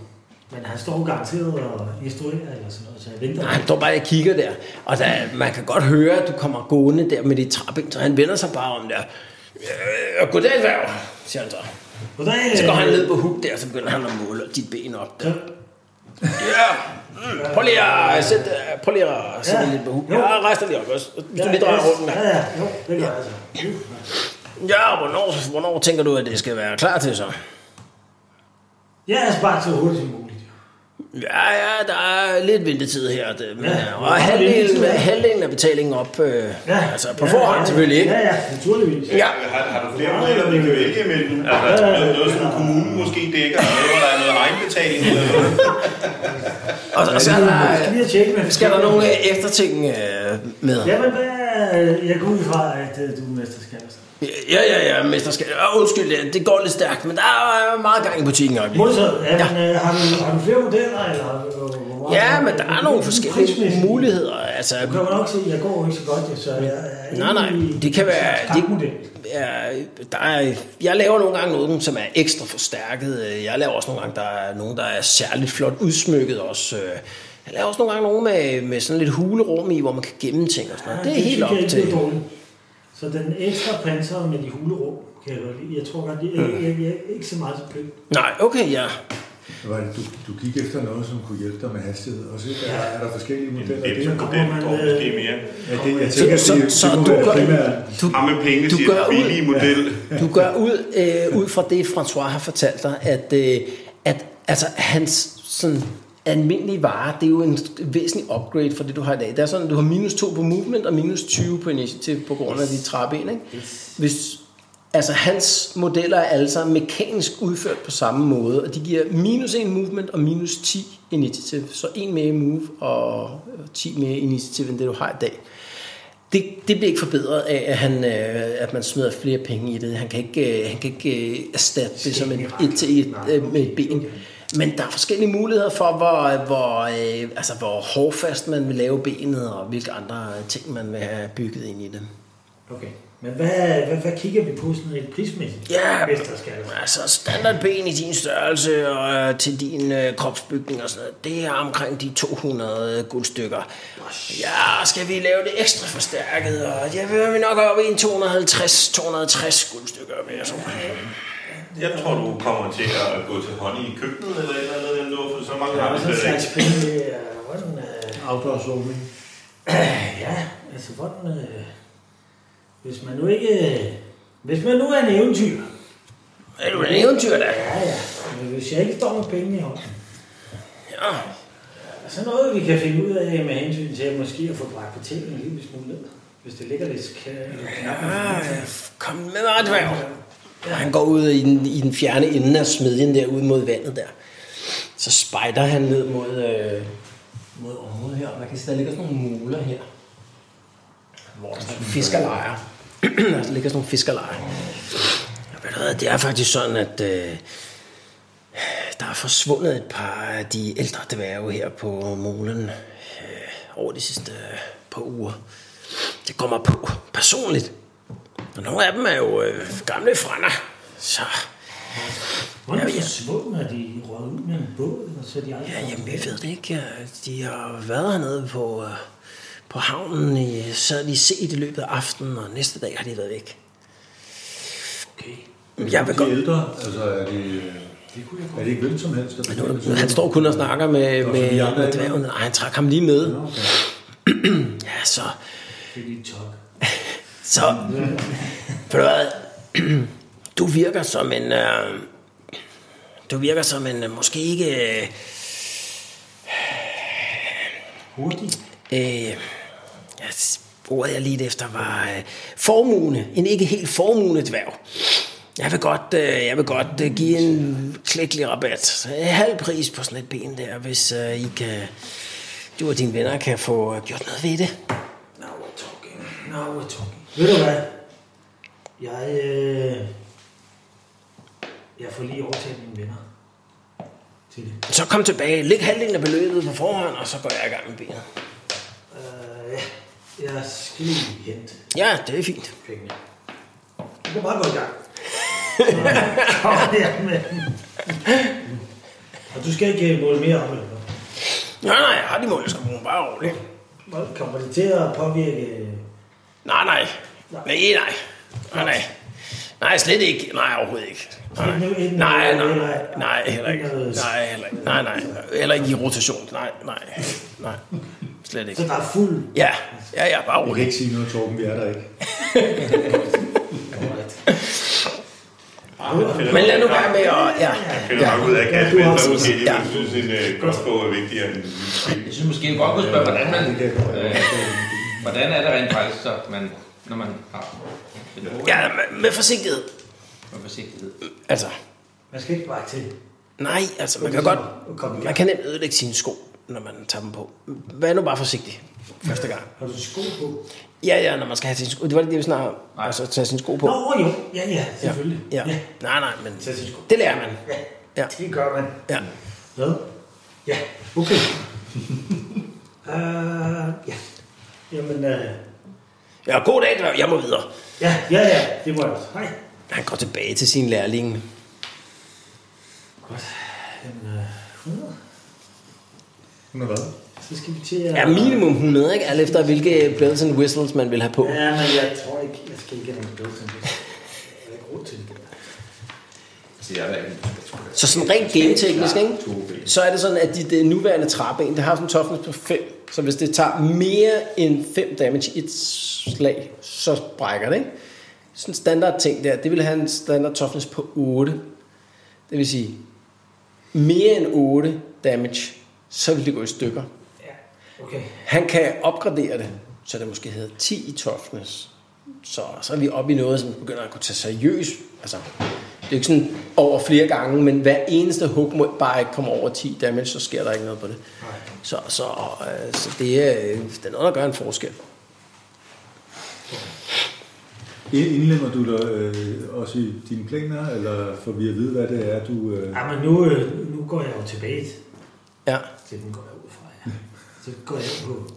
[SPEAKER 3] Men han står jo garanteret og instruerer eller sådan noget, så jeg venter.
[SPEAKER 2] Nej, han står bare og kigger der. Og der, man kan godt høre, at du kommer gående der med dit træben, så han vender sig bare om der. Øh, og goddag, dværg, siger han så.
[SPEAKER 3] Goddag!
[SPEAKER 2] Så går han ned på huk der, så begynder han at måle dit ben op der.
[SPEAKER 3] Ja.
[SPEAKER 2] Ja, mm, prøv lige at sætte, øh, prøv lige at sætte
[SPEAKER 3] Ja.
[SPEAKER 2] ja. lidt på huk.
[SPEAKER 3] Jo.
[SPEAKER 2] Ja, rejs dig lige op også, hvis du lige drejer
[SPEAKER 3] yes.
[SPEAKER 2] rundt.
[SPEAKER 3] Ja,
[SPEAKER 2] Der.
[SPEAKER 3] ja, jo, det gør jeg altså.
[SPEAKER 2] Ja, hvornår, hvornår tænker du, at det skal være klar til så?
[SPEAKER 3] Ja, altså bare så hurtigt som muligt.
[SPEAKER 2] Ja, ja, der er lidt ventetid her. Det, men,
[SPEAKER 3] Ja,
[SPEAKER 2] ja, og halvdelen, halvdelen af betalingen op, øh, ja, altså på forhånd
[SPEAKER 3] ja,
[SPEAKER 2] selvfølgelig, ikke?
[SPEAKER 3] Ja, ja, naturligvis.
[SPEAKER 2] Ja.
[SPEAKER 4] Øh, Har, har du flere modeller, vi kan vælge imellem? Altså, noget, noget, som kommunen måske dækker, eller der er noget egenbetaling eller noget.
[SPEAKER 2] Og, og så er
[SPEAKER 3] Jeg
[SPEAKER 2] der,
[SPEAKER 3] skal lige have tjekket, hvad
[SPEAKER 2] Skal der nogle øh, efterting øh, med?
[SPEAKER 3] Ja, men hvad... Jeg går ud fra, at øh, du er mester Skallersen.
[SPEAKER 2] Ja, ja, ja, mester skal... Øh, undskyld, det- det går lidt stærkt, men der er øh, meget gang i butikken i øjeblikket.
[SPEAKER 3] Modsat, ja, men, øh, har, du, har du flere modeller, eller har du... hvor meget-
[SPEAKER 2] Ja, men der er nogle forskellige
[SPEAKER 3] Prismæssigt.
[SPEAKER 2] muligheder. Altså,
[SPEAKER 3] Du kan jo nok se, at jeg går jo ikke så godt, jo, så jeg er
[SPEAKER 2] Nej, nej,
[SPEAKER 3] egentlig
[SPEAKER 2] det kan være-
[SPEAKER 3] en slags
[SPEAKER 2] det-
[SPEAKER 3] model.
[SPEAKER 2] ja, der er, jeg laver nogle gange noget, som er ekstra forstærket. Jeg laver også nogle gange, der er nogen, der er særligt flot udsmykket også. Jeg laver også nogle gange nogle med, med sådan lidt hulerum i, hvor man kan gemme ting og sådan noget.
[SPEAKER 3] Ja,
[SPEAKER 2] Det er helt
[SPEAKER 3] Ah, synes
[SPEAKER 2] op
[SPEAKER 3] jeg ikke
[SPEAKER 2] til...
[SPEAKER 3] lyder dårligt. Så den ekstra panser med de hulerum, kan jeg godt lide. Jeg tror godt,
[SPEAKER 2] Mm.
[SPEAKER 3] det er, jeg, jeg, jeg, er ikke så meget til pynt.
[SPEAKER 2] Nej, okay, ja.
[SPEAKER 5] Var det, du, du gik efter noget, som kunne hjælpe dig med hastighed? Og så er, er der forskellige modeller.
[SPEAKER 4] Det
[SPEAKER 5] Det,
[SPEAKER 4] er
[SPEAKER 5] er-
[SPEAKER 4] model, går måske mere.
[SPEAKER 5] ja, det, jeg tænker,
[SPEAKER 2] Så-
[SPEAKER 5] så, det,
[SPEAKER 2] så-
[SPEAKER 5] det,
[SPEAKER 2] så
[SPEAKER 5] må
[SPEAKER 2] du
[SPEAKER 5] være
[SPEAKER 2] gør-
[SPEAKER 5] primært.
[SPEAKER 2] Du,
[SPEAKER 4] Har med penge,
[SPEAKER 2] Du
[SPEAKER 4] siger
[SPEAKER 2] gør
[SPEAKER 4] den
[SPEAKER 2] ud.
[SPEAKER 4] billige model.
[SPEAKER 2] Du gør ud, øh, ud fra det, François har fortalt dig, at, øh, at altså, hans sådan, almindelige vare, det er jo en væsentlig upgrade fra det, du har i dag. Det er sådan, at du har minus 2 på movement og minus 20 på initiativ på grund af de træben. Ikke? Hvis, altså, hans modeller er alle sammen mekanisk udført på samme måde, og de giver minus 1 movement og minus 10 initiativ. Så en mere i move og 10 mere initiativ end det, du har i dag det, det bliver ikke forbedret af, at, han, øh, at man smider flere penge i det. Han kan ikke, øh, han kan ikke øh, erstatte det som en, et til et øh, med et ben. Men der er forskellige muligheder for, hvor, hvor, øh, altså, hvor hårdfast man vil lave benet, og hvilke andre ting man vil have bygget ind i det.
[SPEAKER 3] Okay. Men hvad, hvad, hvad kigger vi på sådan rent prismæssigt?
[SPEAKER 2] Ja,
[SPEAKER 3] Mester Skallersen.
[SPEAKER 2] altså standardben i din størrelse og øh, til din øh, kropsbygning og sådan noget, det er omkring de 200 guldstykker. Ja, skal vi lave det ekstra forstærket, og ja, vi er vi nok oppe i en 250-260 guldstykker, vil jeg tro.
[SPEAKER 4] Jeg tror, du kommer til at gå til honning i køkkenet eller et eller andet, den lå, for så mange
[SPEAKER 3] Der er
[SPEAKER 4] har
[SPEAKER 3] også
[SPEAKER 4] vi
[SPEAKER 3] en
[SPEAKER 4] slet
[SPEAKER 3] slags
[SPEAKER 4] ikke.
[SPEAKER 3] penge. øh, Hvordan... øh,
[SPEAKER 5] Afdragsordning.
[SPEAKER 3] Ja, altså hvordan... Øh, hvis man nu ikke... øh, Hvis man nu er en eventyr.
[SPEAKER 2] Er du en eventyr, der?
[SPEAKER 3] Ja, ja. Men hvis jeg ikke står med penge i hånden.
[SPEAKER 2] Ja.
[SPEAKER 3] Så noget, vi kan finde ud af med hensyn til at måske at få bragt betalingen en lille smule ned. Hvis det ligger lidt sk- knap.
[SPEAKER 2] Ah, kom med mig, dværg. Ja, han går ud i den, i den fjerne ende af smedjen der, ud mod vandet der. Så spejder han ned mod, øh, mod området her, og man kan se, der ligger sådan nogle muler her. Hvor der er fiskerlejer. der ligger sådan nogle fiskerlejer. Og ved du hvad, det er faktisk sådan, at øh, der er forsvundet et par af de ældre dværge her på molen øh, over de sidste øh, par uger. Det kommer på personligt. Og nogle af dem er jo øh, gamle frænder. Så
[SPEAKER 3] Hvor er de forsvundet? Er de røget ud med en båd, og så er de aldrig
[SPEAKER 2] Ja,
[SPEAKER 3] kommet
[SPEAKER 2] jamen,
[SPEAKER 3] tilbage?
[SPEAKER 2] jeg ved det ikke. Øh, De har været hernede på, øh, på havnen, i, så har de set i løbet af aftenen, og næste dag har de været væk.
[SPEAKER 3] Okay.
[SPEAKER 2] Jeg vil
[SPEAKER 5] De
[SPEAKER 2] godt...
[SPEAKER 5] ældre, altså er det, er det ikke hvem som helst? Der
[SPEAKER 2] Nu- Han står kun og snakker med,
[SPEAKER 5] Nå, så de
[SPEAKER 2] med,
[SPEAKER 5] andre
[SPEAKER 2] med
[SPEAKER 5] ikke?
[SPEAKER 2] dværgen. Nej, han trak ham lige med.
[SPEAKER 5] Nå, okay.
[SPEAKER 2] Ja, så...
[SPEAKER 3] Det er de tok.
[SPEAKER 2] Så... Ved du hvad? Du virker som en... Øh, du virker som en øh, måske ikke... Øh,
[SPEAKER 3] Hurtigt.
[SPEAKER 2] øh, ja, s- ordet jeg lige efter var øh, formue, en ikke helt formue dværg. Jeg vil godt, øh, jeg vil godt øh, give en klækkelig rabat. Øh, Halv pris på sådan et ben der, hvis øh, I kan, du og dine venner kan få øh, gjort noget ved det.
[SPEAKER 3] Now we're talking. Now we're talking. Ved du hvad? Jeg, øh, jeg får lige overtalt mine venner til det.
[SPEAKER 2] Så kom tilbage, læg halvdelen af beløbet på forhånd, og så går jeg i gang med benet.
[SPEAKER 3] Øh, ja. Jeg skal lige hente
[SPEAKER 2] Ja, det er fint.
[SPEAKER 3] pengene. Du kan bare gå i gang. Så, Kom her med dem. Og du skal ikke øh, måle mere op, eller hvad?
[SPEAKER 2] Nej, nej, jeg har de mål, så hun bare rolig.
[SPEAKER 3] Hvordan Kommer det til at påvirke... øh,
[SPEAKER 2] Nej, nej. Nej, nej. Nej, nej. Nej, slet ikke. Nej, overhovedet ikke. Nej,
[SPEAKER 3] Ikke nu- ikke nu-
[SPEAKER 2] nej, nej,
[SPEAKER 3] heller
[SPEAKER 2] nej,
[SPEAKER 3] ikke.
[SPEAKER 2] nej, heller ikke.
[SPEAKER 3] Ikke noget-
[SPEAKER 2] Nej, heller ikke. Nej, nej. Heller ikke i rotation. Nej, nej, nej. Slet
[SPEAKER 3] Så
[SPEAKER 2] ikke.
[SPEAKER 3] der er fuld...
[SPEAKER 2] Ja, ja, ja, bare
[SPEAKER 5] Jeg kan
[SPEAKER 2] rolig.
[SPEAKER 5] ikke sige noget, Torben, vi er der ikke.
[SPEAKER 2] Men lad nu være med at... Ja,
[SPEAKER 4] finder ja. nok ud af, at
[SPEAKER 3] Ja, du har også-
[SPEAKER 4] Kasper måske
[SPEAKER 2] ja.
[SPEAKER 4] ja. synes, en uh, gospel er vigtigere end en spil.
[SPEAKER 8] Jeg synes måske, vi godt kunne spørge, hvordan man...
[SPEAKER 5] Det kan jeg godt.
[SPEAKER 8] Øh, hvordan er det rent faktisk, så man, når man har et råd
[SPEAKER 2] ja med, med forsigtighed.
[SPEAKER 8] og forsigtighed?
[SPEAKER 2] Altså,
[SPEAKER 3] Man skal ikke bare til.
[SPEAKER 2] nej, altså, man kan godt...
[SPEAKER 3] Kom i
[SPEAKER 2] Man
[SPEAKER 3] gang.
[SPEAKER 2] kan nemt ødelægge sine sko, når man tager dem på. Vær nu bare forsigtig første gang.
[SPEAKER 3] Har du sko på?
[SPEAKER 2] Ja, ja, når man skal have sine sko. Det var det, vi snakkede om.
[SPEAKER 8] Nej.
[SPEAKER 2] Altså, tage sine sko på.
[SPEAKER 3] Nå, jo. Ja, ja, selvfølgelig.
[SPEAKER 2] Ja. ja. Nej, nej, men
[SPEAKER 3] Tag sine sko.
[SPEAKER 2] det lærer man.
[SPEAKER 3] Ja,
[SPEAKER 2] Ja.
[SPEAKER 3] det gør man.
[SPEAKER 2] Ja.
[SPEAKER 3] Hvad? Ja, okay. uh, ja. Jamen, uh,
[SPEAKER 2] ja, god dag, dværg. jeg må videre.
[SPEAKER 3] ja, ja, ja, det må jeg også. Hej.
[SPEAKER 2] Han går tilbage til sin lærlinge.
[SPEAKER 3] Jamen, uh,
[SPEAKER 5] Hun har været.
[SPEAKER 3] så skal vi til at...
[SPEAKER 2] Ja, minimum 100, ikke? Alt efter, hvilke bells and whistles man vil have på.
[SPEAKER 3] Ja, men jeg tror ikke, jeg skal ikke have nogen bøde til det. Jeg har ikke råd til det.
[SPEAKER 20] Så jeg er da ikke-
[SPEAKER 2] Så sådan rent gameteknisk, ikke? Så er det sådan, at dit øh, nuværende trappeben, det har sådan en toughness på 5. Så hvis det tager mere end 5 damage i et slag, så brækker det, ikke? Sådan en standard ting der, det vil have en standard toughness på 8. Det vil sige, mere end 8 damage, så vil det gå i stykker.
[SPEAKER 3] Okay.
[SPEAKER 2] Han kan opgradere det, så det måske hedder 10 i toughness. Så, så er vi oppe i noget, som begynder at kunne tage seriøst. Altså, det er ikke sådan over flere gange, men hver eneste hug må bare ikke komme over 10 damage, så sker der ikke noget på det. Så, så, øh, så det, er, øh, det er noget, der gør en forskel.
[SPEAKER 5] Indlemmer du dig øh, også i dine planer, eller får vi at vide, hvad det er, du... Øh,
[SPEAKER 3] Ja, men nu, øh, nu går jeg jo tilbage
[SPEAKER 2] Ja.
[SPEAKER 3] til den, går jeg ud fra, ja. Så går jeg ind på...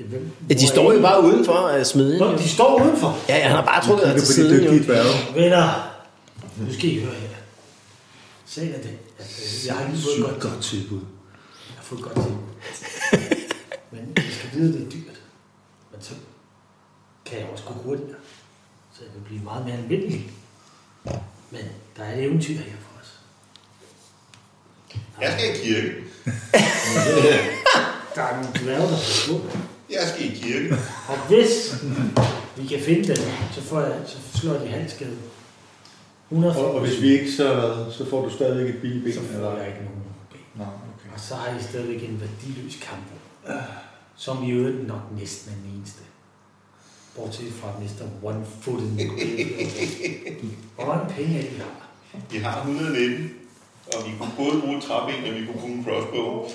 [SPEAKER 3] Ja, hvem,
[SPEAKER 2] Ja, de
[SPEAKER 3] hvor
[SPEAKER 2] står
[SPEAKER 3] er
[SPEAKER 2] jo
[SPEAKER 3] I?
[SPEAKER 2] bare udenfor og smider.
[SPEAKER 3] Nå, de står udenfor.
[SPEAKER 2] Ja, ja, han har bare trukket
[SPEAKER 5] kigger
[SPEAKER 2] dig til
[SPEAKER 5] på de
[SPEAKER 2] siden.
[SPEAKER 5] dygtige
[SPEAKER 2] Jo.
[SPEAKER 5] dværge?
[SPEAKER 3] Venner, nu skal I høre her. Sagen er det, at øh, jeg har lige fået et
[SPEAKER 5] Sygt
[SPEAKER 3] godt
[SPEAKER 5] godt tilbud.
[SPEAKER 3] Jeg har fået et godt til. Men jeg skal vide, at det er dyrt. Men så kan jeg også gå hurtigere. Så jeg kan blive meget mere almindelig. Men der er et eventyr her for os.
[SPEAKER 4] Jeg skal i kirke.
[SPEAKER 3] Der er nogle dværge, der er små.
[SPEAKER 4] Jeg skal i kirke.
[SPEAKER 3] Og hvis vi kan finde dem, så, får jeg, så slår de halskade. 100
[SPEAKER 5] Og, og hvis vi ikke, så, så får du stadigvæk et bilben,
[SPEAKER 3] så
[SPEAKER 5] eller?
[SPEAKER 3] får Ligesom jeg ikke nogen ben.
[SPEAKER 5] Nå, okay.
[SPEAKER 3] Og så har I stadigvæk en værdiløs kamp. Som i øvrigt nok næsten er den eneste. Bortset fra Mr. One-Footed. Hvor mange penge er det, I har?
[SPEAKER 4] Vi har 119, og vi kunne både bruge et træben, og vi kunne bruge en crossbow.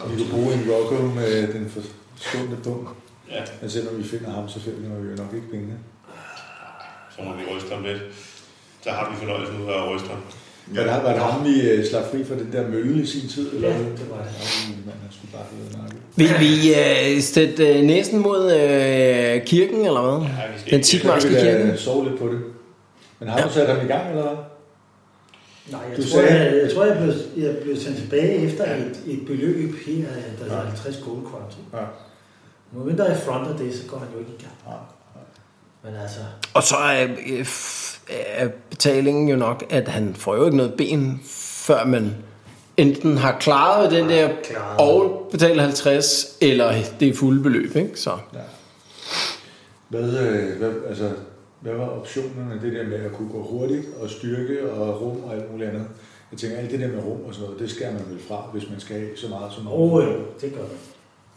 [SPEAKER 5] Og vi kan bruge en Rocco med den forsvundne punkt.
[SPEAKER 4] Ja,
[SPEAKER 5] Men selvom vi finder ham, så finder vi jo nok ikke pengene.
[SPEAKER 4] så må vi ryste ham lidt. Så har vi fornøjelsen ud af at ryste ham.
[SPEAKER 5] Ja. Var, det, var det ham, vi øh, slap fri fra den der mølle i sin tid? Eller?
[SPEAKER 3] Ja,
[SPEAKER 5] hvad?
[SPEAKER 3] det var det.
[SPEAKER 5] Ja, men han skulle bare have været nakket.
[SPEAKER 2] Vil vi øh, sætte øh, næsen mod øh, kirken, eller hvad?
[SPEAKER 4] Ja, vi skal
[SPEAKER 2] Den
[SPEAKER 4] ikke-
[SPEAKER 5] Så
[SPEAKER 2] tikmarske
[SPEAKER 5] kan vi
[SPEAKER 2] kirken?
[SPEAKER 5] da sove lidt på det. Men har du sat ham i gang, eller hvad?
[SPEAKER 3] Nej, jeg
[SPEAKER 5] Du
[SPEAKER 3] tror,
[SPEAKER 5] sagde-
[SPEAKER 3] jeg, jeg, tror, jeg blev, jeg blev sendt tilbage efter et, et beløb her, øh, der hedder 50 gold crowns. ikke?
[SPEAKER 5] Ja.
[SPEAKER 3] Nu mindre jeg fronter det, så går han jo ikke i gang. Men altså,
[SPEAKER 2] Og så er, øh, f- er betalingen jo nok, at han får jo ikke noget ben, før man enten har klaret den der
[SPEAKER 3] klaret.
[SPEAKER 2] og betaler 50, eller det er fulde beløb, ikke? Så.
[SPEAKER 5] Hvad, øh, hvad, altså, hvad var optionerne, det der med at kunne gå hurtigt og styrke og rum og alt muligt andet? Jeg tænker, alt det der med rum og sådan noget, det skærer man vel fra, hvis man skal have så meget som
[SPEAKER 3] oh, øh, det gør man.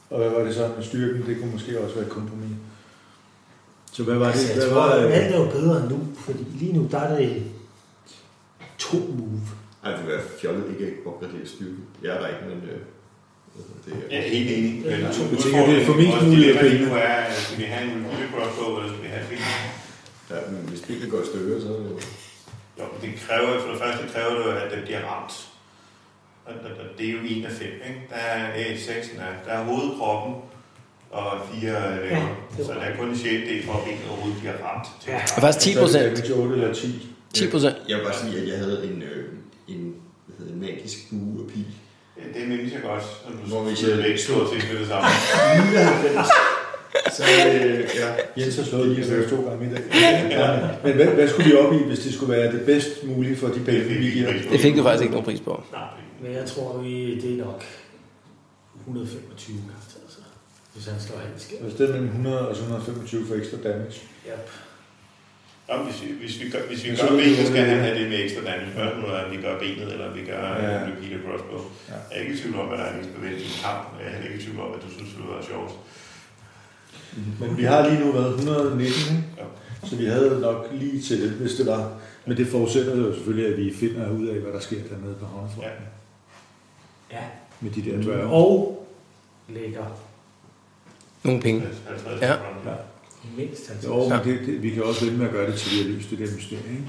[SPEAKER 5] Og hvad var det så med styrken? Det kunne måske også være et kompromis. Så hvad var det?
[SPEAKER 3] Altså, jeg
[SPEAKER 5] Hvad
[SPEAKER 3] tror,
[SPEAKER 5] var
[SPEAKER 3] at
[SPEAKER 5] det?
[SPEAKER 3] alt er jo bedre end nu, fordi lige nu, der er det to move.
[SPEAKER 7] Ej, det vil være fjollet ikke at opgradere styrke. Jeg er der ikke, men... Øh, det er,
[SPEAKER 4] Jeg er helt enig. Men to
[SPEAKER 5] Jeg tænker, det er for mest
[SPEAKER 4] udfordringer,
[SPEAKER 5] mulige
[SPEAKER 4] også det,
[SPEAKER 5] penge.
[SPEAKER 4] nu er, at skal vi have en revolver på, eller skal vi have en
[SPEAKER 7] ja, men hvis det ikke går i stykker, så... Øh,
[SPEAKER 4] Jo, men det kræver, for det første kræver det, jo, at den bliver ramt. Og, og, og det er jo en af fem, ikke? Der er A6'en, er, der er hovedkroppen, og fire øh,
[SPEAKER 3] Ja, det
[SPEAKER 4] Så
[SPEAKER 3] var-
[SPEAKER 4] der er kun en sjældent for, at benet overhovedet bliver ramt. til at
[SPEAKER 2] Og faktisk 10 procent.
[SPEAKER 5] Så er det 8 eller 10.
[SPEAKER 2] 10 procent.
[SPEAKER 7] Jeg vil bare sige, at jeg havde en, øh, en, hvad hedder, det, en magisk bue og pil.
[SPEAKER 4] Det, det mindes jeg godt, som
[SPEAKER 7] Hvor
[SPEAKER 4] du
[SPEAKER 7] vi
[SPEAKER 4] sidder
[SPEAKER 7] siger-
[SPEAKER 4] væk stort set med det samme.
[SPEAKER 7] 99. Så øh, ja,
[SPEAKER 5] Jens har slået lige så to gange middag. Men hvad, hvad skulle vi op i, hvis det skulle være det bedst mulige for de penge, vi giver?
[SPEAKER 2] Det fik du faktisk ikke nogen pris på.
[SPEAKER 3] Nej, men jeg tror, vi, det er nok 125 kaffe, altså. Hvis han slår handskab.
[SPEAKER 5] Hvis det er mellem 100 og så 125 for ekstra damage.
[SPEAKER 3] Ja.
[SPEAKER 4] Nå, hvis, vi- hvis vi gør, hvis vi
[SPEAKER 5] Men
[SPEAKER 4] gør
[SPEAKER 5] så-
[SPEAKER 4] benet, skal han have det med ekstra danne. Spørgsmålet er, om vi gør benet, eller om vi gør
[SPEAKER 5] Ja.
[SPEAKER 4] ja. Lupita Crossbow.
[SPEAKER 5] Ja.
[SPEAKER 4] Jeg er ikke i tvivl om, at der er en bevægelse i en kamp. og Jeg er heller ikke i tvivl om, at du synes, det var sjovt.
[SPEAKER 5] Men vi har lige nu været 119, ikke?
[SPEAKER 4] Ja.
[SPEAKER 5] så vi havde nok lige til det, hvis det var. Men det forudsætter jo selvfølgelig, at vi finder ud af, hvad der sker dernede på havnefronten.
[SPEAKER 3] Ja.
[SPEAKER 5] Med de der dværge.
[SPEAKER 3] Og lægger
[SPEAKER 2] Nogle penge.
[SPEAKER 4] 50
[SPEAKER 2] Ja.
[SPEAKER 4] kroner.
[SPEAKER 3] mindst han
[SPEAKER 5] Jo, men det, det, vi kan også vente med at gøre det, til vi har løst det der mysterie. Ikke?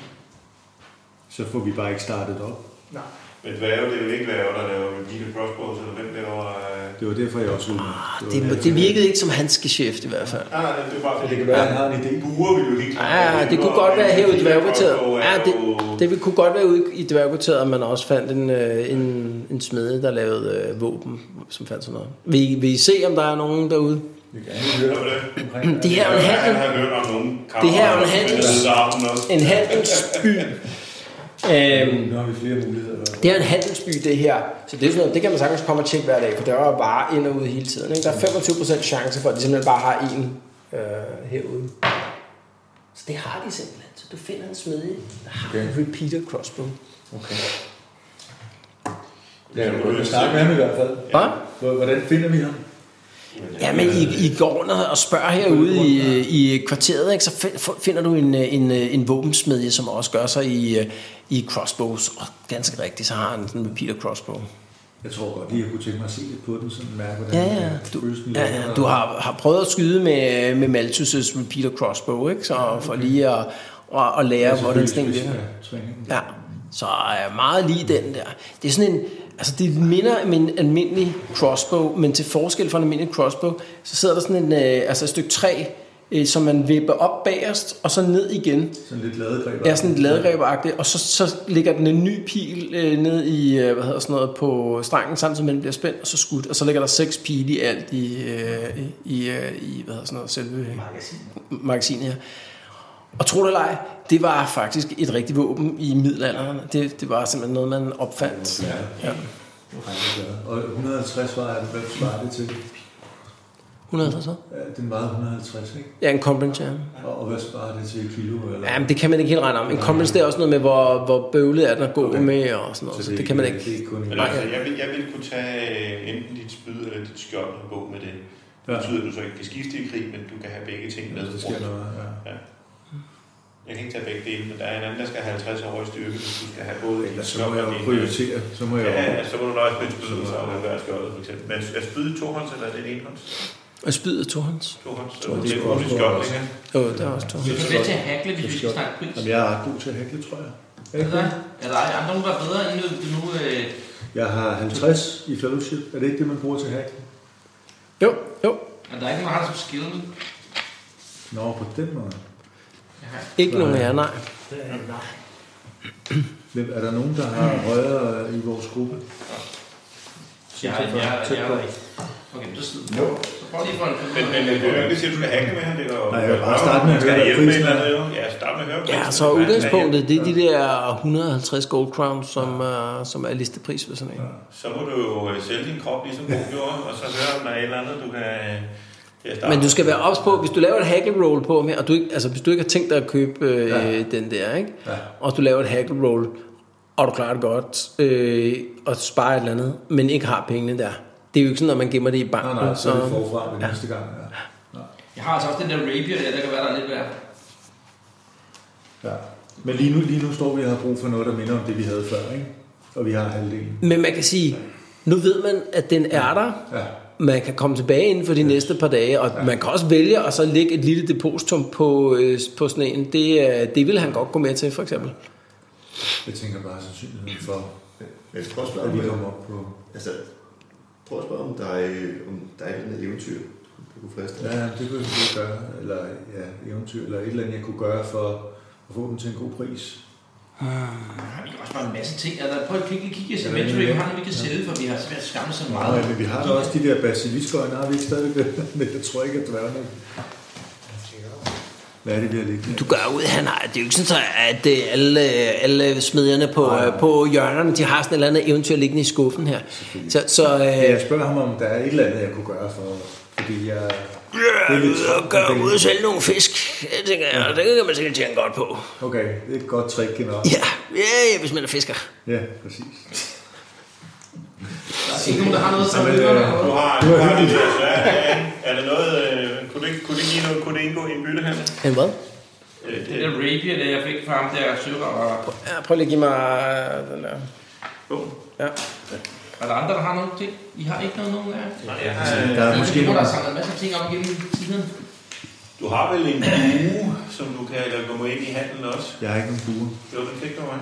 [SPEAKER 5] Så får vi bare ikke startet op.
[SPEAKER 3] Nej.
[SPEAKER 4] Men dværge, det er jo ikke dværge, der laver Lupita Crossbows, eller hvem laver... Øh...
[SPEAKER 5] Det var derfor, jeg også ville med.
[SPEAKER 2] Det,
[SPEAKER 5] var
[SPEAKER 2] må- det virkede ikke som hans geschæft i hvert fald.
[SPEAKER 4] Nej, nej, det er bare...
[SPEAKER 5] det kan være, han har en idé.
[SPEAKER 4] Buer vil jo helt klart...
[SPEAKER 2] Ja, Ah, det kunne godt være hævet i dværgkvarteret. Ja, det, det ville- kunne godt være ude i dværgkvarteret, at man også fandt en, øh, en, en smede, der lavede øh, våben, som fandt sådan noget. Vil I, vil I se, om der er nogen derude?
[SPEAKER 5] Vi kan høre omkring.
[SPEAKER 2] Det her er jo en
[SPEAKER 4] Han
[SPEAKER 2] handel.
[SPEAKER 4] har hørt om nogen kammer,
[SPEAKER 2] Det her er jo en handel. En handelsby. Øhm,
[SPEAKER 5] Nu har vi flere muligheder. hva'?
[SPEAKER 2] det er en handelsby, det her. Så det, er sådan noget, det kan man sagtens komme og tjekke hver dag, for der er bare ind og ud hele tiden. Ikke? Der er 25% chance for, at de simpelthen bare har en øh, herude. Så det har de simpelthen. Så du finder en smedig, der har okay. en repeater crossbow.
[SPEAKER 5] Okay. Ja, vi kan snakke med ham i hvert fald.
[SPEAKER 2] Hva?
[SPEAKER 5] Hvor- Hvordan finder vi ham?
[SPEAKER 2] Ja, men I, I går ned og spørger herude i, i kvarteret, ikke? så fi- finder du en, øh, en, øh, en våbensmedje, som også gør sig i, øh, i crossbows. Og ganske rigtigt, så har han sådan en repeater crossbow.
[SPEAKER 5] Jeg tror godt lige, jeg kunne tænke mig at se lidt på den, sådan mærke, hvordan
[SPEAKER 2] Ja, ja.
[SPEAKER 5] den
[SPEAKER 2] Du,
[SPEAKER 5] føles den
[SPEAKER 2] ja,
[SPEAKER 5] lander.
[SPEAKER 2] ja. du har, har prøvet at skyde med, med Malthus' repeater crossbow, ikke? Så for lige at, at, at lære,
[SPEAKER 5] Altså,
[SPEAKER 2] hvor den
[SPEAKER 5] føles
[SPEAKER 2] sting
[SPEAKER 5] bedst
[SPEAKER 2] virker.
[SPEAKER 5] af træningen.
[SPEAKER 2] Ja, så er meget lige den der. Det er sådan en, altså det minder om en almindelig crossbow, men til forskel fra en almindelig crossbow, så sidder der sådan en, øh, altså et stykke træ, øh, som man vipper op bagerst, og så ned igen.
[SPEAKER 5] Sådan lidt ladegreb.
[SPEAKER 2] Det er sådan lidt ladegreberagtigt, og så, så ligger den en ny pil øh, ned i, øh, hvad hedder sådan noget, på strengen, samtidig med at den bliver spændt, og så skudt, og så ligger der seks pile i alt i, øh, i, i, øh, i hvad hedder sådan noget, selve magasinet her. Og tro det eller ej, det var faktisk et rigtigt våben i middelalderen. Det, det var simpelthen noget, man opfandt. Ja.
[SPEAKER 5] Og 150 var den, hvad svarer det til?
[SPEAKER 2] 150 hvad?
[SPEAKER 5] Ja, Den vejede 150, ikke?
[SPEAKER 2] Ja, en compendium. Ja.
[SPEAKER 5] Og, og hvad svarer det til i kilo? Eller?
[SPEAKER 2] Ja, men det kan man ikke helt regne om. En compendium, det er også noget med, hvor, hvor bøvlet er den at gå
[SPEAKER 5] Okay.
[SPEAKER 2] med og sådan noget. Så, det, kan man ikke.
[SPEAKER 5] Det er ikke kun
[SPEAKER 4] Eller, altså, jeg, vil, jeg vil kunne tage øh, enten dit spyd eller dit skjold og gå med det. Det
[SPEAKER 5] Ja.
[SPEAKER 4] betyder, at du så ikke kan skifte i krig, men du kan have begge ting med.
[SPEAKER 5] Ja, det sker noget, ja.
[SPEAKER 4] Jeg kan ikke tage begge dele, men der er en anden, der skal have 50 over i styrke, hvis du skal have både
[SPEAKER 5] Ellers
[SPEAKER 4] dit
[SPEAKER 5] så må
[SPEAKER 4] skjold
[SPEAKER 5] jeg
[SPEAKER 4] og
[SPEAKER 5] jo
[SPEAKER 4] din... øh,
[SPEAKER 5] prioritere. Så må jeg jo...
[SPEAKER 4] Ja, så må du nøjes med et spyd, og så afgøre skjoldet, for eksempel. Men er spydet tohånds, eller er det en enhånds?
[SPEAKER 2] Og spydet to hans.
[SPEAKER 4] Tohånds, så
[SPEAKER 5] Tohånds,
[SPEAKER 4] det er
[SPEAKER 5] det er
[SPEAKER 4] kun et skjold, ikke?
[SPEAKER 2] Jo, der er også to
[SPEAKER 8] Vi er nødt til at hackle, hvis vi skal snakke pris.
[SPEAKER 5] Jamen, jeg er ret god til at hækle, tror jeg. Er
[SPEAKER 8] Er
[SPEAKER 5] jeg ikke
[SPEAKER 8] der,
[SPEAKER 5] det?
[SPEAKER 8] er der andre nogen, der er bedre end du nu? Øh,
[SPEAKER 5] Jeg har 50 i fellowship. Er det ikke det, man bruger til at hækle?
[SPEAKER 2] Jo, jo.
[SPEAKER 8] men der er ikke nogen, der har det som skill.
[SPEAKER 5] Nå, på den måde.
[SPEAKER 2] Ikke
[SPEAKER 5] Nej.
[SPEAKER 2] nogen af jer, nej.
[SPEAKER 3] Det er nej.
[SPEAKER 5] Hvem, er der nogen, der har højere i vores gruppe?
[SPEAKER 8] Jeg, jeg, jeg, jeg, okay, så, så prøv lige for en...
[SPEAKER 4] Men, men jeg kan jo ikke sige, at du skal hacke med ham. Det er jo-
[SPEAKER 5] Nej, jeg vil bare starte med at
[SPEAKER 4] Skal
[SPEAKER 5] høre,
[SPEAKER 4] hjælpe med
[SPEAKER 5] hvad
[SPEAKER 4] et eller andet, jo. Ja, start med at høre.
[SPEAKER 2] Ja, så udgangspunktet, det er de der 150 gold crowns, som, uh, som er listepris ved sådan en.
[SPEAKER 4] Så må du jo øh, sælge din krop, ligesom Bo gjorde, og så høre, om der er et eller andet, du kan... øh, ja, starte.
[SPEAKER 2] Men du skal være ops på, hvis du laver et hackle roll på ham her, og du ikke, altså hvis du ikke har tænkt dig at købe øh, ja. den der, ikke? Ja. og du laver et hackle roll, og du klarer det godt, øh, og sparer et eller andet, men ikke har pengene der. Det er jo ikke sådan, at man gemmer det i banken.
[SPEAKER 5] Nej, nej, så er det
[SPEAKER 2] så,
[SPEAKER 5] forfra ved næste gang. Ja.
[SPEAKER 8] Jeg har altså også den der rapier, der, der kan være der er lidt værd.
[SPEAKER 5] Ja. Men lige nu, lige nu står vi og har brug for noget, der minder om det, vi havde før, ikke? Og vi har halvdelen.
[SPEAKER 2] men man kan sige, nu ved man, at den er der,
[SPEAKER 5] Ja.
[SPEAKER 2] man kan komme tilbage inden for de næste par dage, og ja. man kan også vælge at så lægge et lille depositum på, øh, på sådan en. Det, øh, det vil han godt gå med til, for eksempel.
[SPEAKER 5] Jeg tænker bare sandsynligheden for,
[SPEAKER 7] Jeg skal prøve at spørge
[SPEAKER 5] at
[SPEAKER 7] om,
[SPEAKER 5] vi
[SPEAKER 7] øh,
[SPEAKER 5] kommer op på...
[SPEAKER 7] altså, prøv at spørge om der er, øh, om der er et eller andet eventyr, du kunne friste.
[SPEAKER 5] Ja, det kunne jeg selvfølgelig gøre, eller ja, eventyr, eller et eller andet, jeg kunne gøre for at få dem til en god pris.
[SPEAKER 8] Har vi også bare en masse ting. Altså, prøv at kigge, kigge i inventory, vi har noget, vi kan sælge, for vi har svært skamme så meget.
[SPEAKER 5] Ja, men vi har da også de der basiliskøjne, har vi ikke stadigvæk? Men jeg tror ikke, at dværgerne... Hvad er det, vi har liggende?
[SPEAKER 2] Du gør ud, han har, det er jo ikke sådan, så, at øh, alle, alle smedjerne på, øh, på hjørnerne, de har sådan et eller andet eventyr liggende i skuffen her. Så, så øh,
[SPEAKER 5] Ja, jeg spørger ham, om der er et eller andet, jeg kunne gøre for... Fordi jeg... Det er lidt travlt
[SPEAKER 2] gør
[SPEAKER 5] med
[SPEAKER 2] ud og
[SPEAKER 5] penge.
[SPEAKER 2] sælge nogle fisk, det tænker jeg, og det kan man sikkert tjene godt på.
[SPEAKER 5] Okay, det er et godt trick, Genau.
[SPEAKER 2] Ja, ja, ja hvis man er fisker.
[SPEAKER 5] Ja, præcis.
[SPEAKER 8] Ikke nogen, der har noget, som vi
[SPEAKER 4] Du har, du har det, ja, ja. Er det noget, øh, kunne, det, ikke- kunne det give noget, kunne det indgå i en byttehandel?
[SPEAKER 2] En hvad?
[SPEAKER 4] Øh,
[SPEAKER 8] Den
[SPEAKER 4] det-
[SPEAKER 8] der rapier, der jeg fik fra ham, der sørger, og
[SPEAKER 2] Ja, prøv lige at give mig øh, den der.
[SPEAKER 4] Bogen.
[SPEAKER 2] Ja.
[SPEAKER 8] Er der andre, der har nogle ting? I har ikke noget, nogen af jer?
[SPEAKER 4] Nej, jeg har, øh,
[SPEAKER 5] Der er
[SPEAKER 8] Måske
[SPEAKER 5] måske
[SPEAKER 8] der
[SPEAKER 5] nogle...
[SPEAKER 8] er samlet en masse ting op gennem tiden.
[SPEAKER 4] Du har vel en uge, som du kan eller gå med ind i handelen også?
[SPEAKER 5] Jeg har ikke nogen bue.
[SPEAKER 4] Jo, den fik du mig.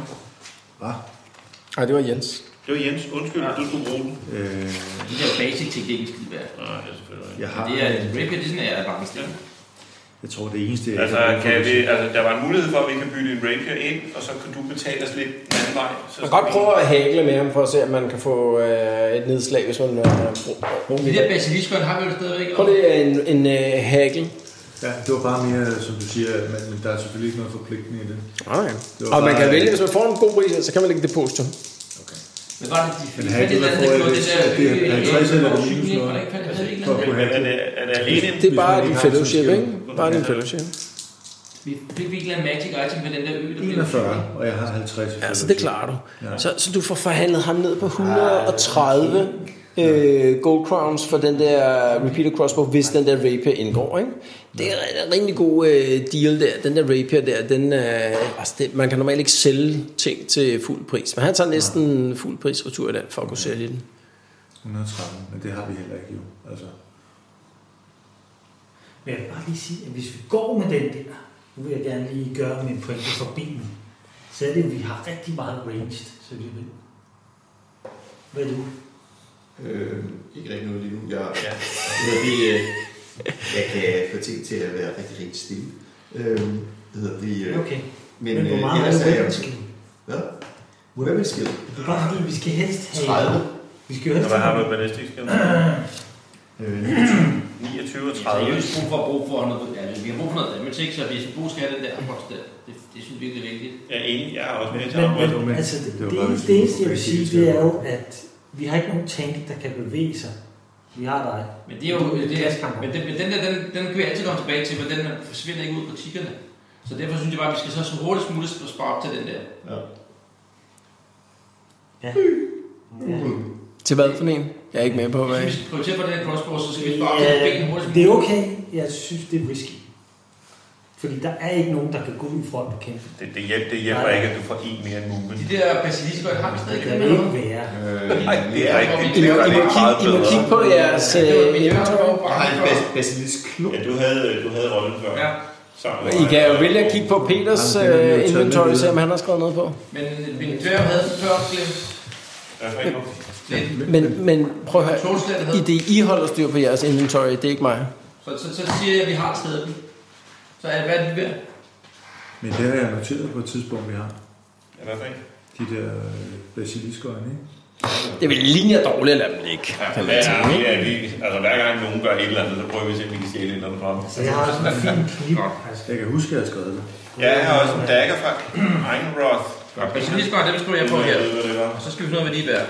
[SPEAKER 5] Hva?
[SPEAKER 2] Ej, det var Jens.
[SPEAKER 4] Det var Jens. Undskyld, du skulle bruge den.
[SPEAKER 5] Øh,
[SPEAKER 8] De der basic ting, det er ikke skide værd.
[SPEAKER 4] Nej, det er selvfølgelig ikke.
[SPEAKER 5] jeg har...
[SPEAKER 8] Det er en rapier, det er sådan, jeg er bare stil.
[SPEAKER 5] Jeg tror, det eneste, jeg
[SPEAKER 4] Altså,
[SPEAKER 5] ikke har brug for,
[SPEAKER 4] kan vi,
[SPEAKER 5] det-
[SPEAKER 4] altså, der var en mulighed for, at vi kan bytte en rapier ind, og så kan du betale os lidt den anden vej. Så
[SPEAKER 2] Man kan godt prøve at hækle med ham for at se, om man kan få øh, et nedslag, hvis man øh, bruger
[SPEAKER 8] De der basiliskerne har vi jo stadigvæk.
[SPEAKER 2] Prøv lige en, en øh, hækle.
[SPEAKER 5] Ja, det var bare mere, som du siger, men, men der er selvfølgelig ikke noget forpligtende i det.
[SPEAKER 2] Okay.
[SPEAKER 5] Det var
[SPEAKER 2] Og man
[SPEAKER 5] bare-
[SPEAKER 2] kan vælge, hvis man får en god pris, så kan man lægge det positum.
[SPEAKER 8] Hvad var det, de
[SPEAKER 5] Men
[SPEAKER 8] fandt
[SPEAKER 5] havde
[SPEAKER 8] et
[SPEAKER 5] det
[SPEAKER 8] eller andet,
[SPEAKER 5] været
[SPEAKER 8] der
[SPEAKER 5] for,
[SPEAKER 8] gjorde det
[SPEAKER 5] at det- at det er
[SPEAKER 8] der?
[SPEAKER 5] 50 eller
[SPEAKER 8] øh,
[SPEAKER 5] minus
[SPEAKER 8] cykling,
[SPEAKER 5] noget. Altså,
[SPEAKER 8] var der ikke fandt- havde det ikke
[SPEAKER 5] For at
[SPEAKER 8] noget andet?
[SPEAKER 4] Men
[SPEAKER 5] kunne have
[SPEAKER 4] er
[SPEAKER 5] det.
[SPEAKER 4] det, er det alene en
[SPEAKER 2] Det er
[SPEAKER 5] man
[SPEAKER 2] bare
[SPEAKER 5] ikke
[SPEAKER 2] din
[SPEAKER 5] har
[SPEAKER 2] fellowship,
[SPEAKER 5] sådan en
[SPEAKER 2] ikke? Bare din fellowship.
[SPEAKER 8] Vi fik vi ikke lavet magic item med den der ø, der blev
[SPEAKER 5] 41, og jeg har 50.
[SPEAKER 2] Ja, så Altså, det klarer du.
[SPEAKER 5] Ja.
[SPEAKER 2] Så, så du får forhandlet ham ned på 130 øh, gold crowns for den der repeater crossbow, hvis den der rapier indgår, ikke? Det er en rimelig god øh, deal der. Den der rapier der, den, øh, altså det, man kan normalt ikke sælge ting til fuld pris. Men han tager næsten fuld pris retur i den, for at kunne sælge den.
[SPEAKER 5] 130, men det har vi heller ikke jo. Altså,
[SPEAKER 3] Men jeg vil bare lige sige, at hvis vi går med den der, nu vil jeg gerne lige gøre min pointe for bilen, så er det, at vi har rigtig meget ranged, så vi vil. Hvad er du?
[SPEAKER 7] Øh, ikke rigtig noget lige nu. Jeg, ja. hedder det, øh, jeg kan få ting til at være rigtig, rigtig stille. Øh, hedder det, øh,
[SPEAKER 3] Okay.
[SPEAKER 7] men,
[SPEAKER 3] Men hvor
[SPEAKER 7] øh,
[SPEAKER 3] meget
[SPEAKER 7] ellers
[SPEAKER 3] er
[SPEAKER 7] er jeg...
[SPEAKER 3] ranged?
[SPEAKER 7] Hvad? Weapon skill.
[SPEAKER 3] Det er bare fordi, vi skal helst have...
[SPEAKER 7] 30.
[SPEAKER 3] Vi skal jo
[SPEAKER 4] Og
[SPEAKER 3] helst
[SPEAKER 4] hvad har
[SPEAKER 3] have...
[SPEAKER 4] du i ballistik skill?
[SPEAKER 7] Øh,
[SPEAKER 4] 29 og
[SPEAKER 8] Vi har
[SPEAKER 4] 30.
[SPEAKER 8] seriøst brug for, brug for noget, ja, vi har brug for noget damage, ikke? så vi skal bruge skal have den der box der. Det, det synes vi er vigtigt.
[SPEAKER 4] Jeg er enig, jeg er også med til
[SPEAKER 3] Men,
[SPEAKER 4] at
[SPEAKER 3] men, men, altså, det,
[SPEAKER 5] Det var
[SPEAKER 3] det,
[SPEAKER 5] bare,
[SPEAKER 3] eneste-
[SPEAKER 5] hvis
[SPEAKER 3] det eneste,
[SPEAKER 5] vi
[SPEAKER 3] jeg vil
[SPEAKER 5] kunne
[SPEAKER 3] sige,
[SPEAKER 5] rigtig
[SPEAKER 3] det er jo, at vi har ikke nogen tank, der kan bevæge sig. Vi har dig.
[SPEAKER 8] Men det er jo,
[SPEAKER 3] Du-
[SPEAKER 8] det
[SPEAKER 3] du-
[SPEAKER 8] er, men den, men den der, den, den kan vi altid komme tilbage til, for den forsvinder ikke ud af butikkerne. Så derfor synes jeg bare, at vi skal så, så hurtigt som muligt spare op til den der.
[SPEAKER 2] Til hvad for en? Jeg er ikke med på, hvad
[SPEAKER 8] Hvis vi skal prioritere på den her crossbow, så skal vi spare op til benene
[SPEAKER 3] Ja,
[SPEAKER 8] hurtigt som
[SPEAKER 3] det er
[SPEAKER 8] muligt.
[SPEAKER 3] okay. Jeg synes, det er risky. Fordi der er ikke nogen, der kan gå ud i front og kæmpe.
[SPEAKER 4] Det, det, hjælper, det hjælper
[SPEAKER 3] Nej.
[SPEAKER 4] ikke, at du får en mere end movement.
[SPEAKER 8] De der basilisker, har vi stadig
[SPEAKER 3] Det
[SPEAKER 8] ikke
[SPEAKER 3] kan
[SPEAKER 8] med
[SPEAKER 3] ikke være.
[SPEAKER 7] øh,
[SPEAKER 4] Nej, det er ikke det.
[SPEAKER 2] I
[SPEAKER 4] Det
[SPEAKER 2] må,
[SPEAKER 4] gør
[SPEAKER 2] I
[SPEAKER 4] det
[SPEAKER 2] må,
[SPEAKER 4] ikke
[SPEAKER 2] kigge,
[SPEAKER 4] meget
[SPEAKER 2] I må
[SPEAKER 4] bedre.
[SPEAKER 2] kigge på jeres øh,
[SPEAKER 8] Det var min
[SPEAKER 2] eventyr.
[SPEAKER 8] eventyr.
[SPEAKER 7] jeg har en bas- basilisk klub.
[SPEAKER 4] Ja, du havde, du havde rollen før.
[SPEAKER 8] Ja,
[SPEAKER 4] Sammen
[SPEAKER 2] I kan jo vælge at kigge på Peters
[SPEAKER 5] Jamen, det er jo
[SPEAKER 2] øh,
[SPEAKER 5] taget
[SPEAKER 2] inventory,
[SPEAKER 5] med
[SPEAKER 2] se om han har skrevet noget på.
[SPEAKER 8] men min dværg havde den før, Glenn.
[SPEAKER 4] Ja, for ikke-
[SPEAKER 8] Glenn.
[SPEAKER 2] Men, men prøv at høre,
[SPEAKER 8] Troelsland
[SPEAKER 2] i
[SPEAKER 8] havde den.
[SPEAKER 2] det I holder styr på jeres inventory, det er ikke mig.
[SPEAKER 8] Så, så, så siger jeg, at vi har stadig den. Så er det, hvad er det værd?
[SPEAKER 5] Men det har jeg noteret på et tidspunkt, vi har.
[SPEAKER 4] Ja, hvad for en?
[SPEAKER 5] De der øh, basiliskøjne, ikke?
[SPEAKER 2] Det vil ligner dårligt at lade dem ligge.
[SPEAKER 4] Ja, hvad er det, at vi, altså hver gang nogen gør et eller andet, så prøver vi at se, om vi kan stjæle et eller andet fra dem.
[SPEAKER 3] Så jeg har også en fin Altså, kniv. faktisk.
[SPEAKER 5] Jeg kan huske, at jeg har skrevet det.
[SPEAKER 4] Ja, jeg har også en dagger fra Einroth.
[SPEAKER 8] Godt, basilisker, dem skriver jeg på her. Og så skal vi finde ud af, hvad de er værd.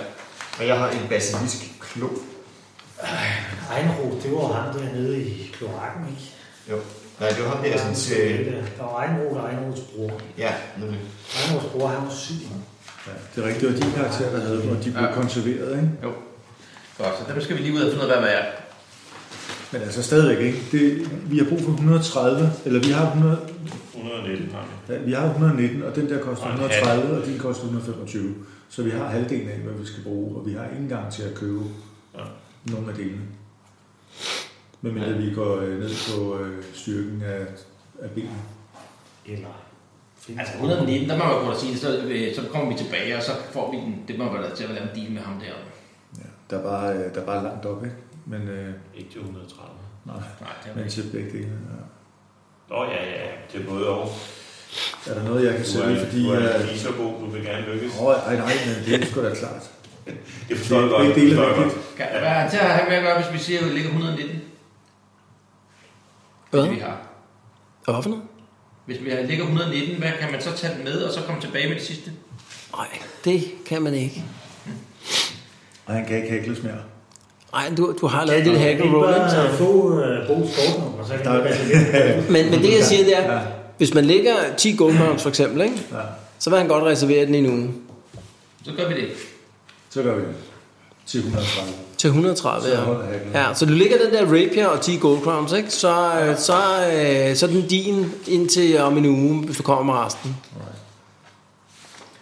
[SPEAKER 7] Og jeg har en basilisk klo.
[SPEAKER 3] Ejnro, det var ham dernede i kloakken, ikke?
[SPEAKER 7] Jo. Nej, det var ham der, sådan... Øh,
[SPEAKER 3] Der var Ejnro og Ejnros bror.
[SPEAKER 7] ja, nemlig.
[SPEAKER 3] Ejnros bror, han var syg.
[SPEAKER 5] Ja, det er rigtigt, det var de karakterer, der havde, dem, og de blev
[SPEAKER 8] Ja.
[SPEAKER 5] konserveret, ikke?
[SPEAKER 8] Jo. Godt, så dem skal vi lige ud og finde ud af, hvad de er værd.
[SPEAKER 5] Men altså stadigvæk ikke. Det, vi har brug for 130, eller vi har, 100,
[SPEAKER 4] 119 har vi.
[SPEAKER 5] ja, vi har 119, og den der koster
[SPEAKER 4] Og en
[SPEAKER 5] 130, og din koster 125. Så vi har halvdelen af, hvad vi skal bruge, og vi har ikke engang til at købe
[SPEAKER 4] Ja.
[SPEAKER 5] nogle af delene. Men ja. vi går øh, ned på øh, styrken af, af benene.
[SPEAKER 3] Eller...
[SPEAKER 8] Altså 119, der må man kunne sige, så, øh, så kommer vi tilbage, og så får vi den. Det må være til at lave en deal med ham der.
[SPEAKER 5] Ja. Der, var, øh, der var langt op, ikke? Men, øh,
[SPEAKER 4] Ikke til 130.
[SPEAKER 5] nej,
[SPEAKER 8] Nej, det er
[SPEAKER 5] men
[SPEAKER 8] rigtigt.
[SPEAKER 5] til begge dele. Ja.
[SPEAKER 4] Nå ja, ja, det er både over.
[SPEAKER 5] Er der noget, jeg kan
[SPEAKER 4] Du
[SPEAKER 5] sælge,
[SPEAKER 4] er,
[SPEAKER 5] fordi... øh,
[SPEAKER 4] du
[SPEAKER 5] jeg...
[SPEAKER 4] er lige så god, du vil gerne lykkes.
[SPEAKER 5] Åh, nej, nej, men det er sgu da klart.
[SPEAKER 4] Det
[SPEAKER 5] Det
[SPEAKER 4] forstår jeg
[SPEAKER 5] er
[SPEAKER 4] godt.
[SPEAKER 5] begge
[SPEAKER 4] Det
[SPEAKER 5] dele
[SPEAKER 4] forstår
[SPEAKER 5] er
[SPEAKER 4] jeg godt.
[SPEAKER 5] vigtigt.
[SPEAKER 8] Kan, hvad er til at have med at gøre, hvis vi siger, at vi ligger 119?
[SPEAKER 2] Hvad?
[SPEAKER 8] Det vi har.
[SPEAKER 2] Og Hvad for noget?
[SPEAKER 8] Hvis vi ligger 119, hvad kan man så tage den med, og så komme tilbage med det sidste?
[SPEAKER 2] Nej, det kan man ikke.
[SPEAKER 5] Og han kan ikke hækles mere.
[SPEAKER 2] Nej, du, du har lavet dit hack and
[SPEAKER 3] Vi
[SPEAKER 2] roll,
[SPEAKER 3] bare
[SPEAKER 2] ikke? så-
[SPEAKER 3] få øh, Bo's kortnummer, så kan vi bare sige
[SPEAKER 2] Men, men det jeg siger, det er, hvis man lægger 10 goldmarks for eksempel, ikke?
[SPEAKER 5] Ja.
[SPEAKER 2] så vil han godt reservere den i en uge.
[SPEAKER 8] Så gør vi det.
[SPEAKER 5] Så gør vi det. Til 130.
[SPEAKER 2] Til 130,
[SPEAKER 5] Så holder
[SPEAKER 2] ja.
[SPEAKER 5] hacken.
[SPEAKER 2] ja. Så du ligger den der rapier og 10 gold crowns, ikke? Så, øh, så, øh, så er den din indtil øh, om en uge, hvis du kommer med resten.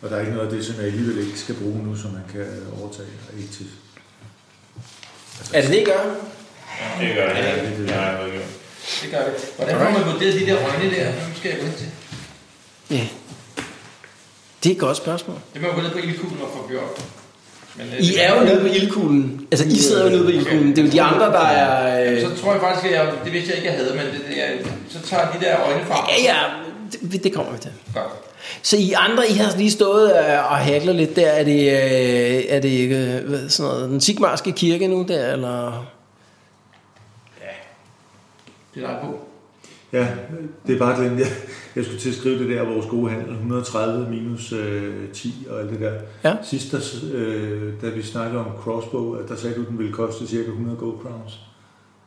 [SPEAKER 5] Og der er ikke noget af det, som jeg alligevel ikke skal bruge nu, som man kan øh, overtage og ikke til.
[SPEAKER 2] Er det det, I gør?
[SPEAKER 4] Det gør det.
[SPEAKER 5] Ja, det gør det.
[SPEAKER 4] Ja, jeg ved ikke.
[SPEAKER 8] Det gør vi. Hvordan får man vurderet de der øjne der? Hvem skal jeg gå ind til?
[SPEAKER 2] Ja. Det er et godt spørgsmål.
[SPEAKER 8] Det må jeg gå ned på ildkuglen og få gjort. Men, øh,
[SPEAKER 2] I
[SPEAKER 8] det-
[SPEAKER 2] er jo nede på ildkuglen. Altså, I sidder jo nede på ildkuglen. Det er jo de andre, der er... Øh...
[SPEAKER 8] Så tror jeg faktisk, at jeg, det vidste jeg ikke, jeg havde, men det, det, jeg, så tager de der øjne fra.
[SPEAKER 2] Ja, ja, det, det kommer vi til.
[SPEAKER 8] Godt.
[SPEAKER 2] Så I andre, I har lige stået øh, og hakler lidt der. Er det, øh, er det ikke øh, hvad, sådan noget, den sigmarske kirke nu der, eller...
[SPEAKER 8] Det er dig på.
[SPEAKER 5] Ja, det er bare glemt. Jeg, jeg skulle til at skrive det der, vores gode handel, 130 minus øh, 10 og alt det der.
[SPEAKER 2] Ja.
[SPEAKER 5] Sidst, der, øh, da vi snakkede om crossbow, at der sagde du, at den ville koste cirka 100 gold crowns.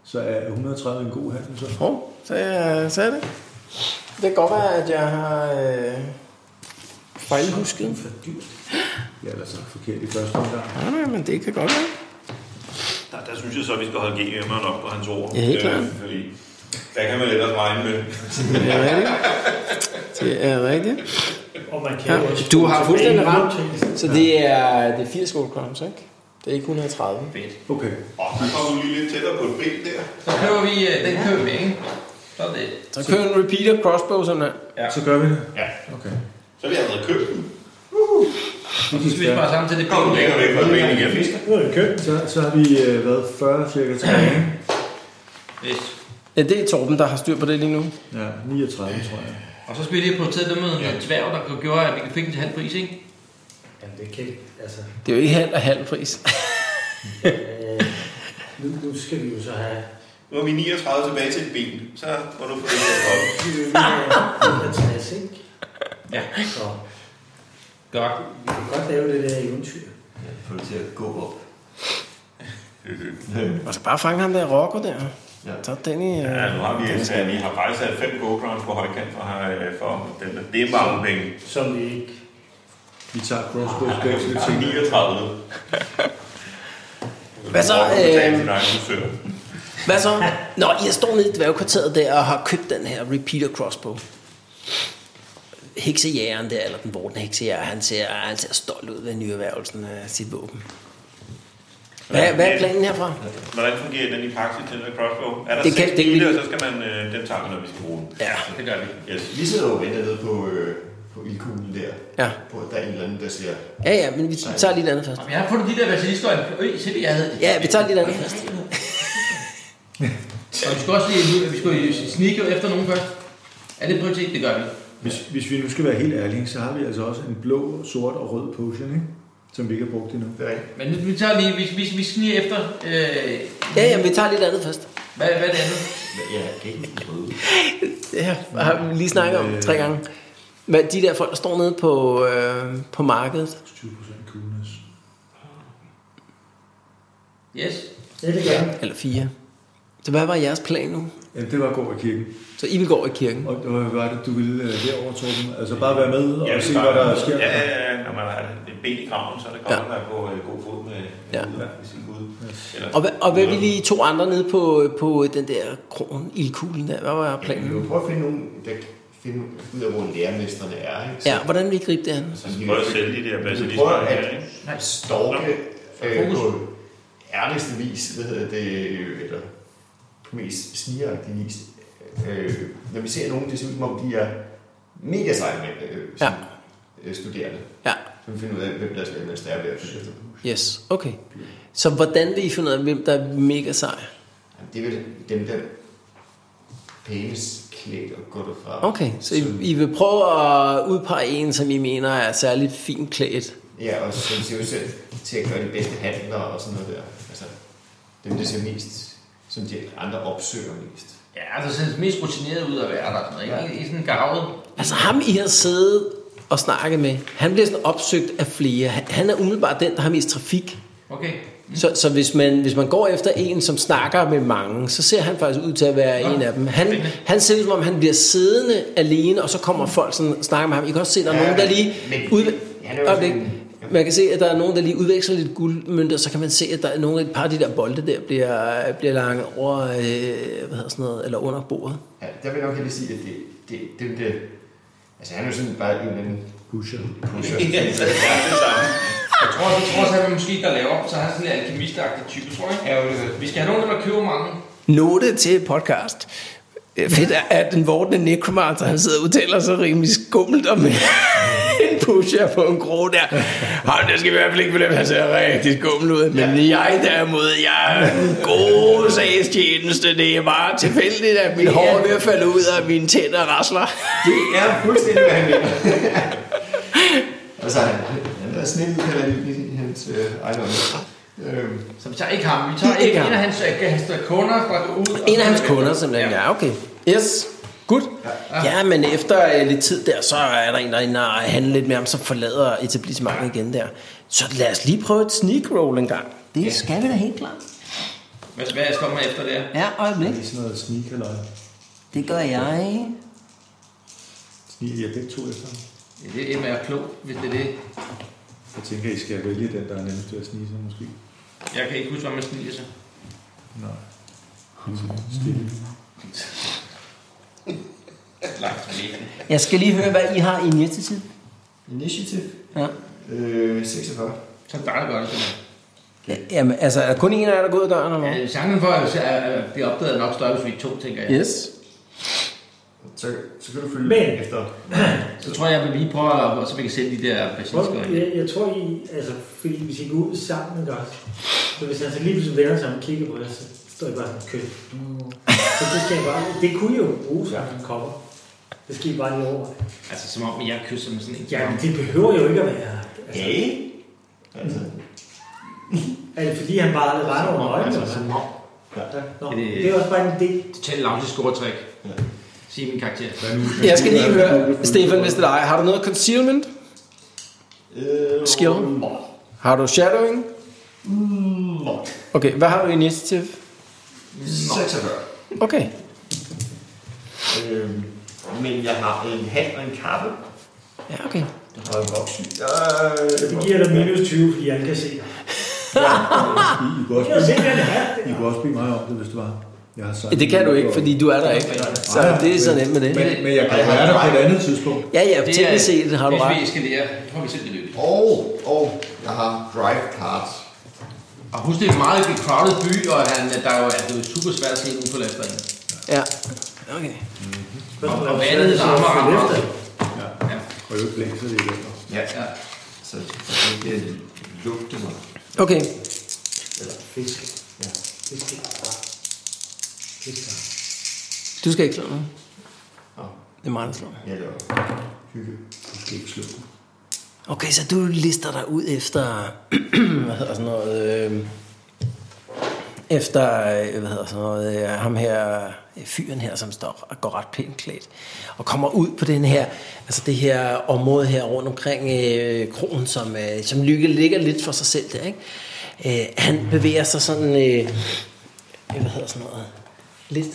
[SPEAKER 5] Så er 130 en god handel så?
[SPEAKER 2] Hov, så jeg sagde det. Det kan godt være, at jeg har øh, fejlhusket.
[SPEAKER 5] Ja, eller så forkert i første omgang.
[SPEAKER 2] Nej, nej, men det kan godt være.
[SPEAKER 4] Der, der synes jeg så, at vi skal holde GM'eren op på hans ord.
[SPEAKER 2] Ja, helt klart.
[SPEAKER 4] Øh, fordi der kan man ellers regne med.
[SPEAKER 2] Det er rigtigt. Det er rigtigt.
[SPEAKER 3] Og man kan
[SPEAKER 2] Ja.
[SPEAKER 3] jo også
[SPEAKER 2] Du har
[SPEAKER 3] få tilbage
[SPEAKER 2] fuldstændig ret.
[SPEAKER 3] nogle ting.
[SPEAKER 2] Så det er, det er 80 gold crowns, ikke? Det er ikke 130.
[SPEAKER 5] Okay.
[SPEAKER 4] Og så kommer du lige lidt tættere på et ben der.
[SPEAKER 8] Så køber vi, øh, den køber vi, ikke? Så er det.
[SPEAKER 2] Så kører en repeater crossbow simpelthen.
[SPEAKER 8] Ja.
[SPEAKER 5] Så gør vi det.
[SPEAKER 4] Ja.
[SPEAKER 5] Okay.
[SPEAKER 4] Så vil jeg have været købt den.
[SPEAKER 8] Og så spiser vi bare sammen til det
[SPEAKER 4] Kom du længere væk fra et ben igen.
[SPEAKER 5] Nu er det købt. Så, så har vi øh, været 40 cirka tilbage.
[SPEAKER 8] Yes.
[SPEAKER 2] Ja, det er Torben, der har styr på det lige nu.
[SPEAKER 5] Ja, 39 tror jeg.
[SPEAKER 8] Og så skal vi lige prioritere det med en ja. dværg, der gjorde, at vi kan finde til halv pris, ikke?
[SPEAKER 3] Jamen, det kan altså...
[SPEAKER 2] Det er jo ikke halv og halv pris.
[SPEAKER 3] Øh, nu, nu skal vi jo så have...
[SPEAKER 4] Nu er vi 39 tilbage til et ben. Så må du få det her godt.
[SPEAKER 3] Vi vil jo have 50, ikke?
[SPEAKER 8] Ja.
[SPEAKER 3] Så
[SPEAKER 8] Godt.
[SPEAKER 3] vi kan godt lave det der eventyr.
[SPEAKER 7] Få det til at gå op.
[SPEAKER 2] Man skal bare fange ham der rocker der.
[SPEAKER 7] Ja.
[SPEAKER 2] Så er den i... Øh...
[SPEAKER 4] Ja, nu har vi, altså, vi har faktisk sat fem GoPro'er på højkant for, øh, for den der. Det er mange penge.
[SPEAKER 3] Som vi ikke...
[SPEAKER 5] Vi tager crossbow skægs lidt
[SPEAKER 4] Ah, Det
[SPEAKER 2] Hvad
[SPEAKER 4] er 39.
[SPEAKER 5] senere.
[SPEAKER 2] så,
[SPEAKER 4] Du må betale
[SPEAKER 2] øh,
[SPEAKER 4] din egen frisør.
[SPEAKER 2] Hvad så? Nå, jeg står nede i dværgkvarteret der og har købt den her repeater crossbow. Heksejægeren der, eller den vorten heksejæger, han ser, han ser stolt ud ved nyerhvervelsen af sit våben. Hvad, hvad er planen herfra?
[SPEAKER 4] Hvordan fungerer den i praksis, den der crossbow? Er
[SPEAKER 2] Det
[SPEAKER 4] der det
[SPEAKER 2] kan-
[SPEAKER 4] kan,
[SPEAKER 2] det
[SPEAKER 4] seks
[SPEAKER 2] kan
[SPEAKER 4] pile,
[SPEAKER 2] vi-
[SPEAKER 4] og så skal man, øh, den tager vi, når vi skal bruge den.
[SPEAKER 2] Ja,
[SPEAKER 8] Det gør vi.
[SPEAKER 4] Yes.
[SPEAKER 7] Vi sidder jo og venter nede på, øh, på ildkuglen der.
[SPEAKER 2] Ja.
[SPEAKER 7] På, at der er en eller anden, der siger,
[SPEAKER 2] ja, ja men vi tager lige det andet først.
[SPEAKER 8] Jamen, Jeg har fundet de der basilisker. Øj, se det, jeg havde det.
[SPEAKER 2] Ja, vi tager lige det andet først.
[SPEAKER 8] Og vi skal også lige nu, vi skal jo snige efter nogen først. Er det prioritet? Det gør vi.
[SPEAKER 5] Hvis, hvis vi nu skal være helt ærlige, så har vi altså også en blå, sort og rød potion, ikke? som vi ikke har brugt endnu.
[SPEAKER 7] Det er rigtigt.
[SPEAKER 8] Men vi tager lige, vi, vi, vi skal lige efter. Øh,
[SPEAKER 2] Ja, ja, vi tager lidt andet først.
[SPEAKER 8] hvad, hvad er det andet?
[SPEAKER 3] Ja, jeg kan ikke huske røde.
[SPEAKER 2] Ja, har vi lige snakket om tre gange. Hvad, de der folk, der står nede på, øh, på markedet.
[SPEAKER 4] Altså,
[SPEAKER 5] 20% coolness.
[SPEAKER 8] Yes.
[SPEAKER 3] Det er det gerne.
[SPEAKER 2] Eller fire. Så hvad var jeres plan nu?
[SPEAKER 5] Ja, det var at gå over kirken.
[SPEAKER 2] Så I vil gå over i kirken.
[SPEAKER 5] Og det var, hvad var det, du ville øh, herover, Torben? Altså bare være med og se, hvad der sker.
[SPEAKER 4] Ja, ja, ja. Når man har et ben i kraven, så er det godt,
[SPEAKER 2] Ja.
[SPEAKER 4] ja. at man er på øh, god fod med,
[SPEAKER 2] Ja.
[SPEAKER 4] ja. med sin gud. Eller,
[SPEAKER 2] Og, hvad, og hvad vil I to andre nede på, på den der kron, ildkuglen der? Hvad var
[SPEAKER 7] Vi
[SPEAKER 2] planen?
[SPEAKER 7] vil prøve at finde nogen, der kan finde ud af, hvor lærermesterne er. Ikke? Så-
[SPEAKER 2] Ja, hvordan vil I gribe det an?
[SPEAKER 7] så
[SPEAKER 4] Så
[SPEAKER 7] vi
[SPEAKER 4] prøv at
[SPEAKER 7] vil-
[SPEAKER 4] sælge de der
[SPEAKER 7] Vi prøver
[SPEAKER 4] basilisker her, ikke?
[SPEAKER 7] at storke øh,
[SPEAKER 8] Fokus.
[SPEAKER 7] på ærligste vis, hvad hedder det, øh, eller på mest snigeragtig vis. Øh, når vi ser nogen, det ser ud som om, de er mega seje mænd, øh, som, øh, studerende.
[SPEAKER 2] Ja.
[SPEAKER 7] Så vi finder ud af, hvem deres lærermester er ved at følge efter.
[SPEAKER 2] Yes, okay. Så hvordan vil I finde ud af, hvem der er mega sej?
[SPEAKER 7] Jamen, Det er vel dem, der pænes klædt og godt fra.
[SPEAKER 2] Okay, så I, I vil prøve at udpege en, som I mener er særligt fint klædt.
[SPEAKER 7] Ja, og som ser ud til- til at gøre de bedste handler og sådan noget der. Altså, dem, der ser mest, som de andre opsøger mest.
[SPEAKER 8] Ja, der ser mest rutineret ud at være der. Sådan, ikke? Ikke sådan gavet.
[SPEAKER 2] Altså ham, I har siddet og snakket med, han bliver sådan opsøgt af flere. Han han er umiddelbart den, der har mest trafik.
[SPEAKER 8] Okay.
[SPEAKER 2] Så, så hvis, man, hvis man går efter en, som snakker med mange, så ser han faktisk ud til at være en af dem. Han, han ser ud som om, han bliver siddende alene, og så kommer folk sådan, og snakker med ham. I kan også se, at der er
[SPEAKER 7] Ja,
[SPEAKER 2] nogen, der lige...
[SPEAKER 7] men-
[SPEAKER 2] Ud...
[SPEAKER 7] han er jo
[SPEAKER 2] Øjeblik.
[SPEAKER 7] sådan-
[SPEAKER 2] Man kan se, at der er nogen, der lige udveksler lidt guldmønter, så kan man se, at der er nogle, et par af de der bolde der bliver, bliver langet over, øh, hvad hedder sådan noget, eller under bordet.
[SPEAKER 7] Ja, der vil jeg nok hellere sige, at det, det, det, det Altså, han er jo sådan bare en eller anden
[SPEAKER 5] Pusher.
[SPEAKER 7] pusher.
[SPEAKER 8] Ja, det er det samme. Jeg tror, jeg tror så er vi måske, der laver op, så har sådan en alkemistagtig type, tror jeg. Ja, vi skal have nogen, der køber mange.
[SPEAKER 21] Note til podcast. Øh, Fedt er, at den vortende necromancer, han sidder og udtaler sig rimelig skummelt om en pusher på en krog der. Ej, det skal i hvert fald ikke på dem, han ser rigtig skummel ud. Men jeg derimod, jeg er en god sagstjeneste. Det er bare tilfældigt, at min hår er ved at falde ud, og mine tænder rasler.
[SPEAKER 7] Det er fuldstændig, hvad han mener. altså, han, han er snittet, kalder han i, i hans øh, ejendom. Øhm,
[SPEAKER 8] Så vi tager ikke ham. Vi tager
[SPEAKER 2] Ikke
[SPEAKER 8] ikke en
[SPEAKER 2] ham.
[SPEAKER 8] af hans, øh, hans kunder fra ud. og-
[SPEAKER 2] En af hans kunder simpelthen, ja, okay. Yes, good. Ja, men efter øh, lidt tid der, så er der en, der er inde og handler lidt med ham, så forlader etablissementet igen der. Så lad os lige prøve et sneak roll en gang. Det skal vi da helt klart.
[SPEAKER 8] Hvad, hvad står man efter der?
[SPEAKER 2] Ja, øjeblik.
[SPEAKER 5] Det er sådan noget sneak eller
[SPEAKER 2] Det gør jeg.
[SPEAKER 5] sneak. Jeg begge to efter. ham.
[SPEAKER 8] Ja, det er mere klogt, hvis det er det.
[SPEAKER 5] Jeg tænker, I skal vælge den, der er nemmest til at snige sig måske.
[SPEAKER 8] Jeg kan ikke huske, hvad man sniger sig.
[SPEAKER 5] Nej.
[SPEAKER 4] Mm.
[SPEAKER 5] Stille.
[SPEAKER 8] Langt fra midten.
[SPEAKER 2] Jeg skal lige høre, hvad I har i initiativ.
[SPEAKER 7] initiative.
[SPEAKER 2] Ja.
[SPEAKER 7] Øh, 46.
[SPEAKER 8] Så er det dig, der gør det. simpelthen.
[SPEAKER 2] Jamen, altså, er der kun en af jer, der går ud af døren? Eller? hvad?
[SPEAKER 8] Ja, chancen for at at blive opdaget er nok større, hvis vi er to, tænker jeg.
[SPEAKER 2] Yes.
[SPEAKER 7] Så, så kan du følge
[SPEAKER 3] Men-
[SPEAKER 7] efter.
[SPEAKER 8] Så tror jeg, jeg vil lige prøve, at- og så vi kan sælge de der basilisker. ind.
[SPEAKER 3] Jeg, jeg tror, I, altså, fordi hvis I går ud sammen, ikke også? Så hvis han så lige pludselig vender sig om og kigger på jer, så står I bare sådan kød. Så det skal I bare, det kunne I jo bruge som en kopper. Det skal I bare lige over.
[SPEAKER 8] Altså som om jeg kysser med sådan en
[SPEAKER 3] Ja, men det behøver jo ikke at være. Altså,
[SPEAKER 7] Hey. Altså,
[SPEAKER 3] er det fordi, han bare aldrig regner over øjnene?
[SPEAKER 7] altså,
[SPEAKER 3] eller hvad?
[SPEAKER 7] sådan,
[SPEAKER 3] Nå,
[SPEAKER 8] Det-
[SPEAKER 3] det er også bare en idé.
[SPEAKER 8] Total lounge scoretræk. Sige min karakter.
[SPEAKER 21] Jeg skal lige høre, Stefan, hvis det er dig. Har du noget concealment?
[SPEAKER 7] øh,
[SPEAKER 21] Skill? Har du shadowing? Okay, hvad har du i initiativ?
[SPEAKER 7] 46.
[SPEAKER 21] Okay.
[SPEAKER 7] Øh, men jeg har en hat og en kappe.
[SPEAKER 21] Ja, okay.
[SPEAKER 7] Og en voksen. Øh,
[SPEAKER 3] Det giver dig minus 20, fordi han kan se dig.
[SPEAKER 5] I, I kunne også
[SPEAKER 3] Jeg
[SPEAKER 5] bede,
[SPEAKER 3] ser, hvad det er.
[SPEAKER 5] I kunne også bede mig om det, hvis det var. Jeg har sagt,
[SPEAKER 21] Det kan du ikke, fordi du er der ikke. Så det er så nemt med det.
[SPEAKER 5] Ah. Men, men jeg kan være der på et andet tidspunkt.
[SPEAKER 2] Ja, ja, teknisk set har du
[SPEAKER 8] hvis
[SPEAKER 2] ret.
[SPEAKER 8] vi skal lære, får vi selv det lykke.
[SPEAKER 7] Og, og jeg har drive cards.
[SPEAKER 8] Og husk, det er en meget crowded by, og han, der er jo, at det er jo super svært at se ude på lasteren.
[SPEAKER 2] Ja. Okay.
[SPEAKER 8] Og vandet er arme og arme.
[SPEAKER 5] Og jeg blæser det efter.
[SPEAKER 7] Ja.
[SPEAKER 8] Ja.
[SPEAKER 7] Så så det kan øh, lugte mig.
[SPEAKER 2] Okay.
[SPEAKER 3] Fisk. Ja. Fisk. Fisk.
[SPEAKER 2] Du skal ikke slå noget.
[SPEAKER 7] Nå.
[SPEAKER 2] Det er mig, der slår.
[SPEAKER 7] Jeg laver hygge.
[SPEAKER 5] Du skal ikke slå.
[SPEAKER 2] Okay, så du lister dig ud efter... hvad hedder sådan noget... Øh, efter øh, hvad hedder sådan noget, øh, ham her, øh, fyren her, som står og går ret pænt klædt, og kommer ud på den her, altså det her område her rundt omkring øh, kronen, som, øh, som ligger, ligger lidt for sig selv der, ikke? Øh, han bevæger sig sådan, øh, hvad hedder sådan noget, lidt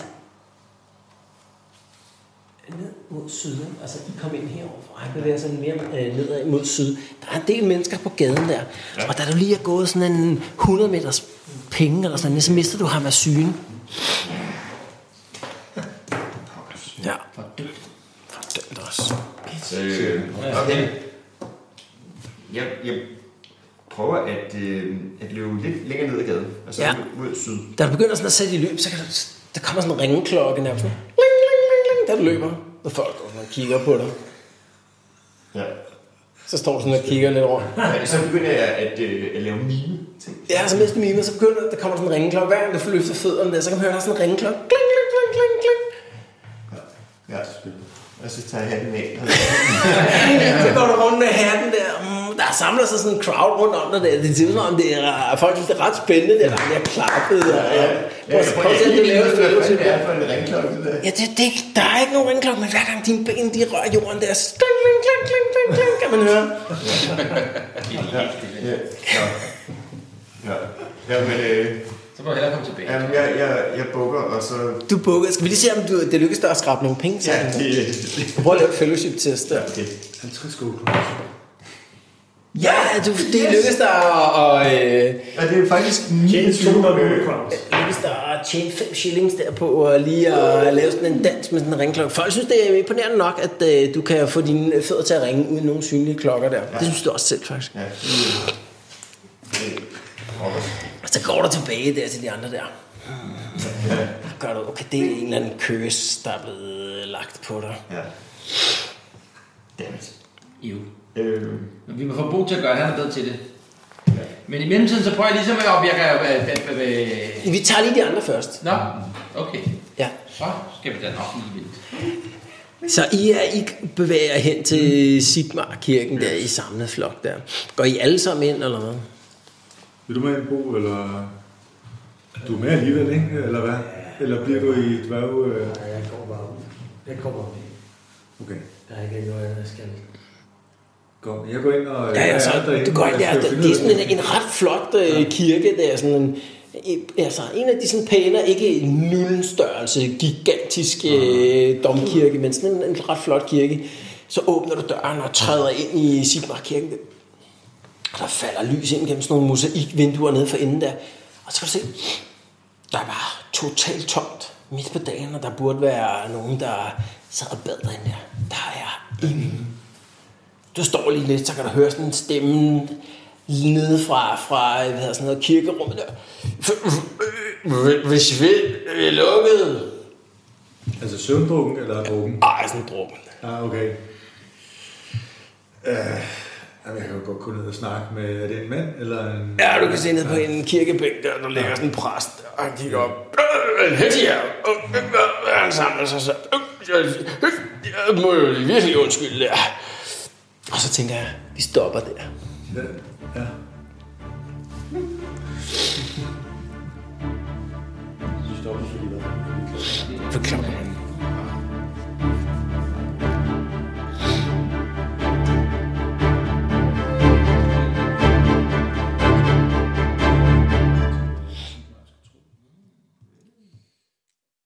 [SPEAKER 2] ned mod syd. ikke? Altså, I kom ind heroverfra. Han bevæger sig mere øh, nedad mod syd. Der er en del mennesker på gaden der. Ja. Og da du lige er gået sådan en 100 meters penge eller sådan noget, så mister du ham af syne. Ja. Fordømt også.
[SPEAKER 7] Øh, okay. Jeg, jeg prøver at, øh, at løbe lidt længere ned ad gaden, altså
[SPEAKER 2] Ja.
[SPEAKER 7] ja. mod syd.
[SPEAKER 2] Da du begynder sådan at sætte i løb, så kan du, der kommer sådan en ringeklokke nærmest. Ling, ling, ling, ling, da du løber. Og folk går sådan og kigger på dig.
[SPEAKER 7] Ja.
[SPEAKER 2] Så står du sådan og kigger lidt rundt.
[SPEAKER 7] Ja, Så begynder jeg at, øh, at lave mime ting.
[SPEAKER 2] Ja, så mens du mimer, så begynder der kommer sådan en ringeklokke. Hver gang du løfter fødderne der, så kan man høre, der er sådan en ringeklokke. Kling, kling, kling, kling, kling.
[SPEAKER 7] Ja. Og så tager jeg hatten af.
[SPEAKER 2] Så går du rundt med hatten der. Mm, der samler sig sådan en crowd rundt om dig der. Det er til om det er, folk synes, det er ret spændende der. Der bliver klappet. Og, ja. Prøv at- prøv at se, om du laver et fælles.
[SPEAKER 7] det er for en ringklokke, det der.
[SPEAKER 2] Ja, det, det, der er ikke nogen ringklokke, men hver gang dine ben de rører jorden der, så kling, kling, kling, kling, kling, kling, kan man høre.
[SPEAKER 7] Ja. Ja. Ja. Ja, men øh,
[SPEAKER 10] Så må jeg hellere komme tilbage.
[SPEAKER 7] jamen, jeg, jeg, jeg bukker, og så...
[SPEAKER 2] Du bukker. Skal vi lige se, om du, det lykkes dig at skrabe nogle penge
[SPEAKER 7] Ja,
[SPEAKER 2] sammen?
[SPEAKER 7] det,
[SPEAKER 2] Prøv at lave et fellowship-test der.
[SPEAKER 7] det.
[SPEAKER 5] 50 gold coins.
[SPEAKER 2] Ja, du, det yes. lykkedes dig at, og, øh,
[SPEAKER 7] Og det er faktisk 29
[SPEAKER 19] 200
[SPEAKER 7] øh,
[SPEAKER 19] kroner.
[SPEAKER 2] lykkedes dig at tjene fem shillings derpå, og lige at lave sådan en dans med sådan en ringklokke. Folk synes, det er imponerende nok, at øh, du kan få dine fødder til at ringe uden nogen synlige klokker der. Ja. Det synes du også selv, faktisk.
[SPEAKER 7] Ja, det- det-
[SPEAKER 2] Og så går du tilbage der til de andre der. Så Gør du, okay, det er en eller anden køs, der er blevet øh, lagt på dig.
[SPEAKER 7] ja. Dammit.
[SPEAKER 10] Jo.
[SPEAKER 7] Øh,
[SPEAKER 10] Men vi må få brug til at gøre det, han er bedre til det. Men i mellemtiden, så prøver jeg ligesom at op, jeg kan... hvad- hvad- hvad- hvad-
[SPEAKER 2] Vi tager lige de andre først.
[SPEAKER 10] øh, Nå, okay.
[SPEAKER 2] Ja.
[SPEAKER 10] Så skal vi da nok lige vente.
[SPEAKER 2] Så I, er, I bevæger jer hen til Sigmar-kirken der i samlet flok der. Går I alle sammen ind, eller hvad?
[SPEAKER 5] Vil du med ind, Bo, eller... Du er med alligevel, ikke? Eller hvad? Eller bliver du i dværg... Øh...
[SPEAKER 3] Nej, jeg går bare ud. Jeg kommer med.
[SPEAKER 5] Okay.
[SPEAKER 3] Der er ikke noget, jeg skal.
[SPEAKER 5] Kom, jeg går ind og... øh, altså,
[SPEAKER 2] Ja, ja, så
[SPEAKER 5] jeg er derinde,
[SPEAKER 2] du går ind
[SPEAKER 5] og
[SPEAKER 2] der.
[SPEAKER 5] jeg skal
[SPEAKER 2] Det
[SPEAKER 5] finde ud
[SPEAKER 2] er
[SPEAKER 5] af-
[SPEAKER 2] sådan en, en ret flot øh, kirke. Det er sådan en, en- altså, en af de sådan pæne, ikke nullen størrelse, gigantisk øh, domkirke, men sådan en, en ret flot kirke. Så åbner du døren og træder ind i Sigmar-kirken. Der falder lys ind gennem sådan nogle mosaikvinduer nede for enden der. Og så kan du se, der var totalt tomt midt på dagen, og der burde være nogen, der sad og bad derinde der. Der er ingen. Du står lige lidt, så kan du høre sådan en stemme nede fra, fra hvad hedder sådan noget, kirkerummet der. Hvis vi er lukket.
[SPEAKER 5] Altså søvndrukken eller drukken?
[SPEAKER 2] Ej, sådan drukken.
[SPEAKER 5] Ah, okay. Øh, jamen, jeg kan jo godt gå ned og snakke med... Er det en mand eller en...
[SPEAKER 2] Ja, du kan se ned på en kirkebænk der, der ligger sådan en præst, og han kigger op. Øh, En hætti her. Øh, øh, øh, Han samler sig så. Øh, øh, øh, Jeg må jo virkelig undskylde der. Og så tænker jeg, vi stopper der.
[SPEAKER 5] Ja. ja.
[SPEAKER 2] For klokken.